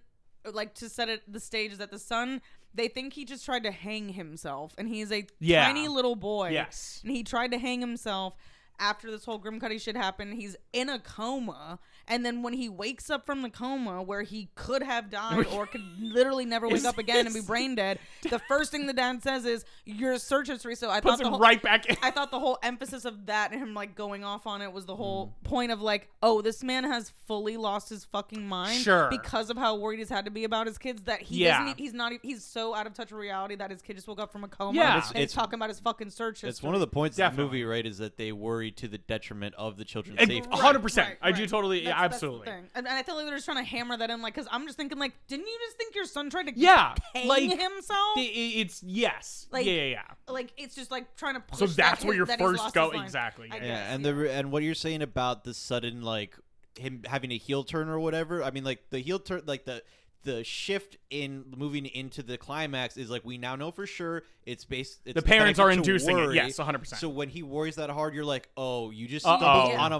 [SPEAKER 3] like, to set it the stage is that the son they think he just tried to hang himself, and he's a
[SPEAKER 1] Yeah.
[SPEAKER 3] tiny little boy.
[SPEAKER 1] Yes.
[SPEAKER 3] and he tried to hang himself. After this whole Grim Cuddy shit happened, he's in a coma, and then when he wakes up from the coma, where he could have died or
[SPEAKER 1] [laughs]
[SPEAKER 3] could literally never wake
[SPEAKER 1] Is-
[SPEAKER 3] up again and be
[SPEAKER 1] is-
[SPEAKER 3] brain
[SPEAKER 1] [laughs]
[SPEAKER 3] dead, the first thing the dad says is, "Your search history." So I thought
[SPEAKER 1] puts
[SPEAKER 3] the
[SPEAKER 1] him
[SPEAKER 3] whole,
[SPEAKER 1] right back in. [laughs]
[SPEAKER 3] I thought the whole emphasis of that and him like going off on it was the whole
[SPEAKER 1] Mm.
[SPEAKER 3] point of like, oh, this man has fully lost his fucking mind,
[SPEAKER 1] Sure.
[SPEAKER 3] because of how worried he's had to be about his kids that he
[SPEAKER 1] Yeah.
[SPEAKER 3] doesn't, e, he's not, he's so out of touch with reality that his kid just woke up from a coma,
[SPEAKER 1] Yeah.
[SPEAKER 3] and
[SPEAKER 1] It's-
[SPEAKER 3] he's
[SPEAKER 2] it's-
[SPEAKER 3] talking about his fucking search history.
[SPEAKER 2] It's one of the points of the
[SPEAKER 1] Definitely.
[SPEAKER 2] movie, right? Is that they worry to the detriment of the children's
[SPEAKER 1] Ag-
[SPEAKER 2] safety.
[SPEAKER 1] a hundred percent.
[SPEAKER 3] Right,
[SPEAKER 1] I do
[SPEAKER 3] right.
[SPEAKER 1] totally-
[SPEAKER 3] That's-
[SPEAKER 1] yeah,
[SPEAKER 3] that's the
[SPEAKER 1] absolutely.
[SPEAKER 3] thing. And, and I feel like they're just trying to hammer that in, like, because I'm just thinking, like, didn't you just think your son tried to
[SPEAKER 1] Yeah,
[SPEAKER 3] hang
[SPEAKER 1] like,
[SPEAKER 3] himself?
[SPEAKER 1] I- i- it's yes.
[SPEAKER 3] Like-
[SPEAKER 1] yeah, yeah, yeah.
[SPEAKER 3] like, it's just like trying to. Push
[SPEAKER 1] So
[SPEAKER 3] that
[SPEAKER 1] that's where
[SPEAKER 3] his-
[SPEAKER 1] your
[SPEAKER 3] that he's
[SPEAKER 1] first
[SPEAKER 3] lost
[SPEAKER 1] go-
[SPEAKER 3] his mind.
[SPEAKER 1] exactly,
[SPEAKER 3] I
[SPEAKER 1] yeah,
[SPEAKER 3] guess,
[SPEAKER 2] Yeah, and the and what you're saying about the sudden like him having a heel turn or whatever. I mean, like the heel turn, like the the shift in moving into the climax is like we now know for sure it's based. It's
[SPEAKER 1] The parents
[SPEAKER 2] connected
[SPEAKER 1] are
[SPEAKER 2] to
[SPEAKER 1] inducing it.
[SPEAKER 2] worry.
[SPEAKER 1] Yes, 100%.
[SPEAKER 2] So when he worries that hard, you're like, oh, you just
[SPEAKER 1] Uh-oh.
[SPEAKER 2] stumbled
[SPEAKER 3] Yeah.
[SPEAKER 2] on a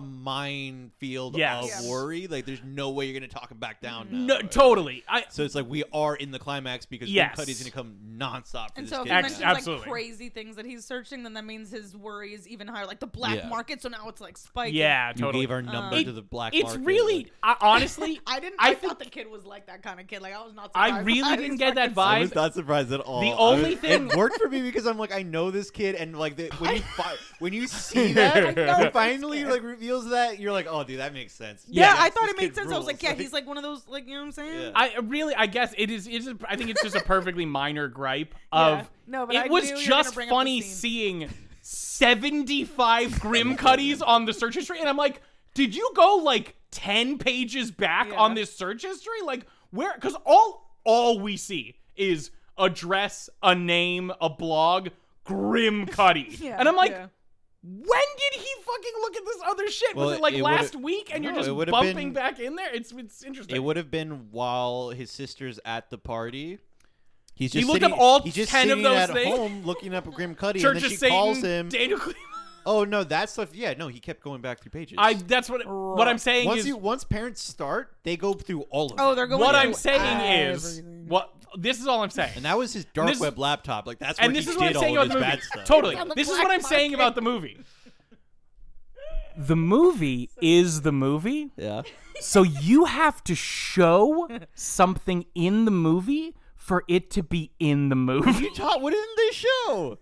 [SPEAKER 2] minefield
[SPEAKER 1] Yes.
[SPEAKER 2] of worry. Like, there's no way you're gonna talk him back down. now.
[SPEAKER 1] No, totally. I
[SPEAKER 2] So it's like we are in the climax because
[SPEAKER 1] Yes.
[SPEAKER 2] yes. Cuddy's gonna come nonstop. For
[SPEAKER 3] And
[SPEAKER 2] this
[SPEAKER 3] so if
[SPEAKER 2] kid
[SPEAKER 3] he
[SPEAKER 1] Ex-
[SPEAKER 2] now.
[SPEAKER 3] mentions
[SPEAKER 1] absolutely.
[SPEAKER 3] like crazy things that he's searching, then that means his worry is even higher, like the black
[SPEAKER 2] Yeah.
[SPEAKER 3] market. So now it's like spiking.
[SPEAKER 1] yeah,
[SPEAKER 2] you
[SPEAKER 1] totally.
[SPEAKER 2] gave
[SPEAKER 3] Uh,
[SPEAKER 2] our number
[SPEAKER 1] It-
[SPEAKER 2] to the black
[SPEAKER 1] it's
[SPEAKER 2] market,
[SPEAKER 1] really
[SPEAKER 2] like-
[SPEAKER 1] I, honestly.
[SPEAKER 3] I didn't. I,
[SPEAKER 1] I
[SPEAKER 3] thought
[SPEAKER 1] think
[SPEAKER 3] the kid was like that kind of kid. Like [laughs] I was not.
[SPEAKER 1] I
[SPEAKER 3] surprised
[SPEAKER 1] really
[SPEAKER 3] by his
[SPEAKER 1] didn't get that
[SPEAKER 3] fucking-
[SPEAKER 2] I was
[SPEAKER 1] vibe.
[SPEAKER 2] not surprised at all.
[SPEAKER 1] The
[SPEAKER 2] I
[SPEAKER 1] only
[SPEAKER 2] was-
[SPEAKER 1] thing-
[SPEAKER 2] it worked for me because I'm like I know this kid, and like the,
[SPEAKER 1] [laughs]
[SPEAKER 2] when you fi- when you see that,
[SPEAKER 1] I know
[SPEAKER 2] when
[SPEAKER 1] this
[SPEAKER 2] finally like reveals that, you're like, oh, dude, that makes sense.
[SPEAKER 3] Yeah,
[SPEAKER 1] Yeah,
[SPEAKER 3] I thought
[SPEAKER 2] this
[SPEAKER 3] it made
[SPEAKER 2] kid
[SPEAKER 3] sense. I was like,
[SPEAKER 2] rules. [laughs]
[SPEAKER 3] yeah, he's like one of those, like you know what I'm saying?
[SPEAKER 2] Yeah.
[SPEAKER 1] I really, I guess it is. It is. I think it's just a perfectly minor gripe of.
[SPEAKER 3] [laughs] Yeah. No, but
[SPEAKER 1] it
[SPEAKER 3] I
[SPEAKER 1] was
[SPEAKER 3] knew you were gonna
[SPEAKER 1] just
[SPEAKER 3] bring up the
[SPEAKER 1] funny
[SPEAKER 3] scene.
[SPEAKER 1] seeing seventy-five
[SPEAKER 2] [laughs]
[SPEAKER 1] Grim Cuddies on the search history, and I'm like, did you go like ten pages back
[SPEAKER 3] Yeah.
[SPEAKER 1] on this search history? Like where? Because all all we see is a dress, a name, a blog,
[SPEAKER 3] [laughs]
[SPEAKER 1] Grim Cuddy,
[SPEAKER 3] Yeah,
[SPEAKER 1] and I'm like.
[SPEAKER 3] yeah.
[SPEAKER 1] When did he fucking look at this other shit?
[SPEAKER 2] Well,
[SPEAKER 1] was it like
[SPEAKER 2] it would've-
[SPEAKER 1] last week and
[SPEAKER 2] No,
[SPEAKER 1] you're
[SPEAKER 2] it
[SPEAKER 1] just
[SPEAKER 2] would've
[SPEAKER 1] bumping
[SPEAKER 2] been-
[SPEAKER 1] back in there? It's it's interesting.
[SPEAKER 2] It would have been while his sister's at the party. He's
[SPEAKER 1] He
[SPEAKER 2] just
[SPEAKER 1] looked up
[SPEAKER 2] sitting,
[SPEAKER 1] all
[SPEAKER 2] he's just
[SPEAKER 1] 10 of
[SPEAKER 2] sitting
[SPEAKER 1] those
[SPEAKER 2] at
[SPEAKER 1] things.
[SPEAKER 2] home looking up at Grim Cuddy,
[SPEAKER 1] Church
[SPEAKER 2] and then
[SPEAKER 1] of
[SPEAKER 2] she
[SPEAKER 1] Satan,
[SPEAKER 2] calls him.
[SPEAKER 1] Daniel Cleveland.
[SPEAKER 2] oh no, that's the yeah. No, he kept going back through pages.
[SPEAKER 1] I that's what what I'm saying
[SPEAKER 2] once
[SPEAKER 1] is
[SPEAKER 2] you once parents start, they go through all of
[SPEAKER 3] Oh,
[SPEAKER 2] it.
[SPEAKER 3] they're going.
[SPEAKER 1] what
[SPEAKER 3] to
[SPEAKER 1] I'm saying is
[SPEAKER 3] everything.
[SPEAKER 1] what this is all I'm saying.
[SPEAKER 2] And that was his dark
[SPEAKER 1] this-
[SPEAKER 2] web laptop. Like that's
[SPEAKER 1] And
[SPEAKER 2] where
[SPEAKER 1] this
[SPEAKER 2] he
[SPEAKER 1] is
[SPEAKER 2] did
[SPEAKER 1] what I'm
[SPEAKER 2] all
[SPEAKER 1] saying
[SPEAKER 2] of
[SPEAKER 1] about
[SPEAKER 2] his
[SPEAKER 1] the movie.
[SPEAKER 2] bad stuff.
[SPEAKER 1] Totally.
[SPEAKER 3] on the
[SPEAKER 1] This is
[SPEAKER 3] black
[SPEAKER 1] what I'm saying
[SPEAKER 3] market.
[SPEAKER 1] about the movie. The movie is the movie.
[SPEAKER 2] Yeah.
[SPEAKER 1] So you have to show something in the movie for it to be in the movie.
[SPEAKER 2] Todd, what didn't they show?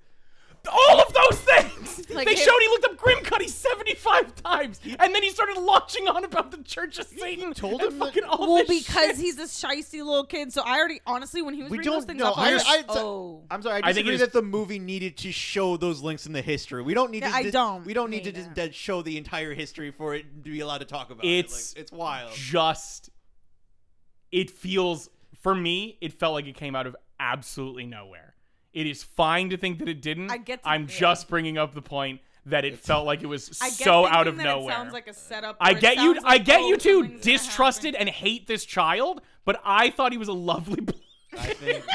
[SPEAKER 1] All of those things.
[SPEAKER 3] [laughs] Like
[SPEAKER 1] they
[SPEAKER 3] him-
[SPEAKER 1] showed he looked up Grim Cuddy 75 times, and then he started launching on about the Church of Satan.
[SPEAKER 2] told
[SPEAKER 1] and
[SPEAKER 2] him that-
[SPEAKER 1] fucking all
[SPEAKER 3] Well,
[SPEAKER 1] this shit.
[SPEAKER 3] because he's a shisty little kid, so I already honestly when he was
[SPEAKER 2] We
[SPEAKER 3] reading those
[SPEAKER 2] don't
[SPEAKER 3] things,
[SPEAKER 2] know.
[SPEAKER 3] off, I,
[SPEAKER 2] I,
[SPEAKER 3] was
[SPEAKER 2] I,
[SPEAKER 3] like, oh,
[SPEAKER 2] I'm sorry. I
[SPEAKER 1] I think
[SPEAKER 2] disagree
[SPEAKER 1] it is-
[SPEAKER 2] that the movie needed to show those links in the history. We don't need.
[SPEAKER 3] Yeah,
[SPEAKER 2] to
[SPEAKER 3] I
[SPEAKER 2] dis-
[SPEAKER 3] don't
[SPEAKER 2] We don't need to
[SPEAKER 3] need
[SPEAKER 2] dis-
[SPEAKER 3] it.
[SPEAKER 2] that show the entire history for it to be allowed to talk about.
[SPEAKER 1] It's-
[SPEAKER 2] it. Like, it's wild.
[SPEAKER 1] just it feels for me it felt like it came out of absolutely nowhere it is fine to think that it didn't
[SPEAKER 3] I get to-
[SPEAKER 1] i'm
[SPEAKER 3] yeah.
[SPEAKER 1] just bringing up the point that it felt like it was
[SPEAKER 3] I get
[SPEAKER 1] so out
[SPEAKER 3] thinking
[SPEAKER 1] of
[SPEAKER 3] that
[SPEAKER 1] nowhere
[SPEAKER 3] It sounds like a setup.
[SPEAKER 1] I
[SPEAKER 3] or it
[SPEAKER 1] get you.
[SPEAKER 3] sounds
[SPEAKER 1] I
[SPEAKER 3] like,
[SPEAKER 1] get
[SPEAKER 3] oh,
[SPEAKER 1] you to
[SPEAKER 3] something's gonna
[SPEAKER 1] distrusted
[SPEAKER 3] happen.
[SPEAKER 1] and hate this child, but I thought he was a lovely. [laughs] boy.
[SPEAKER 2] I think.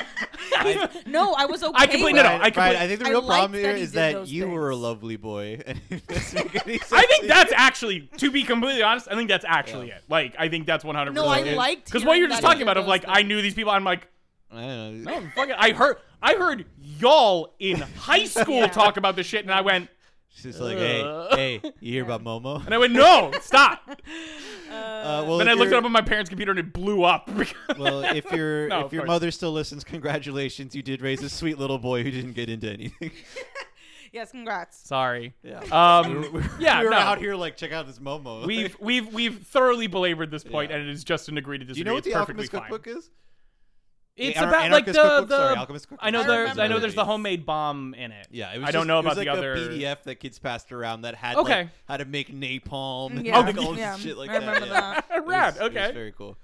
[SPEAKER 2] I,
[SPEAKER 3] No, I was okay.
[SPEAKER 1] [laughs] I completely- no, no,
[SPEAKER 2] Brian-
[SPEAKER 1] I completely-
[SPEAKER 2] Brian, I think the
[SPEAKER 3] I
[SPEAKER 2] real
[SPEAKER 3] liked
[SPEAKER 2] problem
[SPEAKER 3] that
[SPEAKER 2] here
[SPEAKER 3] he
[SPEAKER 2] is
[SPEAKER 3] did
[SPEAKER 2] that
[SPEAKER 3] those
[SPEAKER 2] you were a
[SPEAKER 3] things.
[SPEAKER 2] lovely boy. [laughs] And it doesn't make any sense
[SPEAKER 1] I think
[SPEAKER 2] to
[SPEAKER 1] that's actually, to be completely honest, I think that's actually
[SPEAKER 2] Yeah.
[SPEAKER 1] it. Like, I think that's 100%.
[SPEAKER 3] No, I
[SPEAKER 1] it.
[SPEAKER 3] liked
[SPEAKER 1] Because what
[SPEAKER 3] hearing
[SPEAKER 1] you're just
[SPEAKER 3] that
[SPEAKER 1] talking
[SPEAKER 3] he
[SPEAKER 1] about,
[SPEAKER 3] did
[SPEAKER 1] of like,
[SPEAKER 3] those
[SPEAKER 1] I
[SPEAKER 3] things.
[SPEAKER 1] knew these people, I'm like,
[SPEAKER 2] you. I don't know.
[SPEAKER 1] no, fuck it. I heard, I heard y'all in high school
[SPEAKER 3] Yeah.
[SPEAKER 1] talk about this shit, and I went,
[SPEAKER 2] It's just like, hey,
[SPEAKER 1] Uh.
[SPEAKER 2] hey, you hear about Momo?
[SPEAKER 1] and I went, no, stop.
[SPEAKER 2] Uh, well,
[SPEAKER 1] Then
[SPEAKER 2] if
[SPEAKER 1] I looked it
[SPEAKER 2] you're-
[SPEAKER 1] up on my parents' computer, and it blew up. [laughs]
[SPEAKER 2] [laughs] Well, if your
[SPEAKER 1] No,
[SPEAKER 2] if
[SPEAKER 1] of
[SPEAKER 2] your
[SPEAKER 1] course.
[SPEAKER 2] mother still listens, congratulations, you did raise a sweet little boy who didn't get into
[SPEAKER 3] [laughs]
[SPEAKER 2] anything.
[SPEAKER 3] Yes, congrats.
[SPEAKER 1] Sorry.
[SPEAKER 2] Yeah. [laughs]
[SPEAKER 1] Um,
[SPEAKER 2] We were- we were-
[SPEAKER 1] yeah,
[SPEAKER 2] we were
[SPEAKER 1] no.
[SPEAKER 2] out here like, check out this Momo. [laughs]
[SPEAKER 1] We've we've we've thoroughly belabored this point,
[SPEAKER 2] Yeah.
[SPEAKER 1] and it is just an agree to
[SPEAKER 2] Do
[SPEAKER 1] disagree.
[SPEAKER 2] you know what
[SPEAKER 1] it's
[SPEAKER 2] the
[SPEAKER 1] perfectly
[SPEAKER 2] Alchemist
[SPEAKER 1] fine.
[SPEAKER 2] cookbook is?
[SPEAKER 1] It's
[SPEAKER 2] Anar-
[SPEAKER 1] about like the,
[SPEAKER 2] Anarchist cookbook?
[SPEAKER 1] the
[SPEAKER 2] Sorry, Alchemist cookbook.
[SPEAKER 1] I know
[SPEAKER 3] I
[SPEAKER 1] there's
[SPEAKER 3] remember
[SPEAKER 1] I know there's the
[SPEAKER 2] these.
[SPEAKER 1] homemade bomb in it.
[SPEAKER 2] Yeah, it was
[SPEAKER 1] I don't
[SPEAKER 2] just-
[SPEAKER 1] know
[SPEAKER 2] it was
[SPEAKER 1] about the
[SPEAKER 2] like
[SPEAKER 1] other.
[SPEAKER 2] a PDF that kids passed around that had
[SPEAKER 1] Okay.
[SPEAKER 2] like, how to make napalm and
[SPEAKER 3] Mm, Yeah.
[SPEAKER 2] like, all
[SPEAKER 3] Yeah,
[SPEAKER 2] this shit like
[SPEAKER 3] I remember
[SPEAKER 2] Yeah.
[SPEAKER 3] that.
[SPEAKER 2] It
[SPEAKER 1] [laughs]
[SPEAKER 2] was-
[SPEAKER 1] Rad,
[SPEAKER 2] it was
[SPEAKER 1] okay.
[SPEAKER 2] very cool.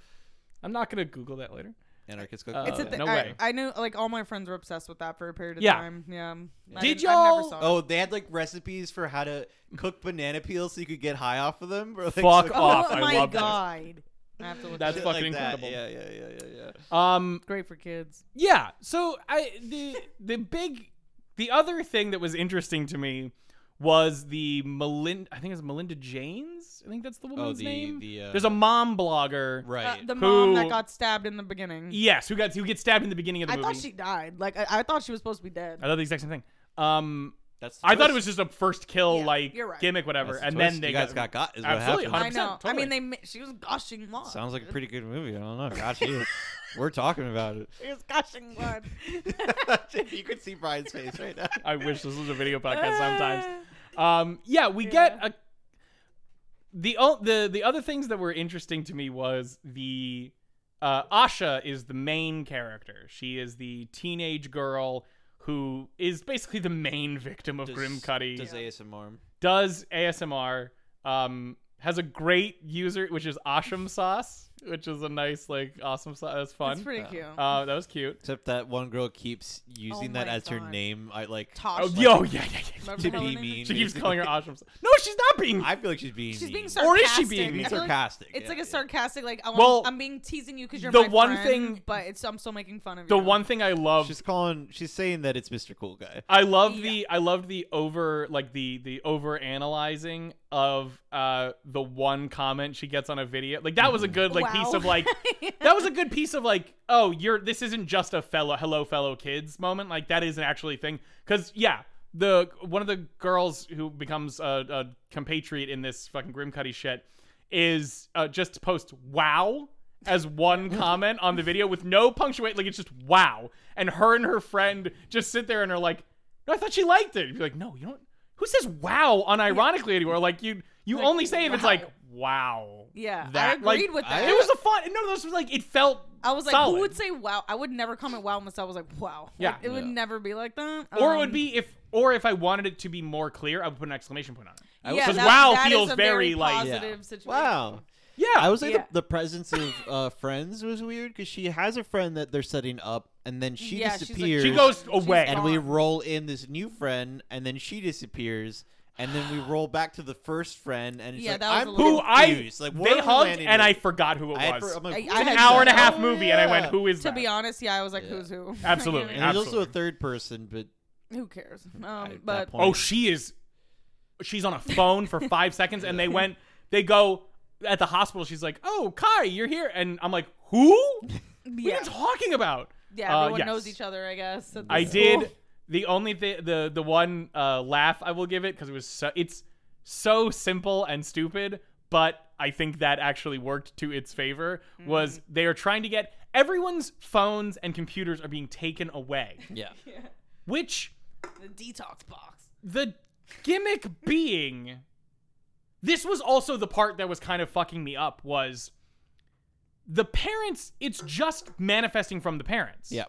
[SPEAKER 1] I'm not gonna Google that later.
[SPEAKER 2] Anarchist
[SPEAKER 1] Uh,
[SPEAKER 2] cookbook.
[SPEAKER 3] It's a
[SPEAKER 2] yeah.
[SPEAKER 3] thing.
[SPEAKER 1] no
[SPEAKER 3] I,
[SPEAKER 1] way.
[SPEAKER 3] I knew like all my friends were obsessed with that for a period of
[SPEAKER 1] Yeah.
[SPEAKER 3] time. Yeah. I
[SPEAKER 1] Did
[SPEAKER 3] didn't- I never
[SPEAKER 1] y'all-
[SPEAKER 3] saw it.
[SPEAKER 2] Oh, they had like recipes for how to cook banana peels so you could get high off of them. Or, [laughs]
[SPEAKER 1] [laughs]
[SPEAKER 2] like,
[SPEAKER 1] Fuck
[SPEAKER 2] so-
[SPEAKER 1] off.
[SPEAKER 3] Oh
[SPEAKER 1] I
[SPEAKER 3] my
[SPEAKER 1] love this.
[SPEAKER 3] god. I have to look
[SPEAKER 1] That's
[SPEAKER 3] it
[SPEAKER 2] shit
[SPEAKER 3] up.
[SPEAKER 1] fucking
[SPEAKER 2] like that.
[SPEAKER 1] incredible.
[SPEAKER 2] Yeah, yeah, yeah, yeah, yeah.
[SPEAKER 1] Um,
[SPEAKER 3] great for kids.
[SPEAKER 1] yeah. So I the the big the other thing that was interesting to me was the Melinda. I think it's Melinda Janes. I think that's the woman's
[SPEAKER 2] the-
[SPEAKER 1] name.
[SPEAKER 2] the, uh,
[SPEAKER 1] there's a mom blogger.
[SPEAKER 2] Right.
[SPEAKER 3] Uh, the mom
[SPEAKER 1] Who-
[SPEAKER 3] that got stabbed in the beginning.
[SPEAKER 1] Yes, who got who gets stabbed in the beginning of the
[SPEAKER 3] I
[SPEAKER 1] movie.
[SPEAKER 3] thought she died. Like I, I thought she was supposed to be dead.
[SPEAKER 1] I thought the exact same thing. Um,
[SPEAKER 2] That's the
[SPEAKER 1] I thought it
[SPEAKER 2] twist.
[SPEAKER 1] was just a first kill
[SPEAKER 3] Yeah,
[SPEAKER 1] like
[SPEAKER 3] you're right.
[SPEAKER 1] gimmick, whatever,
[SPEAKER 2] That's the
[SPEAKER 1] and
[SPEAKER 2] twist.
[SPEAKER 1] then they
[SPEAKER 2] you guys got got is what
[SPEAKER 1] Absolutely,
[SPEAKER 2] happened.
[SPEAKER 1] 100%,
[SPEAKER 3] I know. I
[SPEAKER 1] totally.
[SPEAKER 3] mean, they ma- she was gushing blood.
[SPEAKER 2] Sounds like a pretty good movie. I don't know.
[SPEAKER 1] [laughs]
[SPEAKER 2] Gosh, you- we're talking about it.
[SPEAKER 3] she was gushing blood.
[SPEAKER 1] [laughs]
[SPEAKER 2] [laughs] you could see Brian's face right now.
[SPEAKER 1] I wish this was a video podcast
[SPEAKER 3] [laughs]
[SPEAKER 1] sometimes. Um, yeah, we get a the o- the the other things that were interesting to me was the uh, Asha is the main character. She is the teenage girl who is basically the main victim of Oh, Grim Cuddy.
[SPEAKER 2] does
[SPEAKER 1] Does,
[SPEAKER 2] ASMR.
[SPEAKER 1] ASMR. Um, has a great user which is [laughs] Asham Sauce, which is a nice like awesome sauce. That's fun.
[SPEAKER 3] That's pretty cute.
[SPEAKER 1] Uh, that was cute.
[SPEAKER 2] Except that one girl keeps using
[SPEAKER 3] Oh
[SPEAKER 2] that
[SPEAKER 3] my
[SPEAKER 2] as her
[SPEAKER 3] God.
[SPEAKER 2] name. I like
[SPEAKER 3] Tosh.
[SPEAKER 1] Oh,
[SPEAKER 3] like,
[SPEAKER 1] yo, yeah, yeah, yeah.
[SPEAKER 3] remember
[SPEAKER 2] to
[SPEAKER 3] how her
[SPEAKER 2] be
[SPEAKER 3] name is?
[SPEAKER 2] mean.
[SPEAKER 1] She
[SPEAKER 2] [laughs]
[SPEAKER 1] keeps [laughs] calling her
[SPEAKER 2] basically.
[SPEAKER 1] Ashram. No, she's not being.
[SPEAKER 2] I feel like she's being.
[SPEAKER 3] She's being
[SPEAKER 2] mean.
[SPEAKER 3] sarcastic.
[SPEAKER 1] Or is she being
[SPEAKER 3] I
[SPEAKER 1] mean?
[SPEAKER 2] Being
[SPEAKER 3] feel like
[SPEAKER 2] sarcastic.
[SPEAKER 3] It's
[SPEAKER 2] yeah,
[SPEAKER 3] like
[SPEAKER 2] yeah.
[SPEAKER 3] a sarcastic, like I want,
[SPEAKER 1] Well,
[SPEAKER 3] I'm being teasing you because you're
[SPEAKER 1] the
[SPEAKER 3] my
[SPEAKER 1] one
[SPEAKER 3] friend,
[SPEAKER 1] thing-
[SPEAKER 3] but it's I'm still making fun of
[SPEAKER 1] The
[SPEAKER 3] you.
[SPEAKER 1] one thing I love,
[SPEAKER 2] She's calling. She's saying that it's Mr. Cool Guy.
[SPEAKER 1] I love
[SPEAKER 3] Yeah.
[SPEAKER 1] the, I love the over, like the the over analyzing of uh the one comment she gets on a video. Like that was a good like piece
[SPEAKER 3] Wow.
[SPEAKER 1] of like,
[SPEAKER 3] [laughs]
[SPEAKER 1] that was a good piece of like, oh, you're this isn't just a fellow hello fellow kids moment. Like that is an actually thing. Because yeah, the one of the girls who becomes a, a compatriot in this fucking Grim Cuddy shit is uh, just post wow as
[SPEAKER 3] [laughs]
[SPEAKER 1] one comment on the video with no punctuate. Like it's just wow. And her and her friend just sit there and are like, no, I thought she liked it. You're like, no, you don't. Who says wow unironically anymore? Like you, you
[SPEAKER 3] Like,
[SPEAKER 1] only say if it's
[SPEAKER 3] wow.
[SPEAKER 1] like wow.
[SPEAKER 3] Yeah, I
[SPEAKER 1] like,
[SPEAKER 3] agreed with that.
[SPEAKER 1] It was a fun. No, this was like it felt.
[SPEAKER 3] I was like,
[SPEAKER 1] solid.
[SPEAKER 3] who would say wow? I would never comment wow myself. I was like, wow.
[SPEAKER 1] Yeah.
[SPEAKER 3] Like, it would
[SPEAKER 2] Yeah.
[SPEAKER 3] never be like that.
[SPEAKER 1] Or it would
[SPEAKER 3] Um,
[SPEAKER 1] be if, or if I wanted it to be more clear, I would put an exclamation point on it.
[SPEAKER 2] I was-
[SPEAKER 3] yeah,
[SPEAKER 1] 'cause
[SPEAKER 3] that-
[SPEAKER 1] wow
[SPEAKER 3] that is
[SPEAKER 1] feels
[SPEAKER 3] a
[SPEAKER 1] very,
[SPEAKER 3] very,
[SPEAKER 1] like-
[SPEAKER 2] Yeah.
[SPEAKER 3] positive situation.
[SPEAKER 2] Wow.
[SPEAKER 1] Yeah,
[SPEAKER 2] I would say
[SPEAKER 3] Yeah.
[SPEAKER 2] the, the presence of uh, friends was weird because she has a friend that they're setting up, and then she
[SPEAKER 3] Yeah, she's like-
[SPEAKER 2] disappears.
[SPEAKER 1] she goes
[SPEAKER 3] She's
[SPEAKER 1] away.
[SPEAKER 2] and we
[SPEAKER 3] gone.
[SPEAKER 2] roll in this new friend, and then she disappears, and then we roll back to the first friend, and it's
[SPEAKER 3] Yeah,
[SPEAKER 2] like,
[SPEAKER 3] that was
[SPEAKER 2] I'm
[SPEAKER 3] a little-
[SPEAKER 1] who I
[SPEAKER 2] confused. like where
[SPEAKER 1] they
[SPEAKER 2] are we
[SPEAKER 1] hugged
[SPEAKER 2] landing
[SPEAKER 1] and I
[SPEAKER 2] here?
[SPEAKER 1] forgot who it
[SPEAKER 2] I had
[SPEAKER 1] was.
[SPEAKER 2] for- I'm like,
[SPEAKER 3] I-
[SPEAKER 2] who's
[SPEAKER 3] I
[SPEAKER 1] It's an
[SPEAKER 2] that?
[SPEAKER 3] had
[SPEAKER 1] hour and a
[SPEAKER 3] forgotten.
[SPEAKER 1] half
[SPEAKER 2] Oh,
[SPEAKER 1] movie, and I went,
[SPEAKER 2] yeah.
[SPEAKER 1] "Who is
[SPEAKER 3] To
[SPEAKER 1] that?"
[SPEAKER 3] be honest, yeah, I was like,
[SPEAKER 2] Yeah.
[SPEAKER 3] who's who? [laughs]
[SPEAKER 1] Absolutely.
[SPEAKER 2] And there's also a
[SPEAKER 1] Absolutely.
[SPEAKER 2] third person, but
[SPEAKER 3] who cares?
[SPEAKER 2] at
[SPEAKER 3] Um,
[SPEAKER 2] that
[SPEAKER 3] but
[SPEAKER 2] point-
[SPEAKER 1] oh, she is. She's on a phone
[SPEAKER 2] [laughs]
[SPEAKER 1] for five seconds, and they went. They go at the hospital. She's like, "Oh, Kai, you're here," and I'm like, "Who? What are
[SPEAKER 3] yeah,
[SPEAKER 1] you talking about?"
[SPEAKER 3] yeah,
[SPEAKER 1] Uh,
[SPEAKER 3] everyone
[SPEAKER 1] yes.
[SPEAKER 3] knows each other, I guess. at
[SPEAKER 1] I
[SPEAKER 3] this
[SPEAKER 1] did
[SPEAKER 3] school.
[SPEAKER 1] the only thi- the the one uh, laugh I will give it because it was so it's so simple and stupid, but I think that actually worked to its favor. Was they are trying to get everyone's phones and computers are being taken away,
[SPEAKER 2] yeah,
[SPEAKER 1] which
[SPEAKER 3] The detox box.
[SPEAKER 1] the gimmick being this was also the part that was kind of fucking me up was the parents it's just manifesting from the parents
[SPEAKER 2] yeah,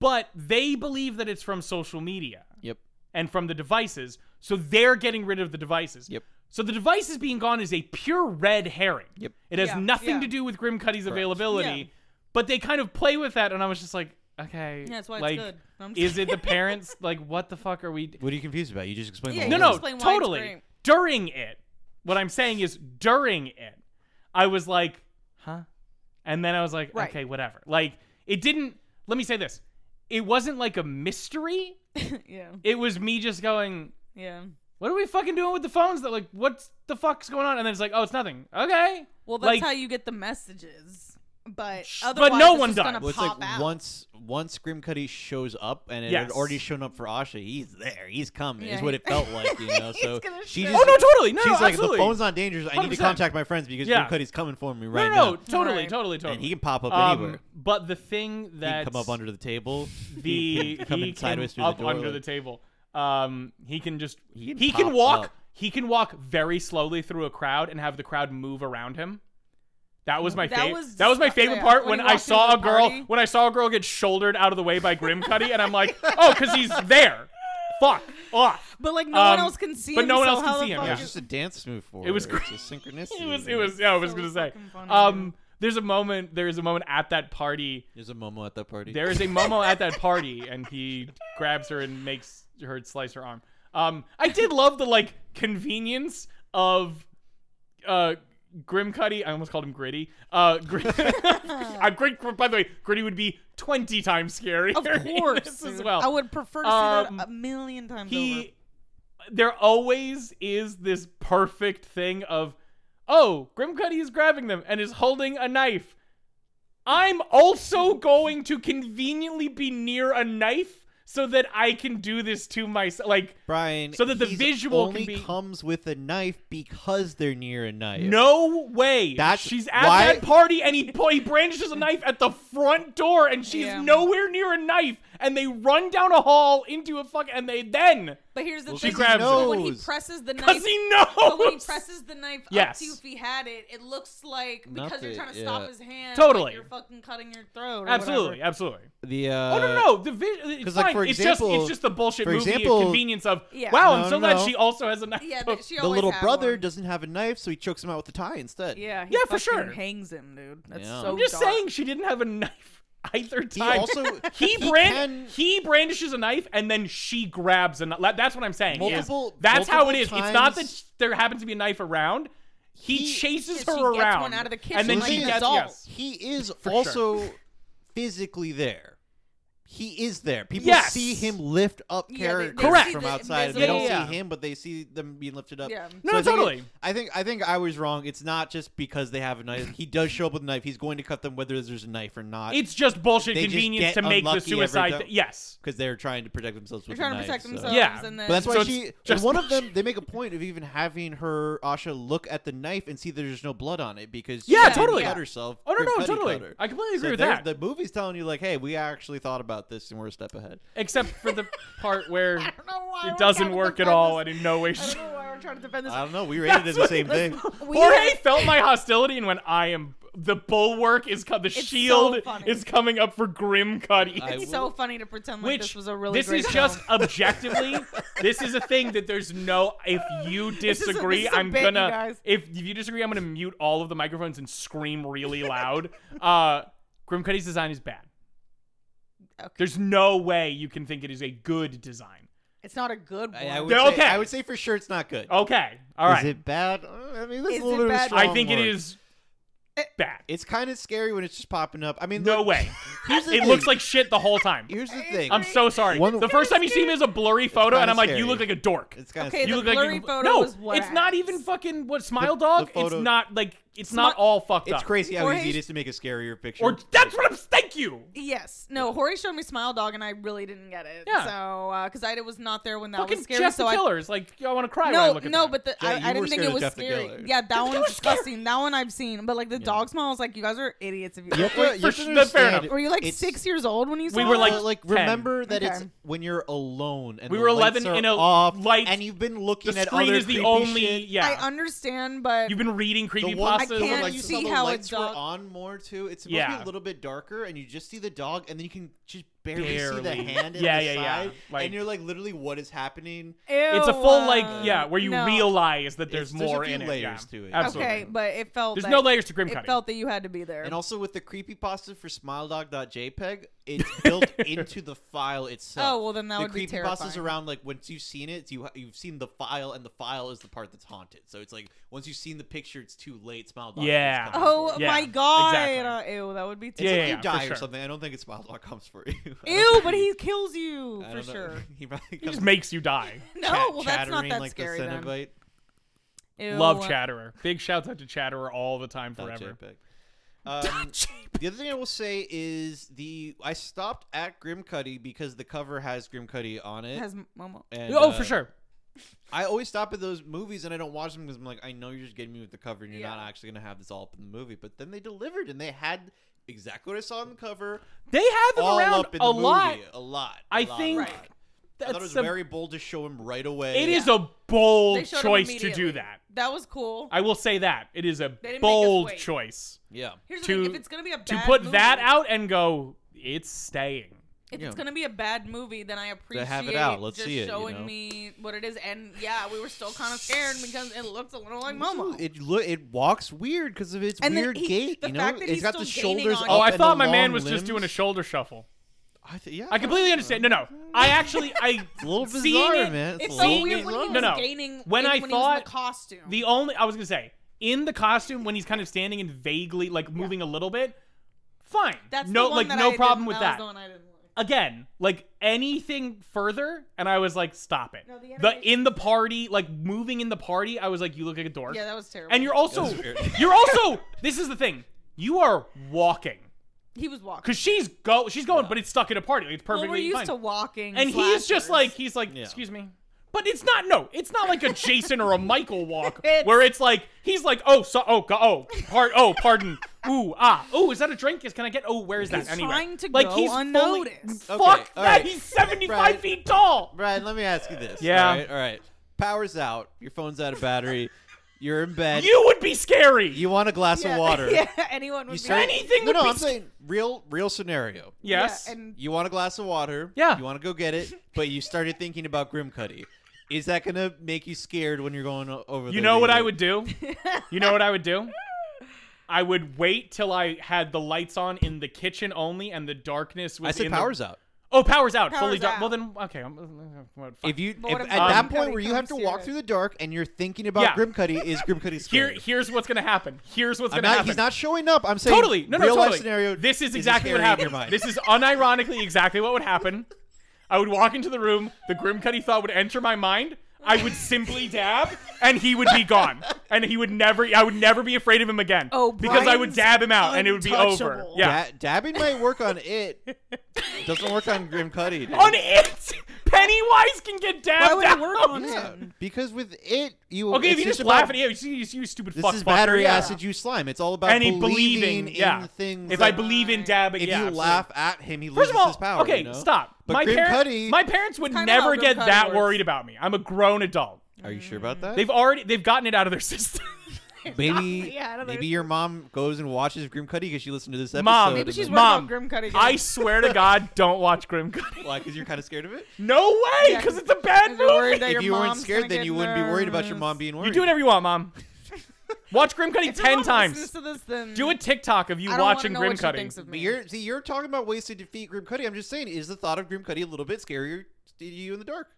[SPEAKER 1] but they believe that it's from social media
[SPEAKER 2] yep,
[SPEAKER 1] and from the devices. So they're getting rid of the devices.
[SPEAKER 2] Yep.
[SPEAKER 1] So the devices being gone is a pure red herring.
[SPEAKER 2] Yep.
[SPEAKER 1] It has
[SPEAKER 3] Yeah,
[SPEAKER 1] nothing
[SPEAKER 3] yeah.
[SPEAKER 1] to do with Grim Cuddy's availability.
[SPEAKER 3] Yeah.
[SPEAKER 1] But they kind of play with that, and I was just like, okay.
[SPEAKER 3] Yeah, that's why it's
[SPEAKER 1] like,
[SPEAKER 3] good. I'm just
[SPEAKER 1] [laughs] Is it the parents? like, what the fuck are we?
[SPEAKER 2] What are you confused about? You just explained.
[SPEAKER 3] Yeah,
[SPEAKER 2] the
[SPEAKER 1] No,
[SPEAKER 3] you
[SPEAKER 2] whole
[SPEAKER 1] no,
[SPEAKER 2] thing.
[SPEAKER 3] explain why it's
[SPEAKER 1] totally.
[SPEAKER 3] great.
[SPEAKER 1] During it, what I'm saying is during it, I was like, huh? And then I was like,
[SPEAKER 3] Right.
[SPEAKER 1] okay, whatever. Like It didn't. Let me say this. It wasn't like a mystery.
[SPEAKER 3] [laughs] yeah.
[SPEAKER 1] It was me just going,
[SPEAKER 3] Yeah.
[SPEAKER 1] "What are we fucking doing with the phones? That like, what's the fuck's going on?" And then it's like, "Oh, it's nothing." Okay.
[SPEAKER 3] Well, that's
[SPEAKER 1] Like-
[SPEAKER 3] how you get the messages. But
[SPEAKER 1] Sh- but
[SPEAKER 3] otherwise,
[SPEAKER 1] no
[SPEAKER 3] it's
[SPEAKER 1] one
[SPEAKER 3] just
[SPEAKER 1] died.
[SPEAKER 3] gonna
[SPEAKER 1] Well,
[SPEAKER 2] Well, it's
[SPEAKER 3] pop
[SPEAKER 2] like
[SPEAKER 3] out.
[SPEAKER 2] once once Grim Cuddy shows up and it
[SPEAKER 1] Yes.
[SPEAKER 2] had already shown up for Asha, he's there, he's coming.
[SPEAKER 3] Yeah,
[SPEAKER 2] is what
[SPEAKER 3] he-
[SPEAKER 2] it felt like,
[SPEAKER 3] [laughs]
[SPEAKER 2] you know.
[SPEAKER 3] He's
[SPEAKER 2] So
[SPEAKER 3] gonna
[SPEAKER 2] she
[SPEAKER 3] show
[SPEAKER 2] just
[SPEAKER 1] Oh no, totally. No, no,
[SPEAKER 2] she's like
[SPEAKER 1] absolutely.
[SPEAKER 2] the phone's not dangerous. I need to
[SPEAKER 1] 100%.
[SPEAKER 2] contact my friends because
[SPEAKER 1] Yeah.
[SPEAKER 2] Grim Cuddy's coming for me
[SPEAKER 1] no,
[SPEAKER 2] right
[SPEAKER 1] no,
[SPEAKER 2] now,
[SPEAKER 1] no, totally,
[SPEAKER 3] Right.
[SPEAKER 1] totally, totally.
[SPEAKER 2] and he can pop up
[SPEAKER 1] um,
[SPEAKER 2] anywhere.
[SPEAKER 1] but the thing
[SPEAKER 2] He
[SPEAKER 1] that
[SPEAKER 2] can come up under the table.
[SPEAKER 1] the
[SPEAKER 2] he can come
[SPEAKER 1] he
[SPEAKER 2] in sideways
[SPEAKER 1] can
[SPEAKER 2] through
[SPEAKER 1] up
[SPEAKER 2] the door.
[SPEAKER 1] under the table. Um, he can just
[SPEAKER 2] He
[SPEAKER 1] he
[SPEAKER 2] can
[SPEAKER 1] can,
[SPEAKER 2] pop
[SPEAKER 1] walk.
[SPEAKER 2] up.
[SPEAKER 1] He can walk very slowly through a crowd and have the crowd move around him. That was my
[SPEAKER 3] That
[SPEAKER 1] favorite.
[SPEAKER 3] was
[SPEAKER 1] That was my
[SPEAKER 3] disgusting.
[SPEAKER 1] favorite part
[SPEAKER 3] When
[SPEAKER 1] when,
[SPEAKER 3] he
[SPEAKER 1] I
[SPEAKER 3] walked into
[SPEAKER 1] saw
[SPEAKER 3] the
[SPEAKER 1] a girl
[SPEAKER 3] party.
[SPEAKER 1] when I saw a girl get shouldered out of the way by Grim Cuddy, and I'm
[SPEAKER 3] [laughs]
[SPEAKER 1] like, oh, because he's there. Fuck off.
[SPEAKER 3] But like no one
[SPEAKER 1] Um,
[SPEAKER 3] else can see
[SPEAKER 1] but
[SPEAKER 3] him.
[SPEAKER 1] no one
[SPEAKER 3] so
[SPEAKER 1] else can
[SPEAKER 3] how the
[SPEAKER 1] see him,
[SPEAKER 3] fuck
[SPEAKER 2] Yeah,
[SPEAKER 1] yeah.
[SPEAKER 2] it's
[SPEAKER 3] is-
[SPEAKER 2] just a dance move for
[SPEAKER 1] It was
[SPEAKER 2] her.
[SPEAKER 1] great.
[SPEAKER 2] It's a synchronicity.
[SPEAKER 1] [laughs] It was it
[SPEAKER 2] man.
[SPEAKER 1] was yeah. I was
[SPEAKER 3] So
[SPEAKER 1] gonna say.
[SPEAKER 3] fucking funny,
[SPEAKER 1] Um, there's a moment. There is a moment at that party.
[SPEAKER 2] There's a Momo at that party.
[SPEAKER 1] There is a Momo at that party, and he grabs her and makes her slice her arm. Um, I did love the like convenience of uh, Grim Cuddy. I almost called him Gritty. Uh,
[SPEAKER 3] [laughs]
[SPEAKER 1] Gr- [laughs] I'm great. By the way, Gritty would be twenty times scarier. [laughs]
[SPEAKER 3] Of
[SPEAKER 1] in
[SPEAKER 3] course,
[SPEAKER 1] this as
[SPEAKER 3] dude.
[SPEAKER 1] well.
[SPEAKER 3] I would prefer to see
[SPEAKER 1] Um,
[SPEAKER 3] that a million times over.
[SPEAKER 1] he. There always is this perfect thing of, oh, Grim Cuddy is grabbing them and is holding a knife. I'm
[SPEAKER 2] [laughs]
[SPEAKER 1] also going to conveniently be near a knife so that I can do this to myself. Like,
[SPEAKER 2] Brian.
[SPEAKER 1] So that the
[SPEAKER 2] he's
[SPEAKER 1] visual
[SPEAKER 2] only
[SPEAKER 1] can be-
[SPEAKER 2] comes with a knife because they're near a knife.
[SPEAKER 1] no way.
[SPEAKER 2] That's
[SPEAKER 1] she's at
[SPEAKER 2] why-
[SPEAKER 1] that party and he, he brandishes a knife at the front door and she's
[SPEAKER 3] Yeah.
[SPEAKER 1] nowhere near a knife and they run down a hall into a fuck and they then
[SPEAKER 3] But here's the
[SPEAKER 2] Well, she
[SPEAKER 3] thing:
[SPEAKER 1] grabs
[SPEAKER 3] so when he
[SPEAKER 2] it.
[SPEAKER 3] presses the
[SPEAKER 1] [laughs]
[SPEAKER 3] knife,
[SPEAKER 1] because he
[SPEAKER 3] but when he
[SPEAKER 1] knows
[SPEAKER 3] presses the knife
[SPEAKER 1] Yes.
[SPEAKER 3] up to you if he had it, it looks like because you're
[SPEAKER 2] Nothing,
[SPEAKER 3] trying to stop
[SPEAKER 2] yeah.
[SPEAKER 3] his hand,
[SPEAKER 1] Totally.
[SPEAKER 3] like you're fucking cutting your throat. Or
[SPEAKER 1] absolutely,
[SPEAKER 3] whatever.
[SPEAKER 1] absolutely.
[SPEAKER 2] The uh,
[SPEAKER 1] Oh no, no, no, the vi- it's
[SPEAKER 2] 'cause,
[SPEAKER 1] fine.
[SPEAKER 2] like, for
[SPEAKER 1] it's just
[SPEAKER 2] example-
[SPEAKER 1] it's just the bullshit
[SPEAKER 2] for
[SPEAKER 1] movie
[SPEAKER 2] example-
[SPEAKER 1] convenience of
[SPEAKER 3] Yeah.
[SPEAKER 1] wow. I'm
[SPEAKER 2] No,
[SPEAKER 1] so
[SPEAKER 2] no,
[SPEAKER 1] glad
[SPEAKER 2] no.
[SPEAKER 1] she also has a knife.
[SPEAKER 3] Yeah,
[SPEAKER 1] hook."
[SPEAKER 3] that she
[SPEAKER 2] The
[SPEAKER 3] always
[SPEAKER 2] little
[SPEAKER 3] had
[SPEAKER 2] brother
[SPEAKER 3] one.
[SPEAKER 2] doesn't have a knife, so he chokes him out with the tie instead.
[SPEAKER 3] Yeah, he
[SPEAKER 1] Yeah, for
[SPEAKER 3] fucking
[SPEAKER 1] sure.
[SPEAKER 3] Hangs him, dude. That's
[SPEAKER 2] Yeah.
[SPEAKER 3] so
[SPEAKER 1] I'm just
[SPEAKER 3] dark.
[SPEAKER 1] saying she didn't have a [laughs] knife either
[SPEAKER 2] He
[SPEAKER 1] time.
[SPEAKER 2] also
[SPEAKER 1] [laughs] he,
[SPEAKER 2] he
[SPEAKER 1] brand-
[SPEAKER 2] can-
[SPEAKER 1] he brandishes a knife and then she grabs a knife. That's what I'm saying. is
[SPEAKER 2] Multiple-
[SPEAKER 1] that's how it is.
[SPEAKER 2] multiple
[SPEAKER 1] It's not that
[SPEAKER 2] times-
[SPEAKER 1] there happens to be a knife around. He,
[SPEAKER 2] He-
[SPEAKER 1] chases
[SPEAKER 3] She
[SPEAKER 1] her
[SPEAKER 3] gets
[SPEAKER 1] around
[SPEAKER 3] one out of the kitchen
[SPEAKER 1] and then
[SPEAKER 2] like
[SPEAKER 1] she
[SPEAKER 2] an
[SPEAKER 1] gets
[SPEAKER 3] adult.
[SPEAKER 1] yes.
[SPEAKER 2] he is
[SPEAKER 1] For
[SPEAKER 2] also physically there. He is there. People
[SPEAKER 1] Yes.
[SPEAKER 2] see him lift up
[SPEAKER 3] Yeah, they-
[SPEAKER 2] characters
[SPEAKER 1] they Correct. see
[SPEAKER 2] from
[SPEAKER 3] the
[SPEAKER 2] outside. and
[SPEAKER 1] invisible-
[SPEAKER 2] they don't
[SPEAKER 1] Yeah, yeah,
[SPEAKER 2] see him, but they see them being lifted up.
[SPEAKER 3] Yeah.
[SPEAKER 1] No,
[SPEAKER 2] I think it-
[SPEAKER 1] totally.
[SPEAKER 2] I think I think I was wrong. It's not just because they have a knife. He does show up with a knife. He's going to cut them whether there's a knife or not.
[SPEAKER 1] It's just bullshit
[SPEAKER 2] They just
[SPEAKER 1] convenience
[SPEAKER 2] get
[SPEAKER 1] to make
[SPEAKER 2] unlucky
[SPEAKER 1] the
[SPEAKER 2] every
[SPEAKER 1] suicide.
[SPEAKER 2] time.
[SPEAKER 1] thi- yes.
[SPEAKER 2] because they're trying to protect themselves
[SPEAKER 3] They're
[SPEAKER 2] with
[SPEAKER 3] trying to
[SPEAKER 2] a knife,
[SPEAKER 3] protect
[SPEAKER 2] so-
[SPEAKER 3] themselves.
[SPEAKER 1] Yeah.
[SPEAKER 3] and then
[SPEAKER 2] But that's
[SPEAKER 1] So
[SPEAKER 2] why
[SPEAKER 1] it's
[SPEAKER 2] she.
[SPEAKER 1] just-
[SPEAKER 2] one of
[SPEAKER 1] [laughs]
[SPEAKER 2] them, they make a point of even having her Asha look at the knife and see there's no blood on it because she
[SPEAKER 1] Yeah,
[SPEAKER 2] didn't
[SPEAKER 1] totally.
[SPEAKER 2] cut herself.
[SPEAKER 1] Oh no,
[SPEAKER 2] Grim
[SPEAKER 1] no,
[SPEAKER 2] Cuddy
[SPEAKER 1] totally.
[SPEAKER 2] cut her.
[SPEAKER 1] I completely agree
[SPEAKER 2] So
[SPEAKER 1] with
[SPEAKER 2] they're-
[SPEAKER 1] that.
[SPEAKER 2] The movie's telling you like, hey, we actually thought about this and we're a step ahead.
[SPEAKER 1] [laughs] Except for
[SPEAKER 3] [laughs]
[SPEAKER 1] the part where
[SPEAKER 3] [laughs] I don't know why we're
[SPEAKER 1] it
[SPEAKER 3] trying
[SPEAKER 1] doesn't
[SPEAKER 3] to
[SPEAKER 1] work at
[SPEAKER 3] defend
[SPEAKER 1] all
[SPEAKER 3] This.
[SPEAKER 1] and in no way.
[SPEAKER 3] I don't know why we're trying to defend this.
[SPEAKER 2] I don't know. We rated it the same thing.
[SPEAKER 3] [laughs] We
[SPEAKER 1] Jorge
[SPEAKER 3] had-
[SPEAKER 1] felt my hostility and when I am the bulwark is co- the
[SPEAKER 3] so
[SPEAKER 1] shield
[SPEAKER 3] funny.
[SPEAKER 1] is coming up for Grim Cuddy.
[SPEAKER 2] I-
[SPEAKER 3] it's so funny to pretend like
[SPEAKER 1] which
[SPEAKER 3] this was a really
[SPEAKER 1] this
[SPEAKER 3] great
[SPEAKER 1] is just [laughs]
[SPEAKER 3] [laughs] film.
[SPEAKER 1] objectively this is a thing that there's no if you
[SPEAKER 3] is a-
[SPEAKER 1] disagree
[SPEAKER 3] this is a
[SPEAKER 1] i'm
[SPEAKER 3] bit, you
[SPEAKER 1] gonna
[SPEAKER 3] guys.
[SPEAKER 1] if, if you disagree i'm gonna mute all of the microphones and scream really loud uh grim cuddy's design is bad
[SPEAKER 3] Okay.
[SPEAKER 1] there's no way you can think it is a good design
[SPEAKER 3] It's not a good one.
[SPEAKER 2] I, I would
[SPEAKER 1] They're
[SPEAKER 2] say,
[SPEAKER 1] okay.
[SPEAKER 2] I would say for sure it's not good.
[SPEAKER 1] okay all right
[SPEAKER 2] Is it bad? Uh, I mean, that's
[SPEAKER 3] Is
[SPEAKER 2] a
[SPEAKER 3] it
[SPEAKER 2] little bit of a
[SPEAKER 3] bad?
[SPEAKER 1] i
[SPEAKER 2] strong
[SPEAKER 1] think it
[SPEAKER 2] word.
[SPEAKER 1] is bad
[SPEAKER 2] It's kind of scary when it's just popping up. I mean,
[SPEAKER 1] no
[SPEAKER 2] look,
[SPEAKER 1] way
[SPEAKER 2] [laughs] Here's the
[SPEAKER 1] it
[SPEAKER 2] thing.
[SPEAKER 1] looks like shit the whole time [laughs]
[SPEAKER 2] Here's the thing.
[SPEAKER 1] i'm so sorry
[SPEAKER 2] One-
[SPEAKER 1] the first time you see him is a blurry photo and
[SPEAKER 2] kinda
[SPEAKER 1] i'm like you
[SPEAKER 2] scary.
[SPEAKER 1] look like a dork
[SPEAKER 2] It's kind of
[SPEAKER 3] Okay,
[SPEAKER 1] you
[SPEAKER 3] the
[SPEAKER 1] look like
[SPEAKER 3] blurry
[SPEAKER 1] a,
[SPEAKER 3] photo
[SPEAKER 1] no,
[SPEAKER 3] was
[SPEAKER 1] it's not
[SPEAKER 3] wax.
[SPEAKER 1] even fucking what smile
[SPEAKER 2] the
[SPEAKER 1] dog. it's
[SPEAKER 2] photo-
[SPEAKER 1] not like it's not all fucked
[SPEAKER 2] It's
[SPEAKER 1] up.
[SPEAKER 2] crazy how
[SPEAKER 3] Or
[SPEAKER 2] easy
[SPEAKER 3] he's-
[SPEAKER 2] it is to make a scarier picture.
[SPEAKER 1] Or that's what I'm. Thank you.
[SPEAKER 3] Yes. No, Hori showed me Smile Dog, and I really didn't get it.
[SPEAKER 1] Yeah.
[SPEAKER 3] So, because I was not there when that
[SPEAKER 1] Fucking
[SPEAKER 3] was scary.
[SPEAKER 1] Jeff
[SPEAKER 3] so
[SPEAKER 1] the
[SPEAKER 3] I
[SPEAKER 1] Killer's. Like I want to cry. when I
[SPEAKER 3] no,
[SPEAKER 1] look at
[SPEAKER 3] no,
[SPEAKER 1] that.
[SPEAKER 3] but the,
[SPEAKER 2] Yeah, you
[SPEAKER 3] I, I
[SPEAKER 2] were
[SPEAKER 3] didn't think
[SPEAKER 2] scared
[SPEAKER 3] it
[SPEAKER 2] of
[SPEAKER 3] was
[SPEAKER 2] Jeff the
[SPEAKER 3] scary.
[SPEAKER 2] Killer.
[SPEAKER 3] Yeah, that one's
[SPEAKER 1] Killer's scary.
[SPEAKER 3] disgusting. That one I've seen, but like the dog smile, I was like, you guys are idiots if you.
[SPEAKER 2] You have to-
[SPEAKER 3] Wait,
[SPEAKER 2] you
[SPEAKER 1] for
[SPEAKER 2] have to
[SPEAKER 1] sure- no, fair
[SPEAKER 2] understand
[SPEAKER 1] enough.
[SPEAKER 3] were you like
[SPEAKER 2] it's-
[SPEAKER 3] six years old when you saw?
[SPEAKER 1] We were,
[SPEAKER 3] that?
[SPEAKER 1] like,
[SPEAKER 2] Uh, like
[SPEAKER 1] 10.
[SPEAKER 2] remember that it's
[SPEAKER 3] Okay.
[SPEAKER 2] when you're alone and
[SPEAKER 1] We
[SPEAKER 2] the
[SPEAKER 1] were
[SPEAKER 2] lights
[SPEAKER 1] 11
[SPEAKER 2] are
[SPEAKER 1] in a
[SPEAKER 2] off
[SPEAKER 1] light.
[SPEAKER 2] and you've been looking
[SPEAKER 1] the
[SPEAKER 2] at
[SPEAKER 1] screen
[SPEAKER 2] other
[SPEAKER 1] is the
[SPEAKER 2] creepy
[SPEAKER 1] only.
[SPEAKER 2] shit.
[SPEAKER 1] Yeah,
[SPEAKER 3] I understand, but
[SPEAKER 1] you've been reading creepy
[SPEAKER 2] The one,
[SPEAKER 1] pastas.
[SPEAKER 3] I can't
[SPEAKER 1] like,
[SPEAKER 2] you
[SPEAKER 3] see
[SPEAKER 2] saw the
[SPEAKER 3] how
[SPEAKER 2] lights
[SPEAKER 3] it's
[SPEAKER 2] were
[SPEAKER 3] dark.
[SPEAKER 2] on more too. It's supposed to
[SPEAKER 1] Yeah.
[SPEAKER 2] be a little bit darker, and you just see the dog, and then you can just barely, see the
[SPEAKER 1] Barely.
[SPEAKER 2] hand in
[SPEAKER 1] Yeah,
[SPEAKER 2] the
[SPEAKER 1] yeah, yeah.
[SPEAKER 2] side,
[SPEAKER 1] Like-
[SPEAKER 2] and you're like, literally, what is happening?
[SPEAKER 1] It's a full like yeah, where you
[SPEAKER 3] uh, no.
[SPEAKER 1] realize that there's
[SPEAKER 2] It's- there's a
[SPEAKER 1] more
[SPEAKER 2] few
[SPEAKER 1] in it. yeah.
[SPEAKER 2] layers to it.
[SPEAKER 1] Absolutely.
[SPEAKER 3] Okay, but it felt
[SPEAKER 1] There's
[SPEAKER 3] that-
[SPEAKER 1] no layers to Grim
[SPEAKER 3] It
[SPEAKER 1] Cutting.
[SPEAKER 3] felt that you had to be there.
[SPEAKER 2] And also with the creepypasta for smiledog.jpg, E it's
[SPEAKER 3] [laughs]
[SPEAKER 2] built into the file itself.
[SPEAKER 3] Oh, well, then that
[SPEAKER 2] the
[SPEAKER 3] would be
[SPEAKER 2] creepypasta's
[SPEAKER 3] terrifying.
[SPEAKER 2] around like once you've seen it, you ha- you've seen the file and the file is the part that's haunted. So it's like once you've seen the picture, it's too late. Smiledog. is
[SPEAKER 1] Yeah.
[SPEAKER 2] coming
[SPEAKER 3] oh
[SPEAKER 2] for you.
[SPEAKER 1] Yeah,
[SPEAKER 3] my god!
[SPEAKER 1] exactly.
[SPEAKER 3] Uh, ew, that would be
[SPEAKER 1] Yeah,
[SPEAKER 2] It's
[SPEAKER 3] terrible.
[SPEAKER 1] yeah,
[SPEAKER 2] like you
[SPEAKER 1] for
[SPEAKER 2] die
[SPEAKER 1] sure.
[SPEAKER 2] or something. I don't think it's smiledog comes for you. [laughs] I don't
[SPEAKER 3] Ew,
[SPEAKER 2] think
[SPEAKER 3] but
[SPEAKER 2] he-
[SPEAKER 3] he kills
[SPEAKER 2] I
[SPEAKER 3] you for
[SPEAKER 2] don't
[SPEAKER 1] [laughs]
[SPEAKER 2] know.
[SPEAKER 3] sure.
[SPEAKER 2] [laughs] he probably
[SPEAKER 1] He
[SPEAKER 2] comes
[SPEAKER 1] just makes you
[SPEAKER 3] [laughs]
[SPEAKER 1] die.
[SPEAKER 3] No,
[SPEAKER 2] chat-
[SPEAKER 3] well, that's not
[SPEAKER 2] chattering
[SPEAKER 3] that
[SPEAKER 2] like
[SPEAKER 3] scary
[SPEAKER 2] the
[SPEAKER 3] then.
[SPEAKER 2] Cenobite.
[SPEAKER 3] Ew.
[SPEAKER 1] Love Chatterer. Big shouts out to Chatterer all the time
[SPEAKER 2] Dot
[SPEAKER 1] forever.
[SPEAKER 3] [laughs]
[SPEAKER 2] JPEG. E Um,
[SPEAKER 3] E
[SPEAKER 2] the other thing I will say is the I stopped at Grim Cuddy because the cover has Grim Cuddy on it.
[SPEAKER 3] Has Momo.
[SPEAKER 2] and,
[SPEAKER 1] Oh,
[SPEAKER 2] uh,
[SPEAKER 1] for sure.
[SPEAKER 2] I always stop at those movies and I don't watch them because I'm like, I know you're just getting me with the cover and you're
[SPEAKER 3] Yeah.
[SPEAKER 2] not actually gonna have this all up in the movie. But then they delivered and they had exactly what I saw on the cover
[SPEAKER 1] They have him
[SPEAKER 2] all
[SPEAKER 1] around
[SPEAKER 2] up in
[SPEAKER 1] a
[SPEAKER 2] the
[SPEAKER 1] lot.
[SPEAKER 2] movie, a lot. a
[SPEAKER 1] I
[SPEAKER 2] lot, a
[SPEAKER 1] think
[SPEAKER 2] lot. I
[SPEAKER 1] That's
[SPEAKER 2] thought it was
[SPEAKER 1] a,
[SPEAKER 2] very bold to show him right away.
[SPEAKER 1] it is
[SPEAKER 3] Yeah.
[SPEAKER 1] a bold
[SPEAKER 3] showed him
[SPEAKER 1] choice to do
[SPEAKER 3] immediately.
[SPEAKER 1] that.
[SPEAKER 3] That was cool.
[SPEAKER 1] I will say that. It is a
[SPEAKER 3] didn't make us
[SPEAKER 1] bold
[SPEAKER 3] wait.
[SPEAKER 1] choice
[SPEAKER 2] yeah.
[SPEAKER 3] Here's the
[SPEAKER 1] to-
[SPEAKER 3] thing: if it's gonna be a bad
[SPEAKER 1] to put
[SPEAKER 3] movie,
[SPEAKER 1] that out and go, it's staying.
[SPEAKER 3] if
[SPEAKER 2] Yeah.
[SPEAKER 3] it's gonna be a bad movie, then I appreciate
[SPEAKER 2] have it out. Let's
[SPEAKER 3] just
[SPEAKER 2] see it, you
[SPEAKER 3] showing
[SPEAKER 2] know?
[SPEAKER 3] me what it is. And yeah, we were still kind of scared because it looks a little like Momo.
[SPEAKER 2] It look it walks weird because of its
[SPEAKER 3] And then
[SPEAKER 2] weird
[SPEAKER 3] he-
[SPEAKER 2] gait.
[SPEAKER 3] the
[SPEAKER 2] you know,
[SPEAKER 3] fact that
[SPEAKER 2] it's
[SPEAKER 3] he's
[SPEAKER 2] got the
[SPEAKER 3] still gaining
[SPEAKER 2] shoulders.
[SPEAKER 3] on
[SPEAKER 2] Up
[SPEAKER 3] it.
[SPEAKER 1] Oh, I
[SPEAKER 2] and
[SPEAKER 1] thought
[SPEAKER 2] the
[SPEAKER 1] my man
[SPEAKER 2] long
[SPEAKER 1] was just doing a
[SPEAKER 2] limbs.
[SPEAKER 1] shoulder shuffle.
[SPEAKER 2] I th- yeah,
[SPEAKER 1] I completely understand. No, no. I actually,
[SPEAKER 3] [laughs]
[SPEAKER 1] I
[SPEAKER 2] A little
[SPEAKER 1] seeing
[SPEAKER 2] bizarre,
[SPEAKER 1] it-
[SPEAKER 2] man.
[SPEAKER 3] It's
[SPEAKER 2] a
[SPEAKER 3] so
[SPEAKER 2] little
[SPEAKER 3] weird when he
[SPEAKER 2] bizarre.
[SPEAKER 3] was
[SPEAKER 1] No, no.
[SPEAKER 3] gaining
[SPEAKER 1] When
[SPEAKER 3] in-
[SPEAKER 1] I
[SPEAKER 3] he was in
[SPEAKER 1] thought
[SPEAKER 3] the costume.
[SPEAKER 1] The only I was gonna say in the costume when he's kind of standing and vaguely like moving a little bit, fine.
[SPEAKER 3] That's
[SPEAKER 1] no,
[SPEAKER 3] the one
[SPEAKER 1] like
[SPEAKER 3] that
[SPEAKER 1] no
[SPEAKER 3] I
[SPEAKER 1] problem
[SPEAKER 3] didn't-
[SPEAKER 1] with that.
[SPEAKER 3] that. was the one I didn't like.
[SPEAKER 1] Again, like anything further, and I was like, stop it.
[SPEAKER 3] No, the
[SPEAKER 1] the
[SPEAKER 3] animation-
[SPEAKER 1] in the party, like moving in the party, I was like, you look like a dork.
[SPEAKER 3] Yeah, that was terrible.
[SPEAKER 1] and you're also,
[SPEAKER 2] That's weird.
[SPEAKER 1] [laughs] you're also. This is the thing. You are walking
[SPEAKER 3] he was walking.
[SPEAKER 1] because she's go, she's going, but it's stuck in a party. Like, it's
[SPEAKER 3] Well,
[SPEAKER 1] perfectly
[SPEAKER 3] we're used
[SPEAKER 1] fine
[SPEAKER 3] to walking.
[SPEAKER 1] and he's just
[SPEAKER 3] slashers.
[SPEAKER 1] like he's like
[SPEAKER 2] Yeah.
[SPEAKER 1] excuse me but it's not no it's not like a jason or a
[SPEAKER 3] [laughs]
[SPEAKER 1] michael walk
[SPEAKER 3] It's-
[SPEAKER 1] where it's like he's like oh so oh go, oh part oh pardon ooh ah ooh is that a drink is can i get oh where is that
[SPEAKER 3] He's
[SPEAKER 1] anyway
[SPEAKER 3] trying to
[SPEAKER 1] like
[SPEAKER 3] go
[SPEAKER 1] he's
[SPEAKER 3] unnoticed.
[SPEAKER 1] fully,
[SPEAKER 2] Okay,
[SPEAKER 1] fuck
[SPEAKER 2] all
[SPEAKER 1] that
[SPEAKER 2] right.
[SPEAKER 1] he's 75
[SPEAKER 2] Right.
[SPEAKER 1] feet tall
[SPEAKER 2] Brian, let me ask you this.
[SPEAKER 1] Yeah.
[SPEAKER 2] All right, all right. Power's out. Your phone's out of battery. You're in bed.
[SPEAKER 1] you would be scary
[SPEAKER 2] You want a glass
[SPEAKER 3] yeah,
[SPEAKER 2] of water.
[SPEAKER 3] [laughs] Yeah, anyone would
[SPEAKER 2] You
[SPEAKER 3] be.
[SPEAKER 2] start,
[SPEAKER 1] Anything
[SPEAKER 2] No,
[SPEAKER 1] would
[SPEAKER 2] no.
[SPEAKER 1] be
[SPEAKER 2] I'm
[SPEAKER 1] sc-
[SPEAKER 2] saying real, real scenario.
[SPEAKER 3] Yeah,
[SPEAKER 1] yes
[SPEAKER 3] and [laughs]
[SPEAKER 2] You want a glass of water.
[SPEAKER 1] Yeah.
[SPEAKER 2] You want to go get it, but you started thinking about Grim Cuddy. Is that gonna make you scared when you're going o- over?
[SPEAKER 1] you
[SPEAKER 2] there
[SPEAKER 1] know
[SPEAKER 2] to
[SPEAKER 1] what
[SPEAKER 2] eat
[SPEAKER 1] i
[SPEAKER 2] it?
[SPEAKER 1] would
[SPEAKER 3] [laughs]
[SPEAKER 1] do you know what i would do I would wait till I had the lights on in the kitchen only, and the darkness was.
[SPEAKER 2] I said
[SPEAKER 1] in the-
[SPEAKER 2] powers out.
[SPEAKER 1] Oh, powers out, fully
[SPEAKER 3] Power's
[SPEAKER 1] dark.
[SPEAKER 3] out.
[SPEAKER 1] Well, then okay. I'm, I'm- I'm- fine.
[SPEAKER 2] If you
[SPEAKER 3] But what
[SPEAKER 2] if-
[SPEAKER 3] if
[SPEAKER 2] at
[SPEAKER 1] Grim
[SPEAKER 2] that point
[SPEAKER 3] Cuddy
[SPEAKER 2] where you have to
[SPEAKER 3] comes
[SPEAKER 2] walk
[SPEAKER 3] here?
[SPEAKER 2] through the dark and you're thinking about
[SPEAKER 1] Yeah.
[SPEAKER 2] Grim Cuddy, is Grim Cuddy
[SPEAKER 1] Here,
[SPEAKER 2] scared?
[SPEAKER 1] here's what's gonna happen. Here's what's
[SPEAKER 2] I'm
[SPEAKER 1] gonna
[SPEAKER 2] not,
[SPEAKER 1] happen.
[SPEAKER 2] he's not showing up. I'm saying
[SPEAKER 1] totally no no
[SPEAKER 2] real
[SPEAKER 1] totally.
[SPEAKER 2] life scenario.
[SPEAKER 1] This is
[SPEAKER 2] it
[SPEAKER 1] exactly what
[SPEAKER 2] scary in your
[SPEAKER 1] happened.
[SPEAKER 2] mind?
[SPEAKER 1] This is unironically exactly what would happen. I would walk into the room. The grim cutty thought would enter my mind. I would simply dab, and he would be gone, and he would never. I would never be afraid of him again.
[SPEAKER 3] Oh,
[SPEAKER 1] because I would
[SPEAKER 3] Brian's
[SPEAKER 1] dab him out, and it would be over.
[SPEAKER 3] untouchable.
[SPEAKER 1] Yeah,
[SPEAKER 2] Da- dabbing might work on it. Doesn't work on Grim Cuddy. dude.
[SPEAKER 1] on it. Pennywise can get
[SPEAKER 3] why
[SPEAKER 1] dabbed
[SPEAKER 3] would it
[SPEAKER 1] out.
[SPEAKER 3] work on
[SPEAKER 2] Yeah,
[SPEAKER 3] him?
[SPEAKER 2] because with it, you
[SPEAKER 1] [laughs] Okay, if
[SPEAKER 2] it's
[SPEAKER 1] you just
[SPEAKER 2] about-
[SPEAKER 1] laugh at him, you, see- you, see you stupid
[SPEAKER 2] This
[SPEAKER 1] fuck
[SPEAKER 2] is
[SPEAKER 1] fucker.
[SPEAKER 2] battery
[SPEAKER 1] Yeah.
[SPEAKER 2] acid, you slime. It's all about
[SPEAKER 1] And he
[SPEAKER 2] believing
[SPEAKER 1] believing,
[SPEAKER 2] in
[SPEAKER 1] yeah.
[SPEAKER 2] things.
[SPEAKER 1] If I
[SPEAKER 2] that-
[SPEAKER 1] believe in dab,
[SPEAKER 2] if
[SPEAKER 1] yeah,
[SPEAKER 2] you
[SPEAKER 1] absolutely.
[SPEAKER 2] laugh at him, he
[SPEAKER 1] First
[SPEAKER 2] loses
[SPEAKER 1] of all,
[SPEAKER 2] his power.
[SPEAKER 1] okay,
[SPEAKER 2] you know?
[SPEAKER 1] stop.
[SPEAKER 2] But
[SPEAKER 1] my,
[SPEAKER 2] Grim
[SPEAKER 1] parent-
[SPEAKER 2] Cuddy,
[SPEAKER 1] my parents would
[SPEAKER 3] Kinda how
[SPEAKER 1] never
[SPEAKER 3] Grim
[SPEAKER 1] get
[SPEAKER 3] Cuddy
[SPEAKER 1] that
[SPEAKER 3] works.
[SPEAKER 1] worried about me. I'm a grown adult.
[SPEAKER 2] are you sure about that?
[SPEAKER 1] They've already they've gotten it out of their [laughs] system.
[SPEAKER 2] [laughs]
[SPEAKER 1] [laughs]
[SPEAKER 2] maybe,
[SPEAKER 3] Yeah, I don't know.
[SPEAKER 2] maybe your mom goes and watches Grim Cuddy because she listened to this episode.
[SPEAKER 1] Mom,
[SPEAKER 3] Maybe
[SPEAKER 2] and
[SPEAKER 3] she's
[SPEAKER 1] [laughs]
[SPEAKER 2] then-
[SPEAKER 1] Mom,
[SPEAKER 3] worried about Grim Cuddy.
[SPEAKER 1] I swear to God, don't watch Grim Cuddy.
[SPEAKER 2] why? Because you're kind of scared of it.
[SPEAKER 1] [laughs] No way,
[SPEAKER 3] Yeah,
[SPEAKER 1] because it's a bad
[SPEAKER 3] you're
[SPEAKER 1] movie.
[SPEAKER 3] worried that
[SPEAKER 2] if
[SPEAKER 3] your
[SPEAKER 2] you weren't
[SPEAKER 3] mom's
[SPEAKER 2] scared,
[SPEAKER 3] gonna
[SPEAKER 2] then
[SPEAKER 3] get
[SPEAKER 2] you wouldn't be worried about your
[SPEAKER 3] nervous.
[SPEAKER 2] mom being worried.
[SPEAKER 1] You do whatever you want,
[SPEAKER 3] [laughs]
[SPEAKER 1] Mom. Watch Grim Cutty
[SPEAKER 3] If your
[SPEAKER 1] ten
[SPEAKER 3] mom listens
[SPEAKER 1] times.
[SPEAKER 3] To this, then
[SPEAKER 1] Do a TikTok of you
[SPEAKER 3] I don't wanna
[SPEAKER 1] watching
[SPEAKER 3] know
[SPEAKER 1] Grim
[SPEAKER 3] what she
[SPEAKER 1] Cutty.
[SPEAKER 3] thinks of
[SPEAKER 2] But
[SPEAKER 3] me. [laughs]
[SPEAKER 2] you're see, you're talking about ways to defeat Grim Cuddy. I'm just saying, is the thought of Grim Cuddy a little bit scarier to you in the dark?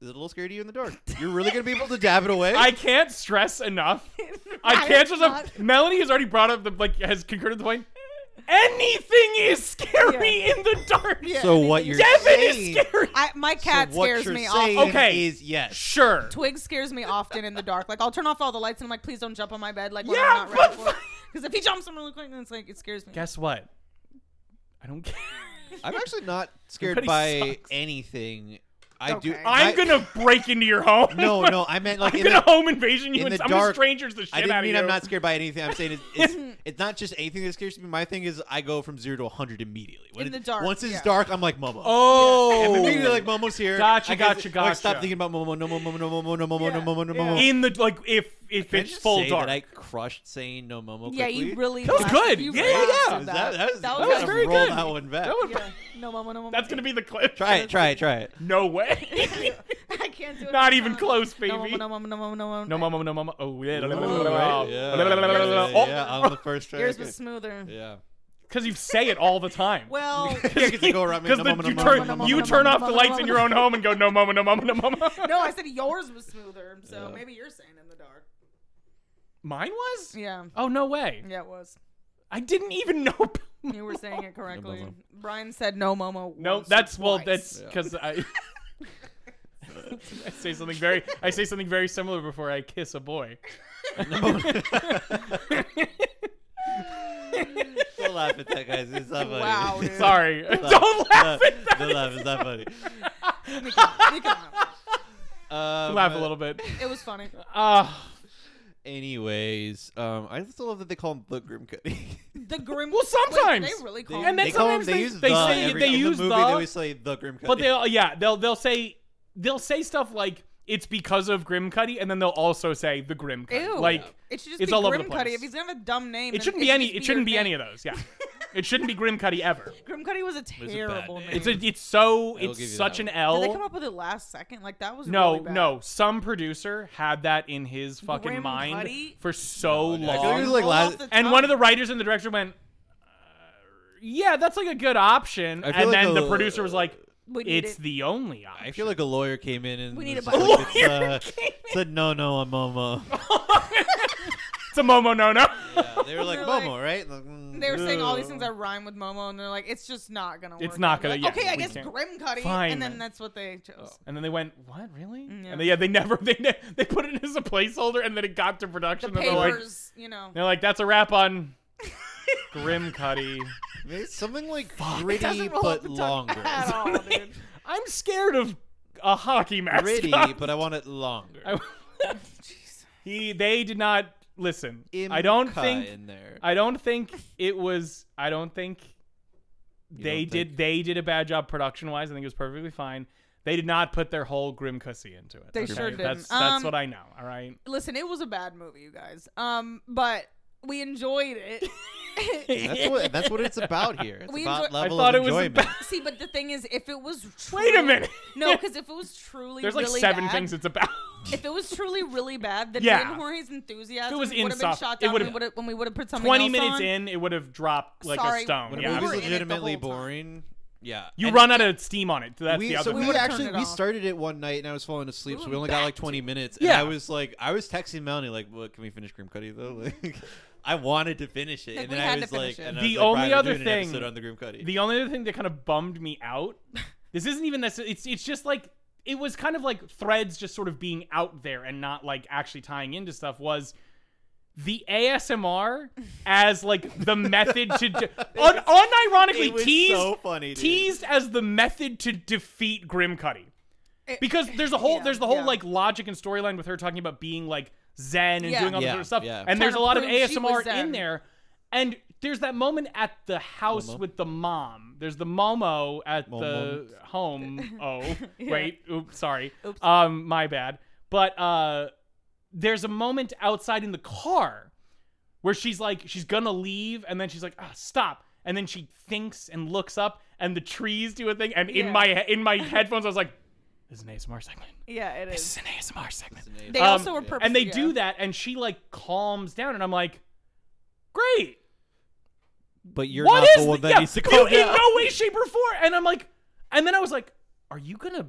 [SPEAKER 2] Is it a little scary to you in the dark? You're really gonna be able to dab it away?
[SPEAKER 1] [laughs] I can't stress enough.
[SPEAKER 3] [laughs]
[SPEAKER 1] I
[SPEAKER 3] That
[SPEAKER 1] can't
[SPEAKER 3] is
[SPEAKER 1] stress
[SPEAKER 3] not-
[SPEAKER 1] enough. Melanie has already brought up the like has concurred with the point. Anything is scary
[SPEAKER 3] Yeah.
[SPEAKER 1] in the dark.
[SPEAKER 3] Yeah.
[SPEAKER 2] so what you're
[SPEAKER 1] Devin
[SPEAKER 2] saying?
[SPEAKER 1] is scary.
[SPEAKER 3] I, my cat
[SPEAKER 2] so what
[SPEAKER 3] scares
[SPEAKER 2] you're
[SPEAKER 3] me
[SPEAKER 2] saying
[SPEAKER 3] often.
[SPEAKER 1] Okay.
[SPEAKER 2] is yes.
[SPEAKER 1] Sure.
[SPEAKER 3] Twig scares me often in the dark. Like I'll turn off all the lights and I'm like, please don't jump on my bed. Like when
[SPEAKER 1] Yeah,
[SPEAKER 3] I'm not ready
[SPEAKER 1] but-
[SPEAKER 3] for it.
[SPEAKER 1] [laughs]
[SPEAKER 3] Because if he jumps, I'm really quick, and it's like it scares me.
[SPEAKER 1] Guess what? I don't care.
[SPEAKER 2] I'm actually not scared
[SPEAKER 1] Cuddy
[SPEAKER 2] by
[SPEAKER 1] sucks.
[SPEAKER 2] anything. I do.
[SPEAKER 3] Okay.
[SPEAKER 1] [laughs] I'm
[SPEAKER 2] my-
[SPEAKER 1] gonna break into your home.
[SPEAKER 2] [laughs]
[SPEAKER 1] [laughs]
[SPEAKER 2] No, no. I meant like
[SPEAKER 1] I'm
[SPEAKER 2] in
[SPEAKER 1] gonna
[SPEAKER 2] the,
[SPEAKER 1] home invasion you
[SPEAKER 2] in
[SPEAKER 1] and
[SPEAKER 2] the
[SPEAKER 1] I'm gonna
[SPEAKER 2] dark,
[SPEAKER 1] strangers the shit
[SPEAKER 2] I didn't
[SPEAKER 1] out of
[SPEAKER 2] mean
[SPEAKER 1] you.
[SPEAKER 2] I'm not scared by anything. I'm saying it's, it's it's not just anything that scares me. My thing is I go from zero to 100 immediately. When
[SPEAKER 3] In the
[SPEAKER 2] it-
[SPEAKER 3] dark,
[SPEAKER 2] Once it's
[SPEAKER 3] yeah.
[SPEAKER 2] dark, I'm like Momo.
[SPEAKER 1] [laughs] oh,
[SPEAKER 2] I'm immediately like Momo's here.
[SPEAKER 1] Gotcha,
[SPEAKER 2] I guess-
[SPEAKER 1] gotcha,
[SPEAKER 2] Like, stop
[SPEAKER 1] gotcha.
[SPEAKER 2] thinking about Momo. No Momo. No Momo. No Momo. No Momo. No Momo. No
[SPEAKER 3] Yeah,
[SPEAKER 2] Momo. No
[SPEAKER 3] yeah.
[SPEAKER 2] Momo.
[SPEAKER 1] in the like if if
[SPEAKER 2] Can I
[SPEAKER 1] it's
[SPEAKER 2] just
[SPEAKER 1] full
[SPEAKER 2] say
[SPEAKER 1] dark.
[SPEAKER 2] That I crushed saying no Momo.
[SPEAKER 3] yeah,
[SPEAKER 2] quickly?
[SPEAKER 3] you really.
[SPEAKER 1] That was
[SPEAKER 3] blasted-
[SPEAKER 1] good.
[SPEAKER 3] You
[SPEAKER 1] [laughs] Yeah,
[SPEAKER 3] really
[SPEAKER 1] yeah.
[SPEAKER 3] blasted
[SPEAKER 2] Is that, that was,
[SPEAKER 3] That
[SPEAKER 1] was
[SPEAKER 2] gotta
[SPEAKER 1] very
[SPEAKER 2] roll
[SPEAKER 1] good.
[SPEAKER 2] That one back.
[SPEAKER 3] [laughs]
[SPEAKER 1] That was-
[SPEAKER 3] Yeah. No mama, no mama.
[SPEAKER 1] That's gonna be the clip.
[SPEAKER 2] Try it. Try it. Try it.
[SPEAKER 1] [laughs] No way.
[SPEAKER 3] [laughs]
[SPEAKER 1] [laughs]
[SPEAKER 3] I can't do it.
[SPEAKER 1] Not
[SPEAKER 3] I'm
[SPEAKER 1] even [laughs]
[SPEAKER 3] sorry.
[SPEAKER 1] close,
[SPEAKER 3] No mama,
[SPEAKER 1] baby.
[SPEAKER 3] no mama, no mama, no mama.
[SPEAKER 1] No mama, no oh. mama. Oh yeah.
[SPEAKER 2] Right? Yeah, yeah,
[SPEAKER 1] Oh,
[SPEAKER 2] yeah, on the first try.
[SPEAKER 3] Yours was smoother.
[SPEAKER 2] [laughs] Yeah.
[SPEAKER 1] Because Oh, you say it all the time. [laughs]
[SPEAKER 3] Well,
[SPEAKER 2] Yeah, 'cause you go around,
[SPEAKER 1] Because
[SPEAKER 2] no
[SPEAKER 1] the-
[SPEAKER 2] mama, no
[SPEAKER 1] you
[SPEAKER 2] mama, no
[SPEAKER 1] turn
[SPEAKER 2] mama,
[SPEAKER 1] you
[SPEAKER 3] no
[SPEAKER 1] turn
[SPEAKER 3] mama,
[SPEAKER 1] off the
[SPEAKER 3] no
[SPEAKER 1] lights
[SPEAKER 3] mama,
[SPEAKER 1] in
[SPEAKER 3] no
[SPEAKER 1] your own
[SPEAKER 3] mama.
[SPEAKER 1] home and go no mama no mama no mama.
[SPEAKER 3] no, I said yours was smoother, so
[SPEAKER 2] Yeah.
[SPEAKER 3] maybe you're saying in the dark.
[SPEAKER 1] Mine was.
[SPEAKER 3] Yeah.
[SPEAKER 1] Oh no way!
[SPEAKER 3] Yeah, it was.
[SPEAKER 1] I didn't even [laughs] know. about mine.
[SPEAKER 3] You were saying it correctly.
[SPEAKER 2] Momo.
[SPEAKER 3] Brian said no Momo.
[SPEAKER 1] No,
[SPEAKER 3] once or
[SPEAKER 1] that's well,
[SPEAKER 3] twice.
[SPEAKER 1] that's
[SPEAKER 3] [laughs]
[SPEAKER 2] Yeah.
[SPEAKER 1] because I. [laughs] I say something very. I say something very similar before I kiss a [laughs] boy.
[SPEAKER 2] Don't laugh at that, guys. It's not funny. [laughs]
[SPEAKER 3] Wow, dude.
[SPEAKER 1] Sorry, don't laugh at that.
[SPEAKER 2] Don't laugh. It's not funny.
[SPEAKER 3] You can laugh.
[SPEAKER 2] Um,
[SPEAKER 1] laugh a little
[SPEAKER 2] [laughs]
[SPEAKER 1] bit.
[SPEAKER 3] It was funny.
[SPEAKER 1] Ah,
[SPEAKER 2] Anyways, um, I still love that they call him the Grim [laughs] Cuddy.
[SPEAKER 3] The grim.
[SPEAKER 1] Well,
[SPEAKER 3] Wait,
[SPEAKER 1] sometimes.
[SPEAKER 3] they really
[SPEAKER 2] They-
[SPEAKER 3] call
[SPEAKER 1] And
[SPEAKER 3] him
[SPEAKER 1] then
[SPEAKER 2] they call him.
[SPEAKER 1] sometimes
[SPEAKER 2] They,
[SPEAKER 1] they-
[SPEAKER 2] use
[SPEAKER 1] they
[SPEAKER 2] the
[SPEAKER 1] say-
[SPEAKER 2] every,
[SPEAKER 1] they
[SPEAKER 2] in the
[SPEAKER 1] use the-
[SPEAKER 2] movie. They always say the Grim Cuddy.
[SPEAKER 1] but they'll yeah they'll they'll say they'll say stuff like it's because of Grim Cuddy, and then they'll also say the Grim Cuddy.
[SPEAKER 3] Ew.
[SPEAKER 1] Like
[SPEAKER 3] it should just
[SPEAKER 1] it's
[SPEAKER 3] be
[SPEAKER 1] all over
[SPEAKER 3] grim
[SPEAKER 1] the
[SPEAKER 3] Cuddy.
[SPEAKER 1] place.
[SPEAKER 3] If he's gonna have a dumb name,
[SPEAKER 1] it shouldn't be any. It shouldn't be any of those. [laughs] Yeah, it shouldn't be Grim Cuddy ever.
[SPEAKER 3] Grim Cuddy was a
[SPEAKER 2] bad
[SPEAKER 3] terrible
[SPEAKER 2] name.
[SPEAKER 3] name.
[SPEAKER 1] It's a,
[SPEAKER 2] [laughs]
[SPEAKER 1] it's so
[SPEAKER 2] will
[SPEAKER 1] it's
[SPEAKER 2] give you
[SPEAKER 1] such
[SPEAKER 2] that
[SPEAKER 1] an
[SPEAKER 2] one.
[SPEAKER 1] L.
[SPEAKER 3] Did they come up with it last second? Like that was
[SPEAKER 1] No,
[SPEAKER 3] really bad.
[SPEAKER 1] no. Some producer had that in his fucking
[SPEAKER 3] Grim
[SPEAKER 1] mind
[SPEAKER 3] Cuddy?
[SPEAKER 1] for so
[SPEAKER 2] No, I
[SPEAKER 1] long.
[SPEAKER 2] feel like it was
[SPEAKER 3] Roll
[SPEAKER 2] like
[SPEAKER 3] off
[SPEAKER 2] last-
[SPEAKER 3] the
[SPEAKER 1] and one of the
[SPEAKER 3] tongue.
[SPEAKER 1] writers and the director went, uh, "Yeah, that's like a good option."
[SPEAKER 2] I
[SPEAKER 1] And
[SPEAKER 2] feel like
[SPEAKER 1] then
[SPEAKER 2] a-
[SPEAKER 1] the producer was like,
[SPEAKER 3] We need
[SPEAKER 1] "It's
[SPEAKER 3] it.
[SPEAKER 1] the only option."
[SPEAKER 2] I feel like a lawyer came in and
[SPEAKER 3] We need
[SPEAKER 2] was
[SPEAKER 3] a [laughs]
[SPEAKER 2] just
[SPEAKER 1] bu-
[SPEAKER 2] like,
[SPEAKER 1] Lawyer
[SPEAKER 2] it's, uh, it's a no no on Momo.
[SPEAKER 1] it's a Momo no
[SPEAKER 3] [laughs]
[SPEAKER 1] no.
[SPEAKER 2] yeah, [laughs] they were like
[SPEAKER 3] They're
[SPEAKER 2] Momo,
[SPEAKER 3] like-
[SPEAKER 2] right? Like, mm,
[SPEAKER 3] They were saying all these
[SPEAKER 2] no.
[SPEAKER 3] things that rhyme with Momo, and they're like, it's just not gonna work.
[SPEAKER 1] It's not
[SPEAKER 3] out.
[SPEAKER 1] gonna-
[SPEAKER 3] Like,
[SPEAKER 1] yeah,
[SPEAKER 3] okay, I
[SPEAKER 1] we
[SPEAKER 3] guess
[SPEAKER 1] can't.
[SPEAKER 3] Grim Cuddy,
[SPEAKER 1] Fine, Oh.
[SPEAKER 3] and
[SPEAKER 1] then.
[SPEAKER 3] then that's what they chose.
[SPEAKER 1] And then they went, "What, really?"
[SPEAKER 3] Mm, Yeah.
[SPEAKER 1] And they, yeah, they never [laughs] they ne- they put it as a placeholder, and then it got to
[SPEAKER 3] The
[SPEAKER 1] production, and they're like,
[SPEAKER 3] papers, you know.
[SPEAKER 1] "They're like, that's a wrap
[SPEAKER 3] [laughs]
[SPEAKER 1] on Grim Cuddy."
[SPEAKER 2] [laughs] Maybe it's something like
[SPEAKER 3] It
[SPEAKER 2] gritty
[SPEAKER 3] doesn't roll off
[SPEAKER 2] but
[SPEAKER 3] the tongue
[SPEAKER 2] longer.
[SPEAKER 3] [laughs] At all,
[SPEAKER 1] [laughs]
[SPEAKER 3] dude.
[SPEAKER 1] I'm scared of a hockey mascot.
[SPEAKER 2] gritty, but I want it longer.
[SPEAKER 1] [laughs] I- he they did not listen. I
[SPEAKER 2] Imka
[SPEAKER 1] don't think
[SPEAKER 2] in there.
[SPEAKER 1] I don't think it was I don't think they
[SPEAKER 2] don't
[SPEAKER 1] did
[SPEAKER 2] think-
[SPEAKER 1] they did a bad job production wise. I think it was perfectly fine. They did not put their whole grim cussy into it.
[SPEAKER 3] They sure didn't.
[SPEAKER 1] That's that's
[SPEAKER 3] Um,
[SPEAKER 1] what I know. All right.
[SPEAKER 3] Listen, it was a bad movie, you guys. Um, but we enjoyed it.
[SPEAKER 1] [laughs]
[SPEAKER 2] That's what that's what it's about here. It's
[SPEAKER 3] We
[SPEAKER 2] about
[SPEAKER 3] enjoy- I
[SPEAKER 2] level
[SPEAKER 1] I thought
[SPEAKER 2] of
[SPEAKER 1] it was
[SPEAKER 2] enjoyment.
[SPEAKER 1] about,
[SPEAKER 3] See, but the thing is, if it was truly,
[SPEAKER 1] Wait a minute.
[SPEAKER 3] no, because if it was truly
[SPEAKER 1] There's like
[SPEAKER 3] really
[SPEAKER 1] seven
[SPEAKER 3] bad,
[SPEAKER 1] things it's about.
[SPEAKER 3] If it was truly really bad, then
[SPEAKER 1] Yeah.
[SPEAKER 3] yeah. Ian Jorge's enthusiasm
[SPEAKER 1] If it was
[SPEAKER 3] would have been
[SPEAKER 1] insuffer-
[SPEAKER 3] shot
[SPEAKER 1] it
[SPEAKER 3] down.
[SPEAKER 1] would've-
[SPEAKER 3] when we would've- when we would have put something
[SPEAKER 1] [laughs] Twenty
[SPEAKER 3] else
[SPEAKER 1] minutes
[SPEAKER 3] on.
[SPEAKER 1] in, it would have dropped like
[SPEAKER 3] Sorry,
[SPEAKER 1] a stone.
[SPEAKER 2] when
[SPEAKER 3] When
[SPEAKER 2] a
[SPEAKER 1] yeah,
[SPEAKER 3] we
[SPEAKER 2] movie's
[SPEAKER 3] were in it
[SPEAKER 1] absolutely.
[SPEAKER 3] the
[SPEAKER 2] legitimately
[SPEAKER 3] whole time.
[SPEAKER 2] boring, yeah.
[SPEAKER 1] you
[SPEAKER 2] And-
[SPEAKER 1] run out of steam on it. That's
[SPEAKER 2] we,
[SPEAKER 1] the
[SPEAKER 2] so
[SPEAKER 1] other
[SPEAKER 2] we
[SPEAKER 1] thing.
[SPEAKER 3] would've
[SPEAKER 2] actually
[SPEAKER 3] turned it
[SPEAKER 2] we
[SPEAKER 3] off.
[SPEAKER 2] started it one night and I was falling asleep, so we
[SPEAKER 3] went
[SPEAKER 2] only got
[SPEAKER 3] back
[SPEAKER 2] like 20 minutes. And
[SPEAKER 1] Yeah.
[SPEAKER 2] I was like, I was texting Melanie like, "What can we finish Grim Cuddy though?" [laughs] Like, I wanted to finish it,
[SPEAKER 3] Like,
[SPEAKER 2] and
[SPEAKER 3] we
[SPEAKER 2] then
[SPEAKER 3] had
[SPEAKER 2] I
[SPEAKER 3] to
[SPEAKER 2] was like,
[SPEAKER 3] finish it.
[SPEAKER 2] and I
[SPEAKER 1] The
[SPEAKER 2] was like, "Brian,
[SPEAKER 1] only
[SPEAKER 2] we're
[SPEAKER 1] other
[SPEAKER 2] doing an
[SPEAKER 1] thing-
[SPEAKER 2] episode on the Grim Cuddy.
[SPEAKER 1] The only other thing that kind of bummed me
[SPEAKER 2] [laughs]
[SPEAKER 1] out, this isn't even necessarily. It's it's just like it was kind of like threads just sort of being out there and not like actually tying into stuff. Was the
[SPEAKER 2] [laughs]
[SPEAKER 1] ASMR as like the method to de- un- unironically
[SPEAKER 2] it was
[SPEAKER 1] teased
[SPEAKER 2] so funny, dude.
[SPEAKER 1] teased as the method to defeat Grim Cuddy
[SPEAKER 3] It-
[SPEAKER 1] because there's a whole
[SPEAKER 3] [laughs] yeah,
[SPEAKER 1] there's the whole
[SPEAKER 3] yeah.
[SPEAKER 1] like logic and storyline with her talking about being like zen and
[SPEAKER 3] Yeah.
[SPEAKER 1] doing all this
[SPEAKER 2] Yeah,
[SPEAKER 1] sort of stuff
[SPEAKER 2] yeah.
[SPEAKER 1] and there's a
[SPEAKER 3] Trying
[SPEAKER 1] lot
[SPEAKER 3] to
[SPEAKER 1] of
[SPEAKER 3] prove she was
[SPEAKER 1] asmr in
[SPEAKER 3] zen.
[SPEAKER 1] there and there's that moment at the house
[SPEAKER 2] Momo.
[SPEAKER 1] with the mom there's the momo at
[SPEAKER 2] Momo.
[SPEAKER 1] the home oh
[SPEAKER 3] [laughs] Yeah.
[SPEAKER 1] wait oops sorry
[SPEAKER 3] Oops.
[SPEAKER 1] um my bad but uh there's a moment outside in the car where she's like she's gonna leave and then she's like ah, stop and then she thinks and looks up and the trees do a thing and in
[SPEAKER 3] Yeah.
[SPEAKER 1] my he- in my headphones i was like this is an asmr segment
[SPEAKER 3] Yeah, it
[SPEAKER 1] this is
[SPEAKER 3] is.
[SPEAKER 1] an asmr segment
[SPEAKER 3] They
[SPEAKER 1] Um,
[SPEAKER 3] also were
[SPEAKER 2] and
[SPEAKER 3] purposely,
[SPEAKER 1] and they
[SPEAKER 3] yeah.
[SPEAKER 1] do that and she like calms down and i'm like great
[SPEAKER 2] but you're
[SPEAKER 1] what
[SPEAKER 2] not
[SPEAKER 1] is
[SPEAKER 2] the one
[SPEAKER 1] thi-
[SPEAKER 2] that
[SPEAKER 1] yeah,
[SPEAKER 2] needs to
[SPEAKER 1] you-
[SPEAKER 2] calm
[SPEAKER 1] in
[SPEAKER 2] down.
[SPEAKER 1] no way shape or form and i'm like and then i was like are you gonna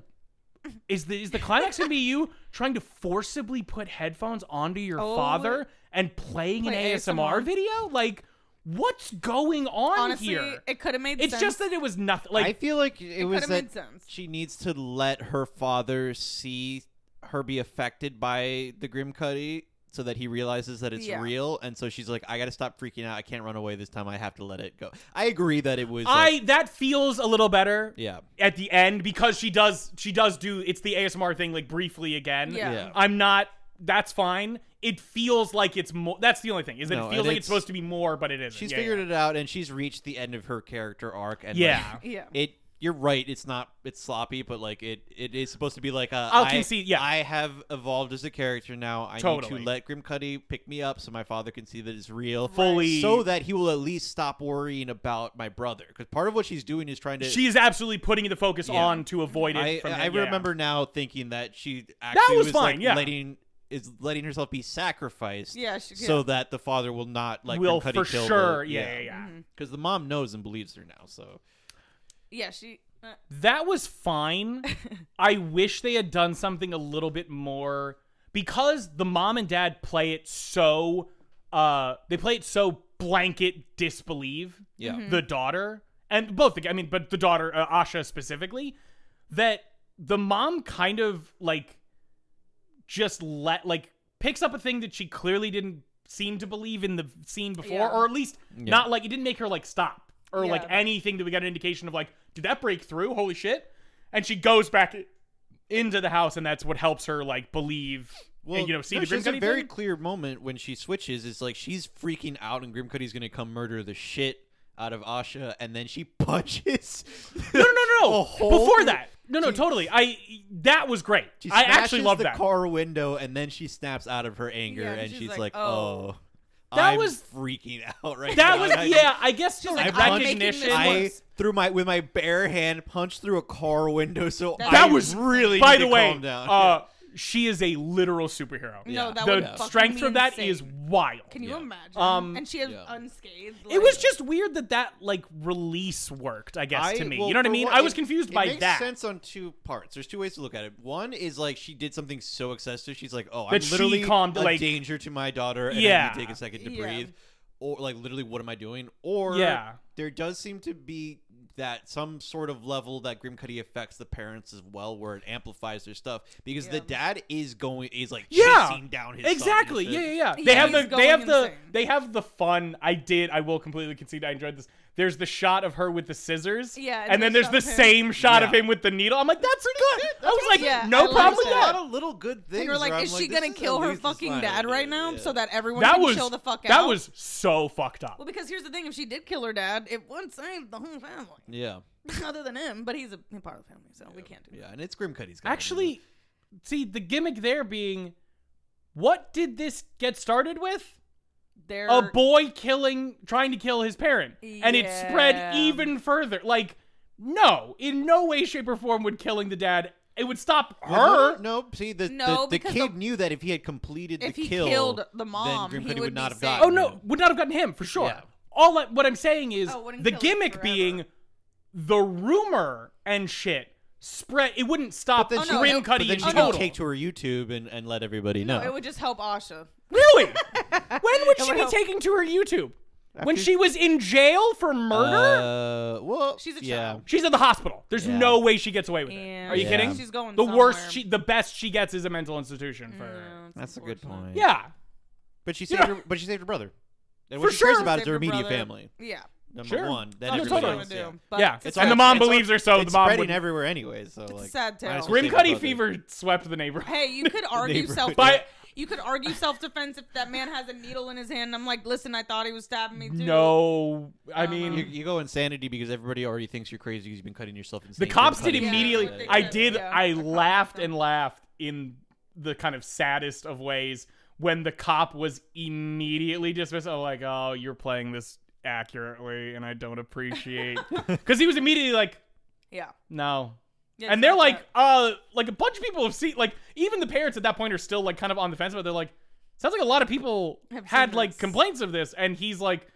[SPEAKER 1] is the is the climax gonna be you trying to forcibly put headphones onto your
[SPEAKER 3] Oh.
[SPEAKER 1] father and playing
[SPEAKER 3] Play
[SPEAKER 1] an ASMR,
[SPEAKER 3] ASMR.
[SPEAKER 1] video? Like, what's going on
[SPEAKER 3] Honestly,
[SPEAKER 1] here?
[SPEAKER 3] it could have made
[SPEAKER 1] It's
[SPEAKER 3] sense.
[SPEAKER 1] just that it was nothing.
[SPEAKER 2] I
[SPEAKER 1] Like,
[SPEAKER 2] feel like it, was
[SPEAKER 3] could've
[SPEAKER 2] that
[SPEAKER 3] made sense.
[SPEAKER 2] she needs to let her father see her be affected by the Grim Cuddy so that he realizes that it's
[SPEAKER 3] Yeah.
[SPEAKER 2] real and so she's like I got to stop freaking out. I can't run away this time. I have to let it go. I agree that it was
[SPEAKER 1] I,
[SPEAKER 2] like-
[SPEAKER 1] that feels a little better.
[SPEAKER 2] yeah.
[SPEAKER 1] At the end, because she does, she does do. It's the ASMR thing, like briefly again.
[SPEAKER 3] Yeah.
[SPEAKER 2] Yeah.
[SPEAKER 1] I'm not. That's fine. It feels like it's more. That's the only thing is that
[SPEAKER 2] No,
[SPEAKER 1] it
[SPEAKER 2] and
[SPEAKER 1] feels like it's
[SPEAKER 2] it's-
[SPEAKER 1] supposed to be more, but it isn't.
[SPEAKER 2] She's
[SPEAKER 1] Yeah,
[SPEAKER 2] figured it out and she's reached the end of her character arc and
[SPEAKER 1] Yeah.
[SPEAKER 2] like,
[SPEAKER 3] Yeah.
[SPEAKER 2] it you're right. It's not. It's sloppy, but like it. It is supposed to be like a.
[SPEAKER 1] I'll
[SPEAKER 2] I-
[SPEAKER 1] concede, yeah.
[SPEAKER 2] I have evolved as a character now. I need
[SPEAKER 1] Totally.
[SPEAKER 2] to let Grim Cuddy pick me up so my father can see that it's real,
[SPEAKER 1] Fully-
[SPEAKER 2] so that he will at least stop worrying about my brother. Because part of what she's doing is trying to.
[SPEAKER 1] She is absolutely putting the focus
[SPEAKER 2] Yeah.
[SPEAKER 1] on to avoid it.
[SPEAKER 2] I,
[SPEAKER 1] from him.
[SPEAKER 2] I
[SPEAKER 1] Yeah.
[SPEAKER 2] remember now thinking that she actually
[SPEAKER 1] was
[SPEAKER 2] like,
[SPEAKER 1] fine, yeah.
[SPEAKER 2] letting is letting herself be sacrificed
[SPEAKER 3] Yeah, she-
[SPEAKER 2] so
[SPEAKER 3] yeah.
[SPEAKER 2] that the father will not like
[SPEAKER 1] will
[SPEAKER 2] Grim Cuddy
[SPEAKER 1] for
[SPEAKER 2] kill
[SPEAKER 1] sure.
[SPEAKER 2] the,
[SPEAKER 1] yeah, yeah, yeah.
[SPEAKER 3] Mm-hmm.
[SPEAKER 2] Because the mom knows and believes her now, so
[SPEAKER 3] Yeah, she. Uh,
[SPEAKER 1] That was
[SPEAKER 2] [laughs]
[SPEAKER 1] fine. I wish they had done something a little bit more because the mom and dad play it so uh they play it so blanket disbelieve
[SPEAKER 2] yeah.
[SPEAKER 1] the
[SPEAKER 3] Mm-hmm.
[SPEAKER 1] daughter and both the I mean but the daughter uh, Asha specifically that the mom kind of like just let like picks up a thing that she clearly didn't seem to believe in the scene before
[SPEAKER 3] Yeah.
[SPEAKER 1] or at least
[SPEAKER 2] Yeah.
[SPEAKER 1] not like it didn't make her like stop or like
[SPEAKER 3] Yeah.
[SPEAKER 1] anything that we got an indication of like did that break through holy shit and she goes back i- into the house and that's what helps her like believe and, you know see
[SPEAKER 2] no,
[SPEAKER 1] the
[SPEAKER 2] she
[SPEAKER 1] Grim
[SPEAKER 2] has a
[SPEAKER 1] Cuddy
[SPEAKER 2] very
[SPEAKER 1] thing.
[SPEAKER 2] clear moment when she switches. It's like she's freaking out, and Grim Cuddy's gonna come murder the shit out of Asha, and then she [laughs] punches.
[SPEAKER 1] no no no
[SPEAKER 2] a
[SPEAKER 1] no
[SPEAKER 2] hole
[SPEAKER 1] before
[SPEAKER 2] through-
[SPEAKER 1] that no no
[SPEAKER 2] She-
[SPEAKER 1] totally I that was great
[SPEAKER 2] [laughs] She
[SPEAKER 1] I actually
[SPEAKER 2] smashes
[SPEAKER 1] love
[SPEAKER 2] the
[SPEAKER 1] that
[SPEAKER 2] car window, and then she snaps out of her anger,
[SPEAKER 3] Yeah, and
[SPEAKER 2] and
[SPEAKER 3] she's
[SPEAKER 2] she's, like,
[SPEAKER 3] like, "Oh."
[SPEAKER 2] "Oh,
[SPEAKER 1] That
[SPEAKER 2] I'm
[SPEAKER 1] was-
[SPEAKER 2] freaking out right
[SPEAKER 1] That
[SPEAKER 2] now."
[SPEAKER 1] was
[SPEAKER 2] And [laughs] I-
[SPEAKER 1] yeah. I guess the
[SPEAKER 3] like,
[SPEAKER 2] "I'm making
[SPEAKER 3] this
[SPEAKER 1] recognition.
[SPEAKER 3] work."
[SPEAKER 2] I
[SPEAKER 3] was-
[SPEAKER 2] through my with my bare hand punched through a car window, so
[SPEAKER 3] That-
[SPEAKER 1] that
[SPEAKER 2] I
[SPEAKER 1] was
[SPEAKER 2] really.
[SPEAKER 1] By
[SPEAKER 2] need
[SPEAKER 1] the
[SPEAKER 2] to
[SPEAKER 1] way,
[SPEAKER 2] calm down.
[SPEAKER 1] uh, she is a literal superhero.
[SPEAKER 3] No,
[SPEAKER 2] Yeah.
[SPEAKER 3] that would
[SPEAKER 1] the
[SPEAKER 3] fucking
[SPEAKER 1] strength
[SPEAKER 3] be
[SPEAKER 1] of that
[SPEAKER 3] insane.
[SPEAKER 1] is wild.
[SPEAKER 3] Can you
[SPEAKER 2] Yeah.
[SPEAKER 3] imagine?
[SPEAKER 1] Um,
[SPEAKER 3] and she is
[SPEAKER 2] Yeah.
[SPEAKER 3] unscathed.
[SPEAKER 1] it was just weird that that like release worked. I guess
[SPEAKER 2] I-
[SPEAKER 1] to me,
[SPEAKER 2] well,
[SPEAKER 1] you know what I
[SPEAKER 2] for
[SPEAKER 1] mean.
[SPEAKER 2] one-
[SPEAKER 1] I was
[SPEAKER 2] it-
[SPEAKER 1] confused
[SPEAKER 2] it
[SPEAKER 1] by
[SPEAKER 2] makes
[SPEAKER 1] that.
[SPEAKER 2] sense on two parts. There's two ways to look at it. One is like she did something so excessive. She's like, oh, I'm
[SPEAKER 1] That she
[SPEAKER 2] literally
[SPEAKER 1] calmed,
[SPEAKER 2] a
[SPEAKER 1] like-
[SPEAKER 2] danger to my daughter. And
[SPEAKER 1] Yeah.
[SPEAKER 2] I need to take a second to
[SPEAKER 3] Yeah.
[SPEAKER 2] breathe. Or like literally, what am I doing? Or
[SPEAKER 1] Yeah.
[SPEAKER 2] there does seem to be that some sort of level that Grim Cuddy affects the parents as well, where it amplifies their stuff because the
[SPEAKER 3] Yeah.
[SPEAKER 2] dad is going is like
[SPEAKER 1] Yeah.
[SPEAKER 2] chasing down his son and
[SPEAKER 1] Exactly.
[SPEAKER 2] shit.
[SPEAKER 1] Yeah, yeah, yeah.
[SPEAKER 3] He
[SPEAKER 1] They have
[SPEAKER 3] is
[SPEAKER 1] the they have
[SPEAKER 3] going
[SPEAKER 1] the
[SPEAKER 3] insane.
[SPEAKER 1] they have the fun. I did. I will completely concede. I enjoyed this. There's the shot of her with the scissors.
[SPEAKER 3] Yeah, and
[SPEAKER 1] And then
[SPEAKER 3] there's
[SPEAKER 1] there's the
[SPEAKER 3] shot of him.
[SPEAKER 1] same shot of
[SPEAKER 2] Yeah.
[SPEAKER 1] him with the needle. I'm like, that's good. I was like,
[SPEAKER 3] Yeah, I
[SPEAKER 1] no
[SPEAKER 3] like
[SPEAKER 1] problem with
[SPEAKER 2] There's a
[SPEAKER 1] that.
[SPEAKER 2] lot of little good things.
[SPEAKER 3] And you're
[SPEAKER 2] where
[SPEAKER 3] like,
[SPEAKER 2] I'm
[SPEAKER 3] is she gonna
[SPEAKER 2] this
[SPEAKER 3] kill
[SPEAKER 2] at
[SPEAKER 3] her
[SPEAKER 2] least a
[SPEAKER 3] fucking
[SPEAKER 2] smile.
[SPEAKER 3] dad right now
[SPEAKER 2] Yeah.
[SPEAKER 3] so that everyone
[SPEAKER 1] That
[SPEAKER 3] can
[SPEAKER 1] was
[SPEAKER 3] chill the fuck out?
[SPEAKER 1] that was so fucked up.
[SPEAKER 3] well because here's the thing: if she did kill her dad, it would save the whole family, [laughs]
[SPEAKER 2] Yeah,
[SPEAKER 3] other than him. But he's a he's part of the family, so we can't do
[SPEAKER 2] yeah, and it's Grim Cuddy's guy.
[SPEAKER 1] Actually, see the gimmick there being, what did this get started with?
[SPEAKER 3] that. They're
[SPEAKER 1] A boy killing, trying to kill his parent, and it spread
[SPEAKER 3] Yeah.
[SPEAKER 1] even further. Like, no, in no way, shape, or form would killing the dad. It would stop
[SPEAKER 2] Well,
[SPEAKER 1] her.
[SPEAKER 2] No, no, see the
[SPEAKER 3] No,
[SPEAKER 2] the, the
[SPEAKER 3] because
[SPEAKER 2] kid
[SPEAKER 3] the-
[SPEAKER 2] knew that if he had completed
[SPEAKER 3] if
[SPEAKER 2] the
[SPEAKER 3] he
[SPEAKER 2] kill,
[SPEAKER 3] killed the mom,
[SPEAKER 2] then Grim
[SPEAKER 3] he
[SPEAKER 2] Cuddy
[SPEAKER 3] would
[SPEAKER 2] would not
[SPEAKER 3] be
[SPEAKER 2] have died.
[SPEAKER 3] safe.
[SPEAKER 1] Oh no, would not have gotten him for sure.
[SPEAKER 2] Yeah.
[SPEAKER 1] All I, what I'm saying is
[SPEAKER 3] Oh, wouldn't
[SPEAKER 1] the
[SPEAKER 3] kill him
[SPEAKER 1] gimmick
[SPEAKER 3] forever.
[SPEAKER 1] being the rumor and shit spread. It wouldn't stop
[SPEAKER 2] then
[SPEAKER 1] Grim
[SPEAKER 2] she-
[SPEAKER 3] Oh, no, it-
[SPEAKER 1] Cuddy
[SPEAKER 2] But then
[SPEAKER 1] in
[SPEAKER 2] she
[SPEAKER 1] total.
[SPEAKER 2] could take to her YouTube and, and let everybody know.
[SPEAKER 3] it would just help Asha. [laughs]
[SPEAKER 1] Really? when would she
[SPEAKER 3] would
[SPEAKER 1] be
[SPEAKER 3] help.
[SPEAKER 1] taking to her YouTube? When
[SPEAKER 2] After-
[SPEAKER 1] she was in jail for murder?
[SPEAKER 2] Uh, well,
[SPEAKER 3] She's a
[SPEAKER 2] yeah.
[SPEAKER 3] child.
[SPEAKER 1] She's at the hospital. There's
[SPEAKER 2] Yeah.
[SPEAKER 1] no way she gets away with
[SPEAKER 3] Yeah.
[SPEAKER 1] it. Are you
[SPEAKER 2] Yeah.
[SPEAKER 1] kidding?
[SPEAKER 3] She's going
[SPEAKER 1] the worst.
[SPEAKER 3] somewhere.
[SPEAKER 1] She, the best she gets is a mental institution for.
[SPEAKER 3] Yeah, it's
[SPEAKER 2] That's a good
[SPEAKER 3] unfortunate.
[SPEAKER 2] point.
[SPEAKER 1] Yeah.
[SPEAKER 2] but she saved
[SPEAKER 1] Yeah.
[SPEAKER 2] her. But she saved her brother. And
[SPEAKER 1] For
[SPEAKER 2] what she
[SPEAKER 1] sure.
[SPEAKER 2] cares about is
[SPEAKER 3] Save
[SPEAKER 2] her
[SPEAKER 3] your
[SPEAKER 2] immediate
[SPEAKER 3] brother.
[SPEAKER 2] family.
[SPEAKER 3] Yeah,
[SPEAKER 2] Number
[SPEAKER 1] Sure.
[SPEAKER 2] one.
[SPEAKER 1] No,
[SPEAKER 2] Then
[SPEAKER 3] That's
[SPEAKER 2] everybody
[SPEAKER 3] what
[SPEAKER 1] totally.
[SPEAKER 3] I
[SPEAKER 2] else,
[SPEAKER 3] would
[SPEAKER 2] yeah.
[SPEAKER 3] do. But
[SPEAKER 1] Yeah.
[SPEAKER 3] it's
[SPEAKER 1] And the
[SPEAKER 2] all-
[SPEAKER 3] a-
[SPEAKER 1] mom
[SPEAKER 2] all-
[SPEAKER 1] believes her, so
[SPEAKER 2] it's
[SPEAKER 1] the mom
[SPEAKER 2] spreading
[SPEAKER 1] wouldn't.
[SPEAKER 2] everywhere anyway. So
[SPEAKER 3] a
[SPEAKER 2] like, might
[SPEAKER 3] sad
[SPEAKER 2] as
[SPEAKER 3] tale.
[SPEAKER 2] well
[SPEAKER 1] Grim
[SPEAKER 2] save her
[SPEAKER 1] Cuddy
[SPEAKER 2] brother.
[SPEAKER 1] fever swept the neighborhood.
[SPEAKER 3] Hey, you
[SPEAKER 2] [laughs]
[SPEAKER 3] could argue
[SPEAKER 2] neighborhood.
[SPEAKER 3] self.
[SPEAKER 1] By-
[SPEAKER 3] you could argue self defense if that man has a needle in his hand. I'm like, listen, I thought he was stabbing me. Too.
[SPEAKER 1] no, I
[SPEAKER 3] Um,
[SPEAKER 1] mean,
[SPEAKER 2] You, you go insanity because everybody already thinks you're crazy because you've been cutting yourself insane.
[SPEAKER 1] the
[SPEAKER 2] Grim
[SPEAKER 1] cops did
[SPEAKER 2] Cuddy shit.
[SPEAKER 1] immediately.
[SPEAKER 3] Yeah,
[SPEAKER 1] I
[SPEAKER 3] yeah,
[SPEAKER 1] did.
[SPEAKER 3] yeah.
[SPEAKER 1] I
[SPEAKER 3] The cops
[SPEAKER 1] laughed
[SPEAKER 3] did.
[SPEAKER 1] and laughed in the kind of saddest of ways when the cop was immediately dismissed. I'm like, oh, you're playing this accurately, and I don't appreciate because he was immediately like,
[SPEAKER 3] Yeah.
[SPEAKER 1] no.
[SPEAKER 3] Yeah,
[SPEAKER 1] And
[SPEAKER 3] it's
[SPEAKER 1] they're
[SPEAKER 3] not
[SPEAKER 1] like,
[SPEAKER 3] that.
[SPEAKER 1] uh, like a bunch of people have seen, like, even the parents at that point are still like kind of on the fence, but they're like, sounds like a lot of people
[SPEAKER 3] Have
[SPEAKER 1] had
[SPEAKER 3] seen
[SPEAKER 1] like
[SPEAKER 3] this.
[SPEAKER 1] complaints of this, and he's like,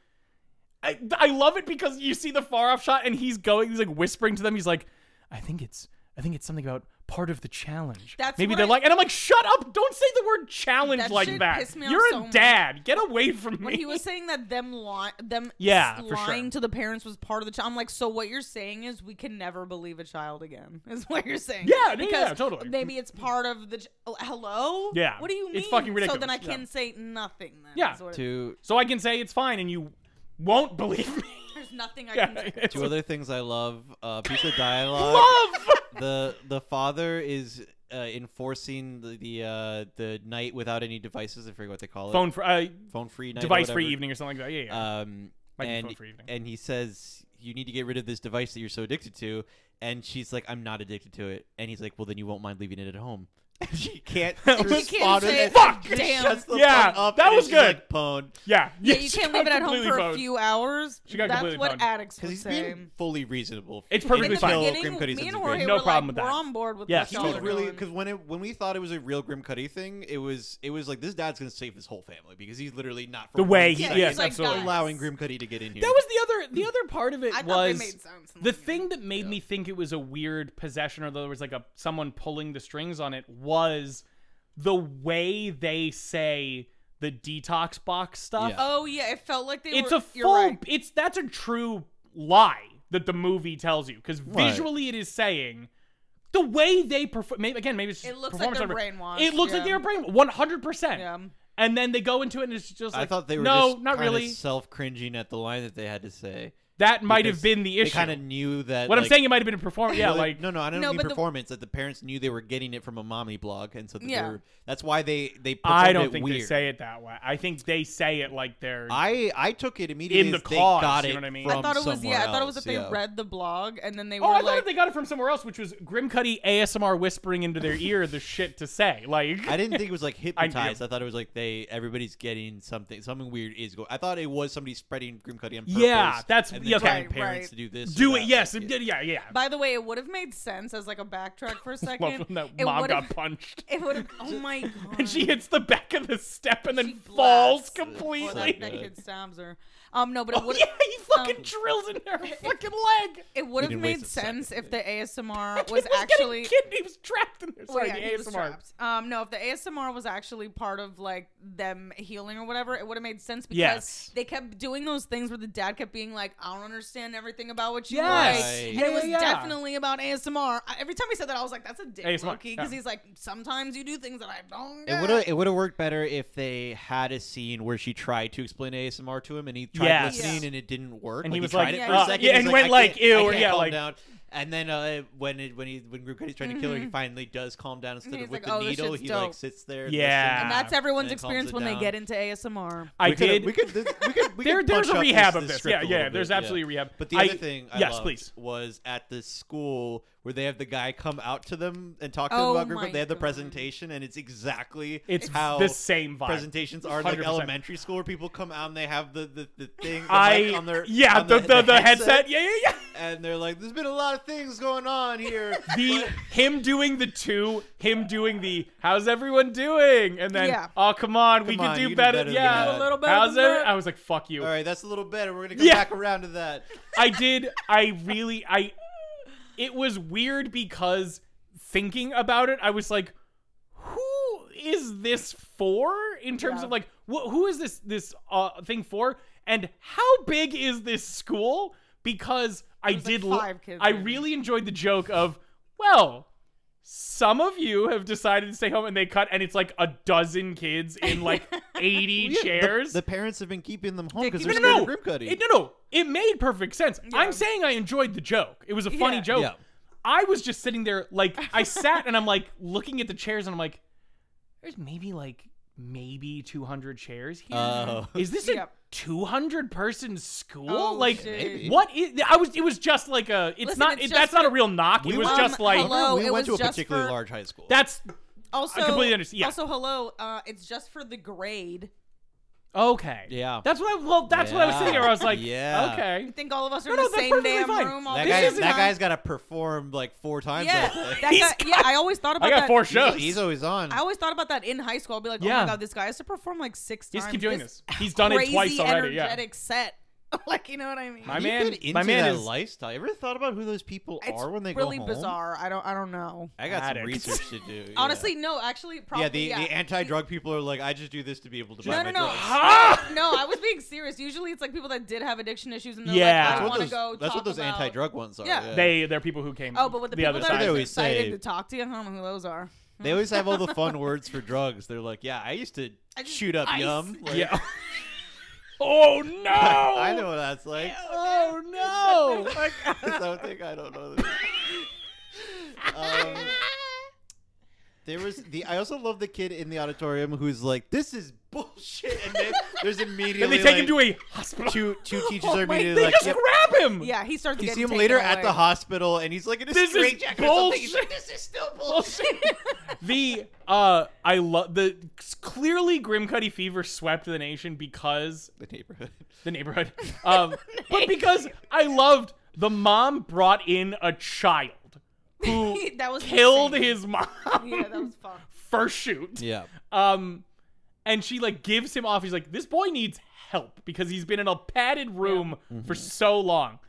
[SPEAKER 1] I, I love it because you see the far off shot, and he's going, he's like whispering to them, he's like, I think it's, I think it's something about part of the challenge.
[SPEAKER 3] That's
[SPEAKER 1] maybe
[SPEAKER 3] what
[SPEAKER 1] they're
[SPEAKER 3] I-
[SPEAKER 1] like, and I'm like, shut up, don't say the word challenge
[SPEAKER 3] That
[SPEAKER 1] like
[SPEAKER 3] shit
[SPEAKER 1] that.
[SPEAKER 3] pissed me off
[SPEAKER 1] You're a
[SPEAKER 3] so much.
[SPEAKER 1] dad, get away from me.
[SPEAKER 3] when
[SPEAKER 1] [laughs]
[SPEAKER 3] he was saying that them li- them
[SPEAKER 1] Yeah,
[SPEAKER 3] s-
[SPEAKER 1] for sure.
[SPEAKER 3] lying to the parents was part of the child. I'm like, so what you're saying is we can never believe a child again. [laughs] Is what you're saying?
[SPEAKER 1] Yeah, no,
[SPEAKER 3] because
[SPEAKER 1] yeah, totally.
[SPEAKER 3] Maybe it's part of the ch- oh, hello.
[SPEAKER 1] Yeah,
[SPEAKER 3] What do you mean?
[SPEAKER 1] it's fucking
[SPEAKER 3] So then I
[SPEAKER 1] ridiculous, yeah.
[SPEAKER 3] can say nothing. Then,
[SPEAKER 1] Yeah.
[SPEAKER 3] is what it-
[SPEAKER 2] Two
[SPEAKER 1] so I can say it's fine, and you won't believe me.
[SPEAKER 3] there's nothing I
[SPEAKER 1] Yeah,
[SPEAKER 3] can say.
[SPEAKER 1] [laughs] it's
[SPEAKER 2] two other things I love. Uh, piece of dialogue.
[SPEAKER 1] love.
[SPEAKER 2] the the father is uh, enforcing the the, uh, the night without any devices. I forget what they call it.
[SPEAKER 1] Phone for uh,
[SPEAKER 2] phone free night. or
[SPEAKER 1] device free
[SPEAKER 2] whatever. Uh,
[SPEAKER 1] evening or something like that. Yeah, yeah.
[SPEAKER 2] Um,
[SPEAKER 1] Might be
[SPEAKER 2] and
[SPEAKER 1] phone free evening.
[SPEAKER 2] and he says you need to get rid of this device that you're so addicted to. And she's like, I'm not addicted to it. And he's like, well, then you won't mind leaving it at home. [laughs]
[SPEAKER 1] [laughs]
[SPEAKER 2] she can't
[SPEAKER 1] You
[SPEAKER 2] respond.
[SPEAKER 3] can't say
[SPEAKER 2] and just
[SPEAKER 3] it. Fuck! Damn.
[SPEAKER 2] shuts the
[SPEAKER 1] Yeah,
[SPEAKER 2] fuck up
[SPEAKER 1] that
[SPEAKER 2] and
[SPEAKER 1] was
[SPEAKER 2] it's just
[SPEAKER 1] good.
[SPEAKER 2] Like, pwned.
[SPEAKER 1] Yeah.
[SPEAKER 3] Yeah,
[SPEAKER 1] Yes, [laughs]
[SPEAKER 3] you
[SPEAKER 1] she
[SPEAKER 3] can't
[SPEAKER 1] got
[SPEAKER 3] leave it at home
[SPEAKER 1] completely
[SPEAKER 3] for a
[SPEAKER 1] boned.
[SPEAKER 3] few hours.
[SPEAKER 1] She got
[SPEAKER 3] That's
[SPEAKER 1] completely
[SPEAKER 3] what
[SPEAKER 1] boned.
[SPEAKER 3] addicts
[SPEAKER 2] Because
[SPEAKER 3] would
[SPEAKER 2] he's
[SPEAKER 3] say.
[SPEAKER 2] being fully reasonable.
[SPEAKER 1] It's
[SPEAKER 2] Until
[SPEAKER 1] perfectly fine.
[SPEAKER 2] Grim
[SPEAKER 3] beginning,
[SPEAKER 2] Cuddy
[SPEAKER 3] me
[SPEAKER 2] sends
[SPEAKER 3] and
[SPEAKER 2] us
[SPEAKER 3] Jorge
[SPEAKER 2] Grim.
[SPEAKER 1] No
[SPEAKER 3] were
[SPEAKER 1] problem
[SPEAKER 3] like,
[SPEAKER 1] with that.
[SPEAKER 3] we're on board with
[SPEAKER 1] Yeah,
[SPEAKER 3] what
[SPEAKER 2] He
[SPEAKER 1] No,
[SPEAKER 3] y'all
[SPEAKER 2] was
[SPEAKER 3] are
[SPEAKER 2] really
[SPEAKER 3] doing.
[SPEAKER 2] because when it when we thought it was a real Grim Cuddy thing, it was it was like this dad's gonna save his whole family because he's literally not for
[SPEAKER 1] The
[SPEAKER 2] one
[SPEAKER 1] way he-
[SPEAKER 3] yeah,
[SPEAKER 2] second
[SPEAKER 1] yes,
[SPEAKER 3] he's like,
[SPEAKER 1] absolutely.
[SPEAKER 3] guys.
[SPEAKER 2] allowing Grim Cuddy to get in here.
[SPEAKER 1] That was the other the other part of it
[SPEAKER 3] I thought they
[SPEAKER 1] was
[SPEAKER 3] made sounds.
[SPEAKER 1] the thing that made me think it was a weird possession or there was like a someone pulling the strings on it was the way they say the detox box stuff.
[SPEAKER 2] Yeah.
[SPEAKER 3] Oh yeah, it felt like they
[SPEAKER 1] It's
[SPEAKER 3] were.
[SPEAKER 1] a
[SPEAKER 3] you're
[SPEAKER 1] full
[SPEAKER 3] right.
[SPEAKER 1] it's that's a true lie that the movie tells you cuz
[SPEAKER 2] Right.
[SPEAKER 1] visually it is saying the way they perform maybe again maybe it's
[SPEAKER 3] It looks like
[SPEAKER 1] performance
[SPEAKER 3] they're
[SPEAKER 1] over-
[SPEAKER 3] brainwashed.
[SPEAKER 1] It looks
[SPEAKER 3] yeah.
[SPEAKER 1] like they're brain 100%.
[SPEAKER 3] Yeah.
[SPEAKER 1] And then they go into it and it's just
[SPEAKER 2] I
[SPEAKER 1] like
[SPEAKER 2] thought they were
[SPEAKER 1] no,
[SPEAKER 2] just
[SPEAKER 1] not really.
[SPEAKER 2] self cringing at the line that they had to say.
[SPEAKER 1] That might have
[SPEAKER 2] because
[SPEAKER 1] been the
[SPEAKER 2] They
[SPEAKER 1] issue.
[SPEAKER 2] kind of knew that.
[SPEAKER 1] what I'm
[SPEAKER 2] like,
[SPEAKER 1] saying it might have been a performance. Yeah,
[SPEAKER 2] really-
[SPEAKER 1] like
[SPEAKER 2] no, no, I don't
[SPEAKER 3] No,
[SPEAKER 2] mean
[SPEAKER 3] but the-
[SPEAKER 2] performance. that the parents knew they were getting it from a mommy blog, and so that they
[SPEAKER 3] Yeah.
[SPEAKER 2] were- that's why they they. performed
[SPEAKER 1] I don't
[SPEAKER 2] it
[SPEAKER 1] think
[SPEAKER 2] weird.
[SPEAKER 1] they say it that way. I think they say it like they're.
[SPEAKER 2] I I took it immediately.
[SPEAKER 1] In the
[SPEAKER 2] as they
[SPEAKER 1] cause,
[SPEAKER 2] got
[SPEAKER 1] you
[SPEAKER 2] it
[SPEAKER 1] know what I mean?
[SPEAKER 2] From
[SPEAKER 1] I
[SPEAKER 3] I thought it was
[SPEAKER 2] somewhere
[SPEAKER 3] yeah. I thought it was
[SPEAKER 2] else,
[SPEAKER 3] that they
[SPEAKER 2] yeah.
[SPEAKER 3] read the blog and then they
[SPEAKER 1] oh,
[SPEAKER 3] were
[SPEAKER 1] I thought
[SPEAKER 3] like,
[SPEAKER 1] that they got it from somewhere else, which was Grim Cuddy ASMR whispering into their ear the shit to say. Like,
[SPEAKER 2] I didn't think it was
[SPEAKER 1] [laughs]
[SPEAKER 2] like
[SPEAKER 1] I do.
[SPEAKER 2] hypnotized. I, thought it was like they everybody's getting something something weird is going. I thought it was somebody spreading Grim Cuddy on purpose.
[SPEAKER 1] Yeah, that's-
[SPEAKER 2] and
[SPEAKER 1] yeah,
[SPEAKER 2] then telling
[SPEAKER 3] okay. Right,
[SPEAKER 2] parents
[SPEAKER 3] right.
[SPEAKER 2] to do this. or
[SPEAKER 1] do
[SPEAKER 2] that,
[SPEAKER 1] it. Yes.
[SPEAKER 2] like,
[SPEAKER 1] it did- Yeah. Yeah.
[SPEAKER 3] By the way, it would have made sense as like a backtrack for a
[SPEAKER 1] Love
[SPEAKER 3] second.
[SPEAKER 1] when that
[SPEAKER 3] it
[SPEAKER 1] mom
[SPEAKER 3] would've-
[SPEAKER 1] got
[SPEAKER 3] [laughs]
[SPEAKER 1] punched
[SPEAKER 3] It would have. Oh my god.
[SPEAKER 1] and she hits the back of the step and
[SPEAKER 3] She
[SPEAKER 1] then falls
[SPEAKER 3] blasts before
[SPEAKER 1] completely.
[SPEAKER 3] That, that
[SPEAKER 2] Yeah.
[SPEAKER 3] kid stabs her. Um, no, but it
[SPEAKER 1] [laughs] Oh,
[SPEAKER 3] would.
[SPEAKER 1] yeah, he fucking
[SPEAKER 3] um,
[SPEAKER 1] drills in
[SPEAKER 3] [laughs]
[SPEAKER 1] her fucking leg.
[SPEAKER 3] It would
[SPEAKER 2] We
[SPEAKER 3] have
[SPEAKER 2] didn't waste
[SPEAKER 3] made
[SPEAKER 2] a second,
[SPEAKER 3] sense if
[SPEAKER 2] dude.
[SPEAKER 3] the ASMR
[SPEAKER 1] He
[SPEAKER 3] was actually.
[SPEAKER 1] getting kid. He was trapped in there.
[SPEAKER 3] Well,
[SPEAKER 1] Sorry,
[SPEAKER 3] yeah, he
[SPEAKER 1] the
[SPEAKER 3] was
[SPEAKER 1] ASMR.
[SPEAKER 3] trapped. Um, no, if the ASMR was actually part of like them healing or whatever, it would have made sense because
[SPEAKER 1] Yes.
[SPEAKER 3] they kept doing those things where the dad kept being like, "I don't understand everything about what you
[SPEAKER 1] Yes.
[SPEAKER 3] like,"
[SPEAKER 2] Right.
[SPEAKER 3] and
[SPEAKER 1] Yeah,
[SPEAKER 3] it was
[SPEAKER 1] yeah, yeah.
[SPEAKER 3] definitely about ASMR. I, every time he said that, I was like, "That's a dick
[SPEAKER 1] ASMR,
[SPEAKER 3] monkey," because
[SPEAKER 1] yeah.
[SPEAKER 3] he's like, "Sometimes you do things that I don't."
[SPEAKER 2] It
[SPEAKER 3] get."
[SPEAKER 2] would have it would have worked better if they had a scene where she tried to explain ASMR to him and he tried
[SPEAKER 1] Yes.
[SPEAKER 2] listening
[SPEAKER 3] Yeah.
[SPEAKER 2] and it didn't work.
[SPEAKER 1] And he was
[SPEAKER 2] tried
[SPEAKER 1] like,
[SPEAKER 2] it for
[SPEAKER 3] uh,
[SPEAKER 2] a second,
[SPEAKER 1] yeah,
[SPEAKER 2] he's
[SPEAKER 1] and went
[SPEAKER 2] "I
[SPEAKER 1] like,
[SPEAKER 2] can't-
[SPEAKER 1] ew,
[SPEAKER 2] I
[SPEAKER 1] or
[SPEAKER 2] can't
[SPEAKER 1] yeah,
[SPEAKER 2] calm
[SPEAKER 1] like-
[SPEAKER 2] down. And then uh, when it, when he when Grim Cuddy's trying to kill her, he finally does calm down instead
[SPEAKER 3] Mm-hmm. he's
[SPEAKER 2] of with
[SPEAKER 3] like, "Oh,
[SPEAKER 2] the
[SPEAKER 3] this
[SPEAKER 2] needle.
[SPEAKER 3] shit's
[SPEAKER 2] He
[SPEAKER 3] dope."
[SPEAKER 2] like sits there. And
[SPEAKER 1] Yeah.
[SPEAKER 3] and that's everyone's
[SPEAKER 2] And it calms
[SPEAKER 3] experience
[SPEAKER 2] it
[SPEAKER 3] when they
[SPEAKER 2] down.
[SPEAKER 3] get into ASMR.
[SPEAKER 1] I
[SPEAKER 2] We coulda-
[SPEAKER 1] did. [laughs]
[SPEAKER 2] We could. th- We could. We
[SPEAKER 1] there,
[SPEAKER 2] could
[SPEAKER 1] there's
[SPEAKER 2] punch
[SPEAKER 1] a
[SPEAKER 2] up
[SPEAKER 1] rehab
[SPEAKER 2] this,
[SPEAKER 1] of
[SPEAKER 2] this
[SPEAKER 1] this.
[SPEAKER 2] script
[SPEAKER 1] Yeah,
[SPEAKER 2] a
[SPEAKER 1] yeah.
[SPEAKER 2] little
[SPEAKER 1] There's
[SPEAKER 2] bit,
[SPEAKER 1] absolutely
[SPEAKER 2] yeah.
[SPEAKER 1] rehab.
[SPEAKER 2] But the
[SPEAKER 1] I-
[SPEAKER 2] other thing I
[SPEAKER 1] yes,
[SPEAKER 2] loved
[SPEAKER 1] please.
[SPEAKER 2] was at the school where they have the guy come out to them and talk to
[SPEAKER 3] Oh
[SPEAKER 2] them about group.
[SPEAKER 3] my
[SPEAKER 2] They have the
[SPEAKER 3] God.
[SPEAKER 2] presentation, and it's exactly
[SPEAKER 1] It's
[SPEAKER 2] how
[SPEAKER 1] the same vibe.
[SPEAKER 2] presentations are in, like
[SPEAKER 1] 100%.
[SPEAKER 2] elementary school where people come out and they have the the, the thing. the
[SPEAKER 1] I
[SPEAKER 2] mic on their
[SPEAKER 1] yeah
[SPEAKER 2] on
[SPEAKER 1] the, the, the, headset. yeah yeah yeah.
[SPEAKER 2] and they're like, "There's been a lot of things going on here."
[SPEAKER 1] [laughs] the him doing the two, him doing the how's everyone doing, and then
[SPEAKER 3] Yeah.
[SPEAKER 1] oh come on, we
[SPEAKER 2] Come
[SPEAKER 1] can
[SPEAKER 2] on,
[SPEAKER 1] do
[SPEAKER 2] you can do
[SPEAKER 1] better.
[SPEAKER 2] better than
[SPEAKER 1] yeah,
[SPEAKER 2] that. A
[SPEAKER 3] little better
[SPEAKER 1] How's
[SPEAKER 3] than
[SPEAKER 1] every-
[SPEAKER 3] that.
[SPEAKER 1] I was like, fuck you.
[SPEAKER 2] All right, that's a little better. We're gonna come
[SPEAKER 1] Yeah.
[SPEAKER 2] back around to that.
[SPEAKER 1] I did. I really. I. It was weird because thinking about it, I was like, who is this for? In terms
[SPEAKER 3] Yeah.
[SPEAKER 1] of like, wh- who is this this uh, thing for? And how big is this school? Because I
[SPEAKER 3] was, like,
[SPEAKER 1] did. l-
[SPEAKER 3] five kids
[SPEAKER 1] I
[SPEAKER 3] in.
[SPEAKER 1] really enjoyed the joke of well. Some of you have decided to stay home, and they cut, and it's like a dozen kids in
[SPEAKER 3] [laughs]
[SPEAKER 1] like eighty chairs.
[SPEAKER 2] The, parents have been keeping them home
[SPEAKER 3] They
[SPEAKER 2] because
[SPEAKER 3] keep-
[SPEAKER 2] they're
[SPEAKER 1] No, no,
[SPEAKER 2] scared
[SPEAKER 1] no.
[SPEAKER 2] of Grim Cuddy.
[SPEAKER 1] It, no, no. It made perfect sense.
[SPEAKER 3] Yeah.
[SPEAKER 1] I'm saying I enjoyed the joke. It was a funny
[SPEAKER 3] Yeah.
[SPEAKER 1] joke.
[SPEAKER 2] Yeah.
[SPEAKER 1] I was just sitting there, like,
[SPEAKER 3] [laughs]
[SPEAKER 1] I sat and I'm like looking at the chairs and I'm like, there's maybe like maybe 200 chairs here. Is
[SPEAKER 2] Oh.
[SPEAKER 1] this
[SPEAKER 3] Yep.
[SPEAKER 1] a 200 person school?
[SPEAKER 3] Oh,
[SPEAKER 1] like,
[SPEAKER 3] shit.
[SPEAKER 2] Maybe.
[SPEAKER 1] what is? I was. It was just like a. It's
[SPEAKER 3] Listen,
[SPEAKER 1] not.
[SPEAKER 3] it's
[SPEAKER 1] it,
[SPEAKER 3] just
[SPEAKER 1] that's not a
[SPEAKER 3] for-
[SPEAKER 1] real knock.
[SPEAKER 2] We
[SPEAKER 1] it was
[SPEAKER 2] were-
[SPEAKER 1] just
[SPEAKER 3] Um,
[SPEAKER 1] like
[SPEAKER 3] hello.
[SPEAKER 2] we
[SPEAKER 3] it
[SPEAKER 2] went
[SPEAKER 3] was
[SPEAKER 2] to a
[SPEAKER 3] just
[SPEAKER 2] particularly
[SPEAKER 3] for-
[SPEAKER 2] large high school.
[SPEAKER 1] that's
[SPEAKER 3] Also,
[SPEAKER 1] completely understand- yeah.
[SPEAKER 3] Also, hello. Uh, it's just for the grade.
[SPEAKER 1] okay.
[SPEAKER 2] Yeah.
[SPEAKER 1] That's what I. Well, that's what I was sitting
[SPEAKER 2] Yeah.
[SPEAKER 1] there. I was like,
[SPEAKER 2] Yeah.
[SPEAKER 1] okay.
[SPEAKER 3] I think all of us are
[SPEAKER 1] No,
[SPEAKER 3] in
[SPEAKER 1] no,
[SPEAKER 3] the
[SPEAKER 1] that's
[SPEAKER 3] same
[SPEAKER 1] perfectly
[SPEAKER 3] damn
[SPEAKER 1] fine.
[SPEAKER 3] room. All
[SPEAKER 2] that
[SPEAKER 3] the
[SPEAKER 1] guy-
[SPEAKER 2] guy's,
[SPEAKER 1] isn't-
[SPEAKER 3] time.
[SPEAKER 2] that guy's got to perform like four times.
[SPEAKER 3] Yeah,
[SPEAKER 2] all [laughs] day.
[SPEAKER 3] that
[SPEAKER 1] He's
[SPEAKER 3] guy, yeah. I always thought about
[SPEAKER 1] I got
[SPEAKER 3] that.
[SPEAKER 1] four shows.
[SPEAKER 2] He's always on.
[SPEAKER 3] I always thought about that in high school. I'd be like, oh
[SPEAKER 1] Yeah.
[SPEAKER 3] my god, this guy has to perform like six times.
[SPEAKER 1] Just keep doing this. He's done it
[SPEAKER 3] crazy,
[SPEAKER 1] twice already. Yeah.
[SPEAKER 3] Energetic set. [laughs] like you know what I mean?
[SPEAKER 1] My
[SPEAKER 2] You've
[SPEAKER 1] man-
[SPEAKER 2] been into
[SPEAKER 1] my man
[SPEAKER 2] that
[SPEAKER 1] is-
[SPEAKER 2] lifestyle. You ever thought about who those people
[SPEAKER 3] it's
[SPEAKER 2] are when they
[SPEAKER 3] really
[SPEAKER 2] go home?
[SPEAKER 3] bizarre. I don't. I don't know.
[SPEAKER 2] I got
[SPEAKER 1] Addicts.
[SPEAKER 2] some
[SPEAKER 3] [laughs]
[SPEAKER 2] research to do. yeah.
[SPEAKER 3] Honestly, no. Actually, probably.
[SPEAKER 2] yeah, the, the anti-drug people are like, I just do this to be able to
[SPEAKER 3] no,
[SPEAKER 2] buy
[SPEAKER 3] no,
[SPEAKER 2] my
[SPEAKER 3] no.
[SPEAKER 2] drugs.
[SPEAKER 1] Ah!
[SPEAKER 3] no, I was being serious. Usually, it's like people that did have addiction ishes, and they're
[SPEAKER 1] Yeah.
[SPEAKER 3] like,
[SPEAKER 2] That's
[SPEAKER 3] I
[SPEAKER 2] what
[SPEAKER 3] want to
[SPEAKER 2] those,
[SPEAKER 3] go.
[SPEAKER 2] that's
[SPEAKER 3] talk
[SPEAKER 2] what those
[SPEAKER 3] about-
[SPEAKER 2] anti-drug ones are.
[SPEAKER 3] Yeah.
[SPEAKER 2] Yeah.
[SPEAKER 1] They they're people who came.
[SPEAKER 3] Oh, but with the,
[SPEAKER 1] the
[SPEAKER 3] people
[SPEAKER 1] other
[SPEAKER 3] that
[SPEAKER 1] side.
[SPEAKER 2] They
[SPEAKER 3] are
[SPEAKER 2] always
[SPEAKER 3] just excited
[SPEAKER 2] say-
[SPEAKER 3] to talk to you, I don't know who those are.
[SPEAKER 2] They always have all the
[SPEAKER 3] [laughs]
[SPEAKER 2] fun words for drugs. They're like, yeah, I used to
[SPEAKER 3] I just-
[SPEAKER 2] shoot up
[SPEAKER 3] ice. [laughs]
[SPEAKER 2] yum. Like,
[SPEAKER 1] yeah. [laughs] oh no!
[SPEAKER 2] [laughs] I know what that's like.
[SPEAKER 1] Oh
[SPEAKER 3] [laughs]
[SPEAKER 1] no!
[SPEAKER 2] Like, I don't think I don't know. This. Um, There was the. I also love the kid in the auditorium who's like, "This is bullshit," and then there's immediately
[SPEAKER 1] And [laughs] they take him to a hospital.
[SPEAKER 2] two
[SPEAKER 1] [gasps]
[SPEAKER 2] two teachers are
[SPEAKER 3] my- they
[SPEAKER 2] immediately
[SPEAKER 1] they
[SPEAKER 2] like,
[SPEAKER 1] just
[SPEAKER 2] "Yep."
[SPEAKER 1] grab him.
[SPEAKER 3] Yeah, he starts.
[SPEAKER 2] You
[SPEAKER 3] getting
[SPEAKER 2] see him
[SPEAKER 3] taken
[SPEAKER 2] later at
[SPEAKER 3] away.
[SPEAKER 2] the hospital, and he's like in a
[SPEAKER 1] This is
[SPEAKER 2] straitjacket or something. He's
[SPEAKER 1] bullshit.
[SPEAKER 2] like, "This is still
[SPEAKER 1] [laughs]
[SPEAKER 2] bullshit."
[SPEAKER 1] the uh, I love the clearly Grimcuddy fever swept the nation because
[SPEAKER 2] the neighborhood.
[SPEAKER 1] the
[SPEAKER 3] [laughs]
[SPEAKER 1] neighborhood, um, but because I loved the mom brought in a child
[SPEAKER 3] [laughs]
[SPEAKER 1] who
[SPEAKER 3] that was
[SPEAKER 1] killed
[SPEAKER 3] insane.
[SPEAKER 1] his mom [laughs]
[SPEAKER 3] Yeah, that was fun.
[SPEAKER 1] first shoot.
[SPEAKER 2] Yeah.
[SPEAKER 1] Um, and she like gives him off. He's like, this boy needs help because he's been in a padded room for so long.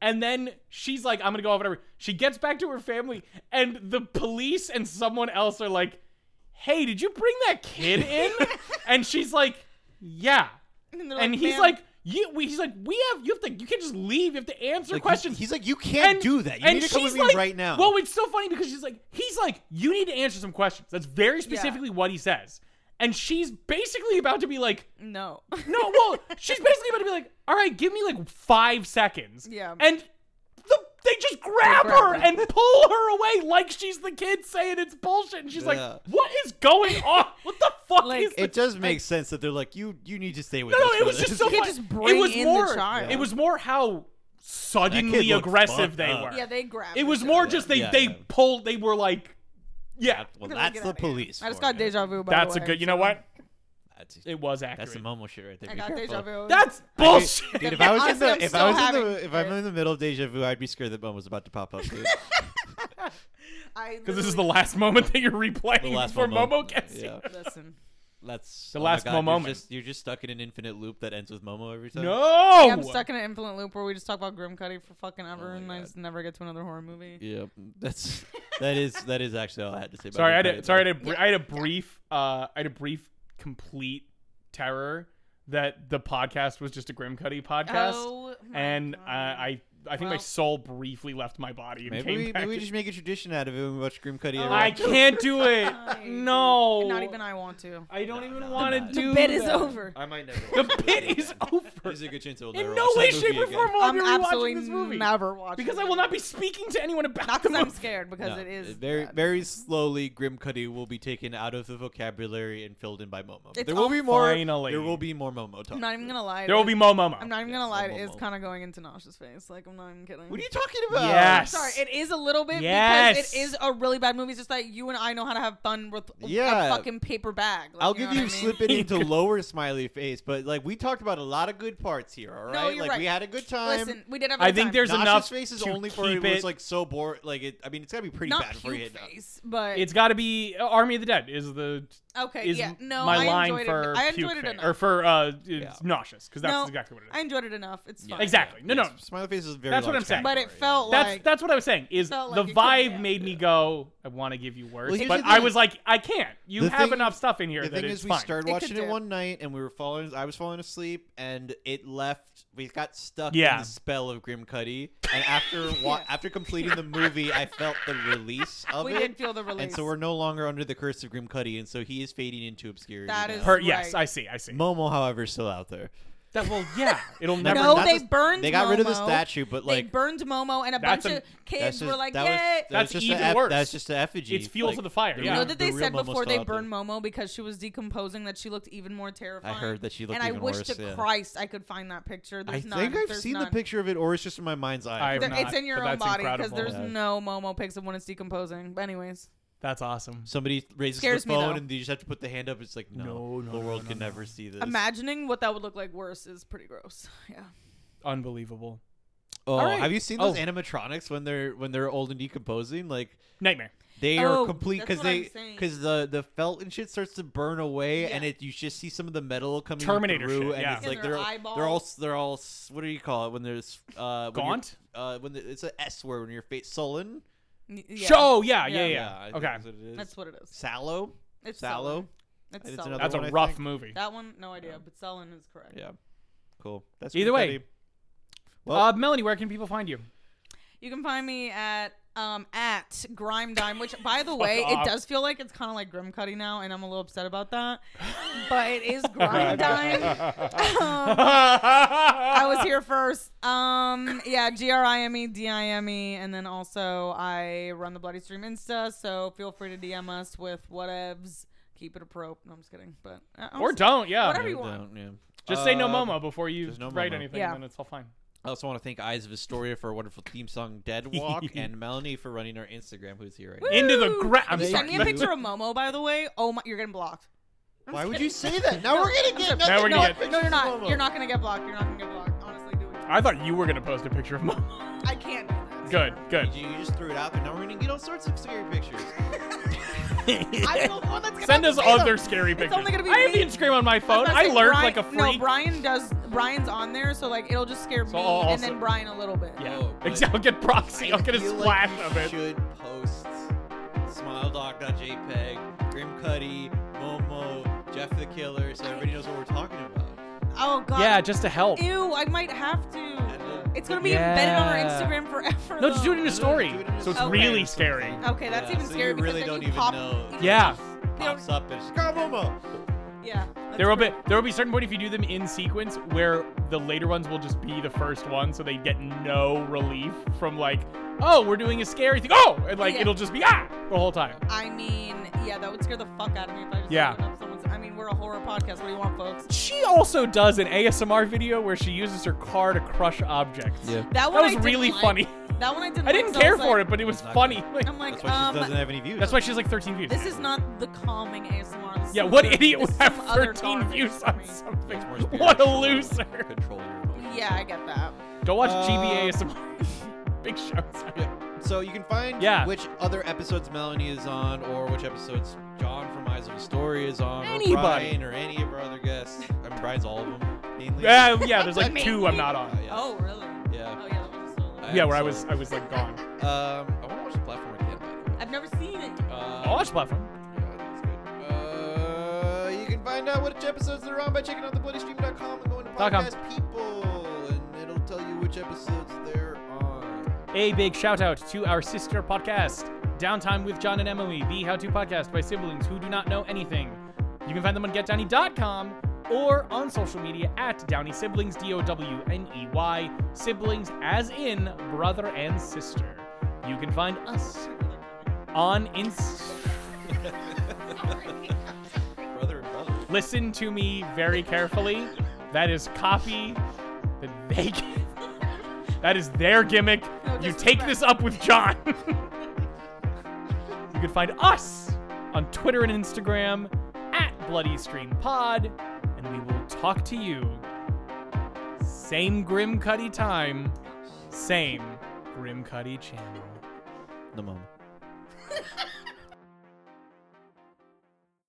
[SPEAKER 1] And then she's like, I'm gonna go off whatever. She gets back to her family, and the police and someone else are like, Hey, did you bring that kid in? and she's like, Yeah.
[SPEAKER 3] [laughs] And, they're
[SPEAKER 1] And he's
[SPEAKER 3] "Ma'am,
[SPEAKER 1] like, you, we, he's like, we have you have to you can't just leave. You have to answer
[SPEAKER 2] Like,
[SPEAKER 1] questions.
[SPEAKER 2] He's, he's like, "You can't do that. You
[SPEAKER 1] and
[SPEAKER 2] need to come with
[SPEAKER 1] she's
[SPEAKER 2] me
[SPEAKER 1] like-
[SPEAKER 2] right now."
[SPEAKER 1] Well, it's so funny because she's like, he's like, you need to answer some questions. That's very specifically what he says. And she's basically about to be like,
[SPEAKER 3] no,
[SPEAKER 1] no, well, she's basically about to be like, all right, give me like five seconds.
[SPEAKER 3] Yeah.
[SPEAKER 1] And the, they just grab,
[SPEAKER 3] grab
[SPEAKER 1] her
[SPEAKER 3] her.
[SPEAKER 1] and pull her away like she's the kid saying it's bullshit. And she's
[SPEAKER 2] Yeah.
[SPEAKER 1] like, what is going
[SPEAKER 3] [laughs]
[SPEAKER 1] on? What the fuck
[SPEAKER 3] Like,
[SPEAKER 1] is
[SPEAKER 2] it does make sense that they're like, "You you need to stay with
[SPEAKER 1] No,
[SPEAKER 2] us."
[SPEAKER 1] no,
[SPEAKER 2] for
[SPEAKER 1] it was
[SPEAKER 2] this." [laughs]
[SPEAKER 1] just so
[SPEAKER 3] You
[SPEAKER 1] funny.
[SPEAKER 3] could just bring
[SPEAKER 1] it was
[SPEAKER 3] in the
[SPEAKER 1] more,
[SPEAKER 3] child.
[SPEAKER 1] It was more how suddenly
[SPEAKER 2] looks
[SPEAKER 1] aggressive
[SPEAKER 2] fucked
[SPEAKER 1] they were.
[SPEAKER 2] up.
[SPEAKER 3] [laughs] yeah, they grabbed.
[SPEAKER 1] It
[SPEAKER 3] her
[SPEAKER 1] was
[SPEAKER 3] so
[SPEAKER 1] more
[SPEAKER 3] bad.
[SPEAKER 1] just they
[SPEAKER 2] Yeah,
[SPEAKER 1] they
[SPEAKER 2] yeah.
[SPEAKER 1] pulled. They were like, yeah,
[SPEAKER 2] Well,
[SPEAKER 3] They're
[SPEAKER 2] that's
[SPEAKER 3] like, "Get
[SPEAKER 2] the
[SPEAKER 3] outta here."
[SPEAKER 2] police.
[SPEAKER 3] I just
[SPEAKER 2] for
[SPEAKER 3] got
[SPEAKER 2] you.
[SPEAKER 3] deja vu. By
[SPEAKER 1] that's a
[SPEAKER 3] the way,
[SPEAKER 1] good. You know what?
[SPEAKER 2] That's,
[SPEAKER 1] It was
[SPEAKER 2] that's
[SPEAKER 1] accurate.
[SPEAKER 2] the Momo shit right there.
[SPEAKER 3] I
[SPEAKER 2] Be
[SPEAKER 3] got
[SPEAKER 2] careful.
[SPEAKER 3] deja vu.
[SPEAKER 1] That's bullshit. [laughs]
[SPEAKER 2] Dude, if I was
[SPEAKER 3] Honestly,
[SPEAKER 2] in
[SPEAKER 3] I'm
[SPEAKER 2] the if
[SPEAKER 3] still
[SPEAKER 2] I was in
[SPEAKER 3] having
[SPEAKER 2] the if I'm
[SPEAKER 3] it.
[SPEAKER 2] in the middle of deja vu, I'd be scared that Bum was about to pop up.
[SPEAKER 3] [laughs]
[SPEAKER 2] Dude.
[SPEAKER 1] Because this is the last moment that you're replaying
[SPEAKER 2] The last
[SPEAKER 1] before Momo
[SPEAKER 2] moment.
[SPEAKER 1] gets
[SPEAKER 2] Yeah.
[SPEAKER 1] you.
[SPEAKER 3] [laughs]
[SPEAKER 1] [laughs]
[SPEAKER 3] Listen.
[SPEAKER 2] That's
[SPEAKER 1] The
[SPEAKER 2] oh my
[SPEAKER 1] last
[SPEAKER 2] God,
[SPEAKER 1] Momo
[SPEAKER 2] you're
[SPEAKER 1] moment.
[SPEAKER 2] Just, you're just stuck in an infinite loop that ends with Momo every time.
[SPEAKER 1] No,
[SPEAKER 3] Yeah, I'm stuck in an infinite loop where we just talk about Grim Cuddy for fucking
[SPEAKER 1] Oh
[SPEAKER 3] ever,
[SPEAKER 2] my
[SPEAKER 3] and I
[SPEAKER 2] God.
[SPEAKER 3] just never get to another horror movie.
[SPEAKER 2] Yeah,
[SPEAKER 3] [laughs]
[SPEAKER 2] that's that is that is actually all I had to say. About
[SPEAKER 1] Sorry, I had
[SPEAKER 2] Infinite
[SPEAKER 1] a, sorry, I
[SPEAKER 2] Loop.
[SPEAKER 1] had a, br- I had a brief, uh, I had a brief complete terror that the podcast was just a Grim Cuddy podcast,
[SPEAKER 3] Oh my
[SPEAKER 1] and uh,
[SPEAKER 3] God.
[SPEAKER 1] I, I think my
[SPEAKER 3] Well.
[SPEAKER 1] soul briefly left my body and
[SPEAKER 2] Maybe
[SPEAKER 1] came
[SPEAKER 2] we,
[SPEAKER 1] back.
[SPEAKER 2] maybe we just make a tradition out of it when we watch Grim Cuddy.
[SPEAKER 3] Oh.
[SPEAKER 2] every [laughs]
[SPEAKER 1] I
[SPEAKER 2] episode.
[SPEAKER 1] can't do
[SPEAKER 3] [laughs]
[SPEAKER 1] it.
[SPEAKER 3] I-
[SPEAKER 1] no,
[SPEAKER 3] Not even I want to.
[SPEAKER 1] I don't
[SPEAKER 2] No,
[SPEAKER 1] even
[SPEAKER 2] no,
[SPEAKER 1] want
[SPEAKER 2] no.
[SPEAKER 1] to
[SPEAKER 2] The
[SPEAKER 1] do.
[SPEAKER 3] [laughs] bit is
[SPEAKER 1] that.
[SPEAKER 3] over.
[SPEAKER 2] I might never.
[SPEAKER 1] The pit is [laughs] over.
[SPEAKER 2] There's a good chance it will never
[SPEAKER 1] In no
[SPEAKER 2] watch
[SPEAKER 1] way,
[SPEAKER 2] that
[SPEAKER 1] shape,
[SPEAKER 2] movie
[SPEAKER 1] or
[SPEAKER 2] again.
[SPEAKER 1] form will I
[SPEAKER 3] I'm
[SPEAKER 1] be
[SPEAKER 3] absolutely
[SPEAKER 1] rewatching this movie
[SPEAKER 3] never watching
[SPEAKER 1] because I will not be speaking to anyone about
[SPEAKER 3] Not
[SPEAKER 1] the [laughs]
[SPEAKER 3] because I'm
[SPEAKER 1] movie.
[SPEAKER 3] scared, because
[SPEAKER 2] No,
[SPEAKER 3] it is
[SPEAKER 2] very
[SPEAKER 3] bad.
[SPEAKER 2] very slowly. Grim Cuddy will be taken out of the vocabulary and filled in by Momo.
[SPEAKER 3] It's
[SPEAKER 2] there will
[SPEAKER 3] all-
[SPEAKER 2] be more.
[SPEAKER 1] Finally.
[SPEAKER 2] there will be more Momo talk.
[SPEAKER 3] I'm not even gonna lie.
[SPEAKER 1] There will
[SPEAKER 3] it-
[SPEAKER 1] be Mo Momo.
[SPEAKER 3] I'm not even
[SPEAKER 2] Yeah,
[SPEAKER 3] gonna lie.
[SPEAKER 2] Momo.
[SPEAKER 3] It is kind of going into Nosh's face. Like I'm not even kidding.
[SPEAKER 2] What are you talking about?
[SPEAKER 1] Yes.
[SPEAKER 3] Sorry, it is a little bit
[SPEAKER 1] Yes.
[SPEAKER 3] because it is a really bad movie. It's just that you and I know how to have fun with
[SPEAKER 2] Yeah.
[SPEAKER 3] a fucking paper bag. Like,
[SPEAKER 2] I'll
[SPEAKER 3] know
[SPEAKER 2] give
[SPEAKER 3] what
[SPEAKER 2] you
[SPEAKER 3] I mean?
[SPEAKER 2] slip
[SPEAKER 1] [laughs]
[SPEAKER 2] it into lower smiley face, but like we talked about a lot of good parts here. All right,
[SPEAKER 3] No, you're
[SPEAKER 2] like we
[SPEAKER 3] right.
[SPEAKER 2] had a good time.
[SPEAKER 3] Listen, we did have. a
[SPEAKER 1] I
[SPEAKER 3] good
[SPEAKER 1] think
[SPEAKER 3] time.
[SPEAKER 1] there's
[SPEAKER 2] Nosh's
[SPEAKER 1] enough
[SPEAKER 2] face is
[SPEAKER 1] to
[SPEAKER 2] only for it
[SPEAKER 1] keep
[SPEAKER 2] was
[SPEAKER 1] it-
[SPEAKER 2] like so boring. Like it, I mean, it's gotta be pretty
[SPEAKER 3] not
[SPEAKER 2] bad before you
[SPEAKER 3] cute
[SPEAKER 2] hit that.
[SPEAKER 3] face, but
[SPEAKER 1] It's got to be uh, Army of the Dead is the
[SPEAKER 3] okay.
[SPEAKER 1] is
[SPEAKER 3] Yeah, no,
[SPEAKER 1] my
[SPEAKER 3] I
[SPEAKER 1] line
[SPEAKER 3] enjoyed
[SPEAKER 1] for
[SPEAKER 3] it. I
[SPEAKER 1] puke
[SPEAKER 3] enjoyed it
[SPEAKER 1] fa-
[SPEAKER 3] enough.
[SPEAKER 1] or for uh it's
[SPEAKER 2] Yeah.
[SPEAKER 1] nauseous because that's
[SPEAKER 3] No,
[SPEAKER 1] exactly what it is.
[SPEAKER 3] I enjoyed it enough. It's
[SPEAKER 2] Yeah.
[SPEAKER 3] fine.
[SPEAKER 1] Exactly. No,
[SPEAKER 2] Yes,
[SPEAKER 1] no.
[SPEAKER 2] Smiley face is a very.
[SPEAKER 1] That's what
[SPEAKER 2] large
[SPEAKER 1] I'm saying.
[SPEAKER 3] But it
[SPEAKER 2] category.
[SPEAKER 3] felt
[SPEAKER 1] That's
[SPEAKER 3] like
[SPEAKER 1] that's what I was saying. Is
[SPEAKER 3] felt
[SPEAKER 1] the
[SPEAKER 3] like it could
[SPEAKER 1] vibe
[SPEAKER 3] happen.
[SPEAKER 1] made me go, I want to give you words,
[SPEAKER 2] here's
[SPEAKER 1] but
[SPEAKER 2] the
[SPEAKER 1] I
[SPEAKER 2] thing.
[SPEAKER 1] was like, I can't. You
[SPEAKER 2] The
[SPEAKER 1] have
[SPEAKER 2] thing-
[SPEAKER 1] enough stuff in here
[SPEAKER 2] The
[SPEAKER 1] that
[SPEAKER 2] thing
[SPEAKER 1] it's
[SPEAKER 2] is, we
[SPEAKER 1] fine.
[SPEAKER 2] started
[SPEAKER 3] It
[SPEAKER 2] watching
[SPEAKER 3] could
[SPEAKER 2] it
[SPEAKER 3] do.
[SPEAKER 2] one night, and we were falling. I was falling asleep, and it left. We got stuck
[SPEAKER 1] Yeah.
[SPEAKER 2] in the spell of Grim Cuddy,
[SPEAKER 3] [laughs]
[SPEAKER 2] and after wa- after completing the movie, I felt the release of
[SPEAKER 3] we
[SPEAKER 2] it.
[SPEAKER 1] [laughs]
[SPEAKER 3] did feel the release.
[SPEAKER 2] and so we're no longer under the curse of Grim Cuddy, and so he is fading into obscurity.
[SPEAKER 3] That
[SPEAKER 2] now.
[SPEAKER 3] is-
[SPEAKER 1] Per- yes,
[SPEAKER 3] Right.
[SPEAKER 1] I see. I see.
[SPEAKER 2] Momo, however, is still out there.
[SPEAKER 1] That well, yeah. It'll never.
[SPEAKER 3] [laughs] no,
[SPEAKER 2] not
[SPEAKER 3] they
[SPEAKER 2] the-
[SPEAKER 3] burned.
[SPEAKER 2] They got rid of the
[SPEAKER 3] Momo.
[SPEAKER 2] statue, but
[SPEAKER 3] They
[SPEAKER 2] like
[SPEAKER 3] burned Momo, and a
[SPEAKER 1] That's
[SPEAKER 3] bunch
[SPEAKER 1] a-
[SPEAKER 3] of kids
[SPEAKER 2] that's
[SPEAKER 3] were
[SPEAKER 2] just-
[SPEAKER 3] like,
[SPEAKER 2] that was-
[SPEAKER 3] "Yay!"
[SPEAKER 2] that was
[SPEAKER 1] That's
[SPEAKER 2] just
[SPEAKER 1] even
[SPEAKER 2] the eff-
[SPEAKER 1] worse.
[SPEAKER 2] That's just an effigy.
[SPEAKER 1] It's fuel
[SPEAKER 2] like,
[SPEAKER 1] to the fire,
[SPEAKER 2] the
[SPEAKER 1] yeah.
[SPEAKER 3] You
[SPEAKER 2] real-
[SPEAKER 3] know that they
[SPEAKER 2] the real
[SPEAKER 3] said
[SPEAKER 2] Momo's
[SPEAKER 3] before
[SPEAKER 2] still
[SPEAKER 3] they
[SPEAKER 2] out there.
[SPEAKER 3] burned Momo because she was decomposing that she looked even more terrifying.
[SPEAKER 2] that she looked
[SPEAKER 3] and
[SPEAKER 2] even
[SPEAKER 3] I wish
[SPEAKER 2] worse,
[SPEAKER 3] to
[SPEAKER 2] yeah.
[SPEAKER 3] Christ I could find that picture.
[SPEAKER 2] I
[SPEAKER 3] There's none.
[SPEAKER 2] think I've
[SPEAKER 3] There's
[SPEAKER 2] seen the
[SPEAKER 3] none.
[SPEAKER 2] picture of it, or it's just in my mind's eye.
[SPEAKER 1] I've
[SPEAKER 3] There-
[SPEAKER 1] not,
[SPEAKER 3] it's in your
[SPEAKER 1] but
[SPEAKER 3] own
[SPEAKER 1] that's
[SPEAKER 3] body because
[SPEAKER 1] incredible.
[SPEAKER 3] there's
[SPEAKER 2] Yeah.
[SPEAKER 3] no Momo pics of when it's decomposing. But anyways,
[SPEAKER 1] That's awesome.
[SPEAKER 2] Somebody raises
[SPEAKER 3] Scares
[SPEAKER 2] the
[SPEAKER 3] me,
[SPEAKER 2] phone,
[SPEAKER 3] though.
[SPEAKER 2] and you just have to put the hand up. It's like no,
[SPEAKER 1] No, no,
[SPEAKER 2] the
[SPEAKER 1] no,
[SPEAKER 2] world
[SPEAKER 1] no,
[SPEAKER 2] can
[SPEAKER 1] no.
[SPEAKER 2] never see this.
[SPEAKER 3] imagining what that would look like worse is pretty gross. [laughs] Yeah.
[SPEAKER 1] Unbelievable.
[SPEAKER 2] Oh,
[SPEAKER 3] All right.
[SPEAKER 2] have you seen those
[SPEAKER 1] Oh.
[SPEAKER 2] animatronics when they're when they're old and decomposing? Like
[SPEAKER 1] Nightmare.
[SPEAKER 2] they
[SPEAKER 3] Oh,
[SPEAKER 2] are complete
[SPEAKER 3] that's
[SPEAKER 2] because
[SPEAKER 3] what
[SPEAKER 2] they
[SPEAKER 3] I'm saying.
[SPEAKER 2] because the the felt and shit starts to burn away,
[SPEAKER 3] Yeah.
[SPEAKER 2] and it you just see some of the metal coming
[SPEAKER 1] Terminator
[SPEAKER 2] through,
[SPEAKER 1] shit,
[SPEAKER 2] and
[SPEAKER 1] yeah.
[SPEAKER 2] it's
[SPEAKER 3] Yeah,
[SPEAKER 2] like they're
[SPEAKER 3] their
[SPEAKER 2] they're all
[SPEAKER 3] eyeballs.
[SPEAKER 2] they're all s- what do you call it when there's uh when you're-
[SPEAKER 1] Gaunt?
[SPEAKER 2] uh when the, it's a S word when your face sullen
[SPEAKER 3] N- yeah.
[SPEAKER 1] Show. Oh, Yeah. Yeah.
[SPEAKER 3] Yeah.
[SPEAKER 1] Yeah.
[SPEAKER 2] I think
[SPEAKER 1] Okay.
[SPEAKER 2] that's what it is.
[SPEAKER 3] That's what it is.
[SPEAKER 2] sallow
[SPEAKER 3] It's
[SPEAKER 2] sallow
[SPEAKER 3] Sullen. It's
[SPEAKER 2] It's
[SPEAKER 3] Sullen.
[SPEAKER 2] another
[SPEAKER 1] That's
[SPEAKER 2] one,
[SPEAKER 1] a
[SPEAKER 2] I
[SPEAKER 1] rough
[SPEAKER 2] think.
[SPEAKER 1] movie.
[SPEAKER 3] that one, no idea, but Sullen is correct.
[SPEAKER 2] yeah cool that's
[SPEAKER 1] Either
[SPEAKER 2] Grim
[SPEAKER 1] way.
[SPEAKER 2] Cuddy. Well-
[SPEAKER 1] Uh, Melanie, where can people find you?
[SPEAKER 3] You can find me at um, at Grime Dime, which, by
[SPEAKER 1] [laughs]
[SPEAKER 3] the way,
[SPEAKER 1] off.
[SPEAKER 3] it does feel like it's kind of like Grim Cuddy now, and I'm a little upset
[SPEAKER 1] [laughs]
[SPEAKER 3] about that. But it is Grime Dime. Um, [laughs] I was here first. Um, yeah, G R I M E D I M E, and then also I run the Bloody Stream Insta, so feel free to DM us with whatevs. Keep it a probe. No, I'm just kidding, but uh,
[SPEAKER 1] [laughs] or don't, yeah.
[SPEAKER 3] Whatever you want.
[SPEAKER 1] Just say no
[SPEAKER 2] Uh,
[SPEAKER 1] Momo before you
[SPEAKER 2] just no
[SPEAKER 1] write
[SPEAKER 2] Momo.
[SPEAKER 1] anything,
[SPEAKER 3] Yeah.
[SPEAKER 1] and then it's all fine.
[SPEAKER 2] I also want to thank Eyes of Astoria for a wonderful theme song, [laughs] Dead Walk, and Melanie for running our Instagram, who's here right now.
[SPEAKER 1] Woo! Into the gra- I'm
[SPEAKER 3] If you send me a
[SPEAKER 1] sorry.
[SPEAKER 3] picture of Momo, by the way, oh my, you're getting blocked.
[SPEAKER 2] Why would you say that? Now we're gonna get
[SPEAKER 1] Now we're
[SPEAKER 2] another
[SPEAKER 1] gonna
[SPEAKER 2] dog
[SPEAKER 1] get-
[SPEAKER 2] picture
[SPEAKER 3] No, you're
[SPEAKER 2] of
[SPEAKER 3] not.
[SPEAKER 2] Momo.
[SPEAKER 3] You're not gonna get blocked. You're not gonna get blocked. Honestly, do it.
[SPEAKER 1] I thought you were gonna post a picture of Momo. [laughs]
[SPEAKER 3] I can't. do that.
[SPEAKER 1] Good,
[SPEAKER 2] [laughs]
[SPEAKER 1] good.
[SPEAKER 2] You just threw it out there. Now we're gonna get all sorts of
[SPEAKER 1] [laughs]
[SPEAKER 2] scary pictures.
[SPEAKER 3] I feel the one that's gonna
[SPEAKER 1] Send us
[SPEAKER 3] have to say
[SPEAKER 1] other
[SPEAKER 3] them.
[SPEAKER 1] scary pictures.
[SPEAKER 3] only gonna be
[SPEAKER 1] I have the
[SPEAKER 3] me.
[SPEAKER 1] Instagram on my phone.
[SPEAKER 3] was
[SPEAKER 1] I
[SPEAKER 3] gonna say,
[SPEAKER 1] learned
[SPEAKER 3] Brian-
[SPEAKER 1] like a freak.
[SPEAKER 3] No, Brian does. Brian's on there, so like it'll just scare me
[SPEAKER 1] I'll
[SPEAKER 3] and
[SPEAKER 1] also-
[SPEAKER 3] then Brian a little bit.
[SPEAKER 1] yeah,
[SPEAKER 2] Oh, but-
[SPEAKER 1] [laughs] I'll get proxy. I'll get a
[SPEAKER 2] feel
[SPEAKER 1] splash
[SPEAKER 2] like you
[SPEAKER 1] of it.
[SPEAKER 2] Should post smiledog.jpg, Grim Cuddy, Momo, Jeff the Killer, so everybody knows what we're talking about.
[SPEAKER 3] Oh god.
[SPEAKER 1] Yeah, just to help.
[SPEAKER 3] Ew, I might have to.
[SPEAKER 2] And, uh,
[SPEAKER 3] It's gonna be embedded on our
[SPEAKER 1] Yeah.
[SPEAKER 3] Instagram forever.
[SPEAKER 1] No, just do it in
[SPEAKER 2] no,
[SPEAKER 1] a story,
[SPEAKER 2] do it in a
[SPEAKER 1] so it's
[SPEAKER 3] story.
[SPEAKER 1] really
[SPEAKER 2] Okay.
[SPEAKER 1] scary.
[SPEAKER 3] Okay, that's
[SPEAKER 2] yeah,
[SPEAKER 3] even
[SPEAKER 2] so
[SPEAKER 3] scarier
[SPEAKER 2] you
[SPEAKER 3] because
[SPEAKER 2] really
[SPEAKER 3] then
[SPEAKER 2] don't
[SPEAKER 3] you
[SPEAKER 2] even
[SPEAKER 3] pop-
[SPEAKER 2] know.
[SPEAKER 3] you
[SPEAKER 1] Yeah.
[SPEAKER 2] It just pops up and it's "Go, Momo.
[SPEAKER 3] Yeah. that's
[SPEAKER 1] There will
[SPEAKER 3] true.
[SPEAKER 1] be there will be certain point if you do them in sequence where the later ones will just be the first one, so they get no relief from like, oh, we're doing a scary thing. Oh, and like
[SPEAKER 3] Yeah.
[SPEAKER 1] it'll just be ah the whole time.
[SPEAKER 3] I mean, yeah, that would scare the fuck out of me if I just
[SPEAKER 1] Yeah.
[SPEAKER 3] opened up someone's. I mean, we're a horror podcast. What do you want, folks?
[SPEAKER 1] She also does an ASMR video where she uses her car to crush objects.
[SPEAKER 2] Yeah.
[SPEAKER 3] That
[SPEAKER 1] That
[SPEAKER 3] one
[SPEAKER 1] was
[SPEAKER 3] I didn't
[SPEAKER 1] really
[SPEAKER 3] like. [laughs]
[SPEAKER 1] funny.
[SPEAKER 3] That one I didn't.
[SPEAKER 1] I didn't care for it, but it was
[SPEAKER 2] It's not
[SPEAKER 1] funny. [laughs] Like,
[SPEAKER 3] I'm like,
[SPEAKER 2] That's why she doesn't
[SPEAKER 3] um,
[SPEAKER 2] have any views.
[SPEAKER 1] that's why she has like 13 views.
[SPEAKER 3] this is not the calming ASMR. This is
[SPEAKER 1] yeah,
[SPEAKER 3] some
[SPEAKER 1] what
[SPEAKER 3] other-
[SPEAKER 1] idiot
[SPEAKER 3] this
[SPEAKER 1] would
[SPEAKER 3] is
[SPEAKER 1] have
[SPEAKER 3] some other
[SPEAKER 1] 13
[SPEAKER 3] garbage
[SPEAKER 1] views
[SPEAKER 3] for
[SPEAKER 1] on
[SPEAKER 3] me.
[SPEAKER 1] something?
[SPEAKER 2] It's more spiritual,
[SPEAKER 1] What a
[SPEAKER 2] like,
[SPEAKER 1] loser.
[SPEAKER 2] Control your emotions.
[SPEAKER 3] Yeah, I get that.
[SPEAKER 1] Go watch
[SPEAKER 2] Uh,
[SPEAKER 1] GB
[SPEAKER 2] Um,
[SPEAKER 1] ASMR. [laughs] Big show.
[SPEAKER 2] So you can find
[SPEAKER 1] Yeah.
[SPEAKER 2] which other episodes Melanie is on, or which episodes John from Eyes of Astoria is on,
[SPEAKER 1] Anybody.
[SPEAKER 2] or Brian, or any of our other guests. I mean, Brian's all of them. Mainly.
[SPEAKER 1] Yeah, Um, yeah, there's
[SPEAKER 3] I [laughs]
[SPEAKER 1] like
[SPEAKER 3] mean,
[SPEAKER 1] two I'm
[SPEAKER 3] we-
[SPEAKER 1] not
[SPEAKER 2] Uh,
[SPEAKER 1] on.
[SPEAKER 2] yeah.
[SPEAKER 3] Oh, really?
[SPEAKER 2] Yeah.
[SPEAKER 3] Oh, yeah, that was a solo.
[SPEAKER 2] I
[SPEAKER 1] Yeah,
[SPEAKER 2] am
[SPEAKER 1] where I
[SPEAKER 2] so-
[SPEAKER 1] was I was like gone.
[SPEAKER 2] Um, I want to watch the platform again. By the way.
[SPEAKER 3] I've never seen it.
[SPEAKER 2] Uh,
[SPEAKER 1] I'll watch Oh, platform.
[SPEAKER 2] yeah, that's good. Uh, you can find out which episodes they're on by checking out thebloodystream.com and going to
[SPEAKER 1] Dot com.
[SPEAKER 2] podcast people, and it'll tell you which episodes they're on.
[SPEAKER 1] A big shout out to our sister podcast, Downtime with John and Emily, the how to podcast by siblings who do not know anything. You can find them on getdowny.com or on social media at Downey Siblings, D O W N E Y, siblings as in brother and sister. You can find us on Inst.
[SPEAKER 2] Brother and brother.
[SPEAKER 1] Listen to me very carefully. That is copy that they [laughs] gave. That is their gimmick.
[SPEAKER 3] No
[SPEAKER 1] you take
[SPEAKER 3] disrespect.
[SPEAKER 1] this up with John. [laughs] you can find us on Twitter and Instagram at Bloody Stream Pod, and we will talk to you. Same Grim Cuddy time, same Grim Cuddy channel.
[SPEAKER 2] The mom.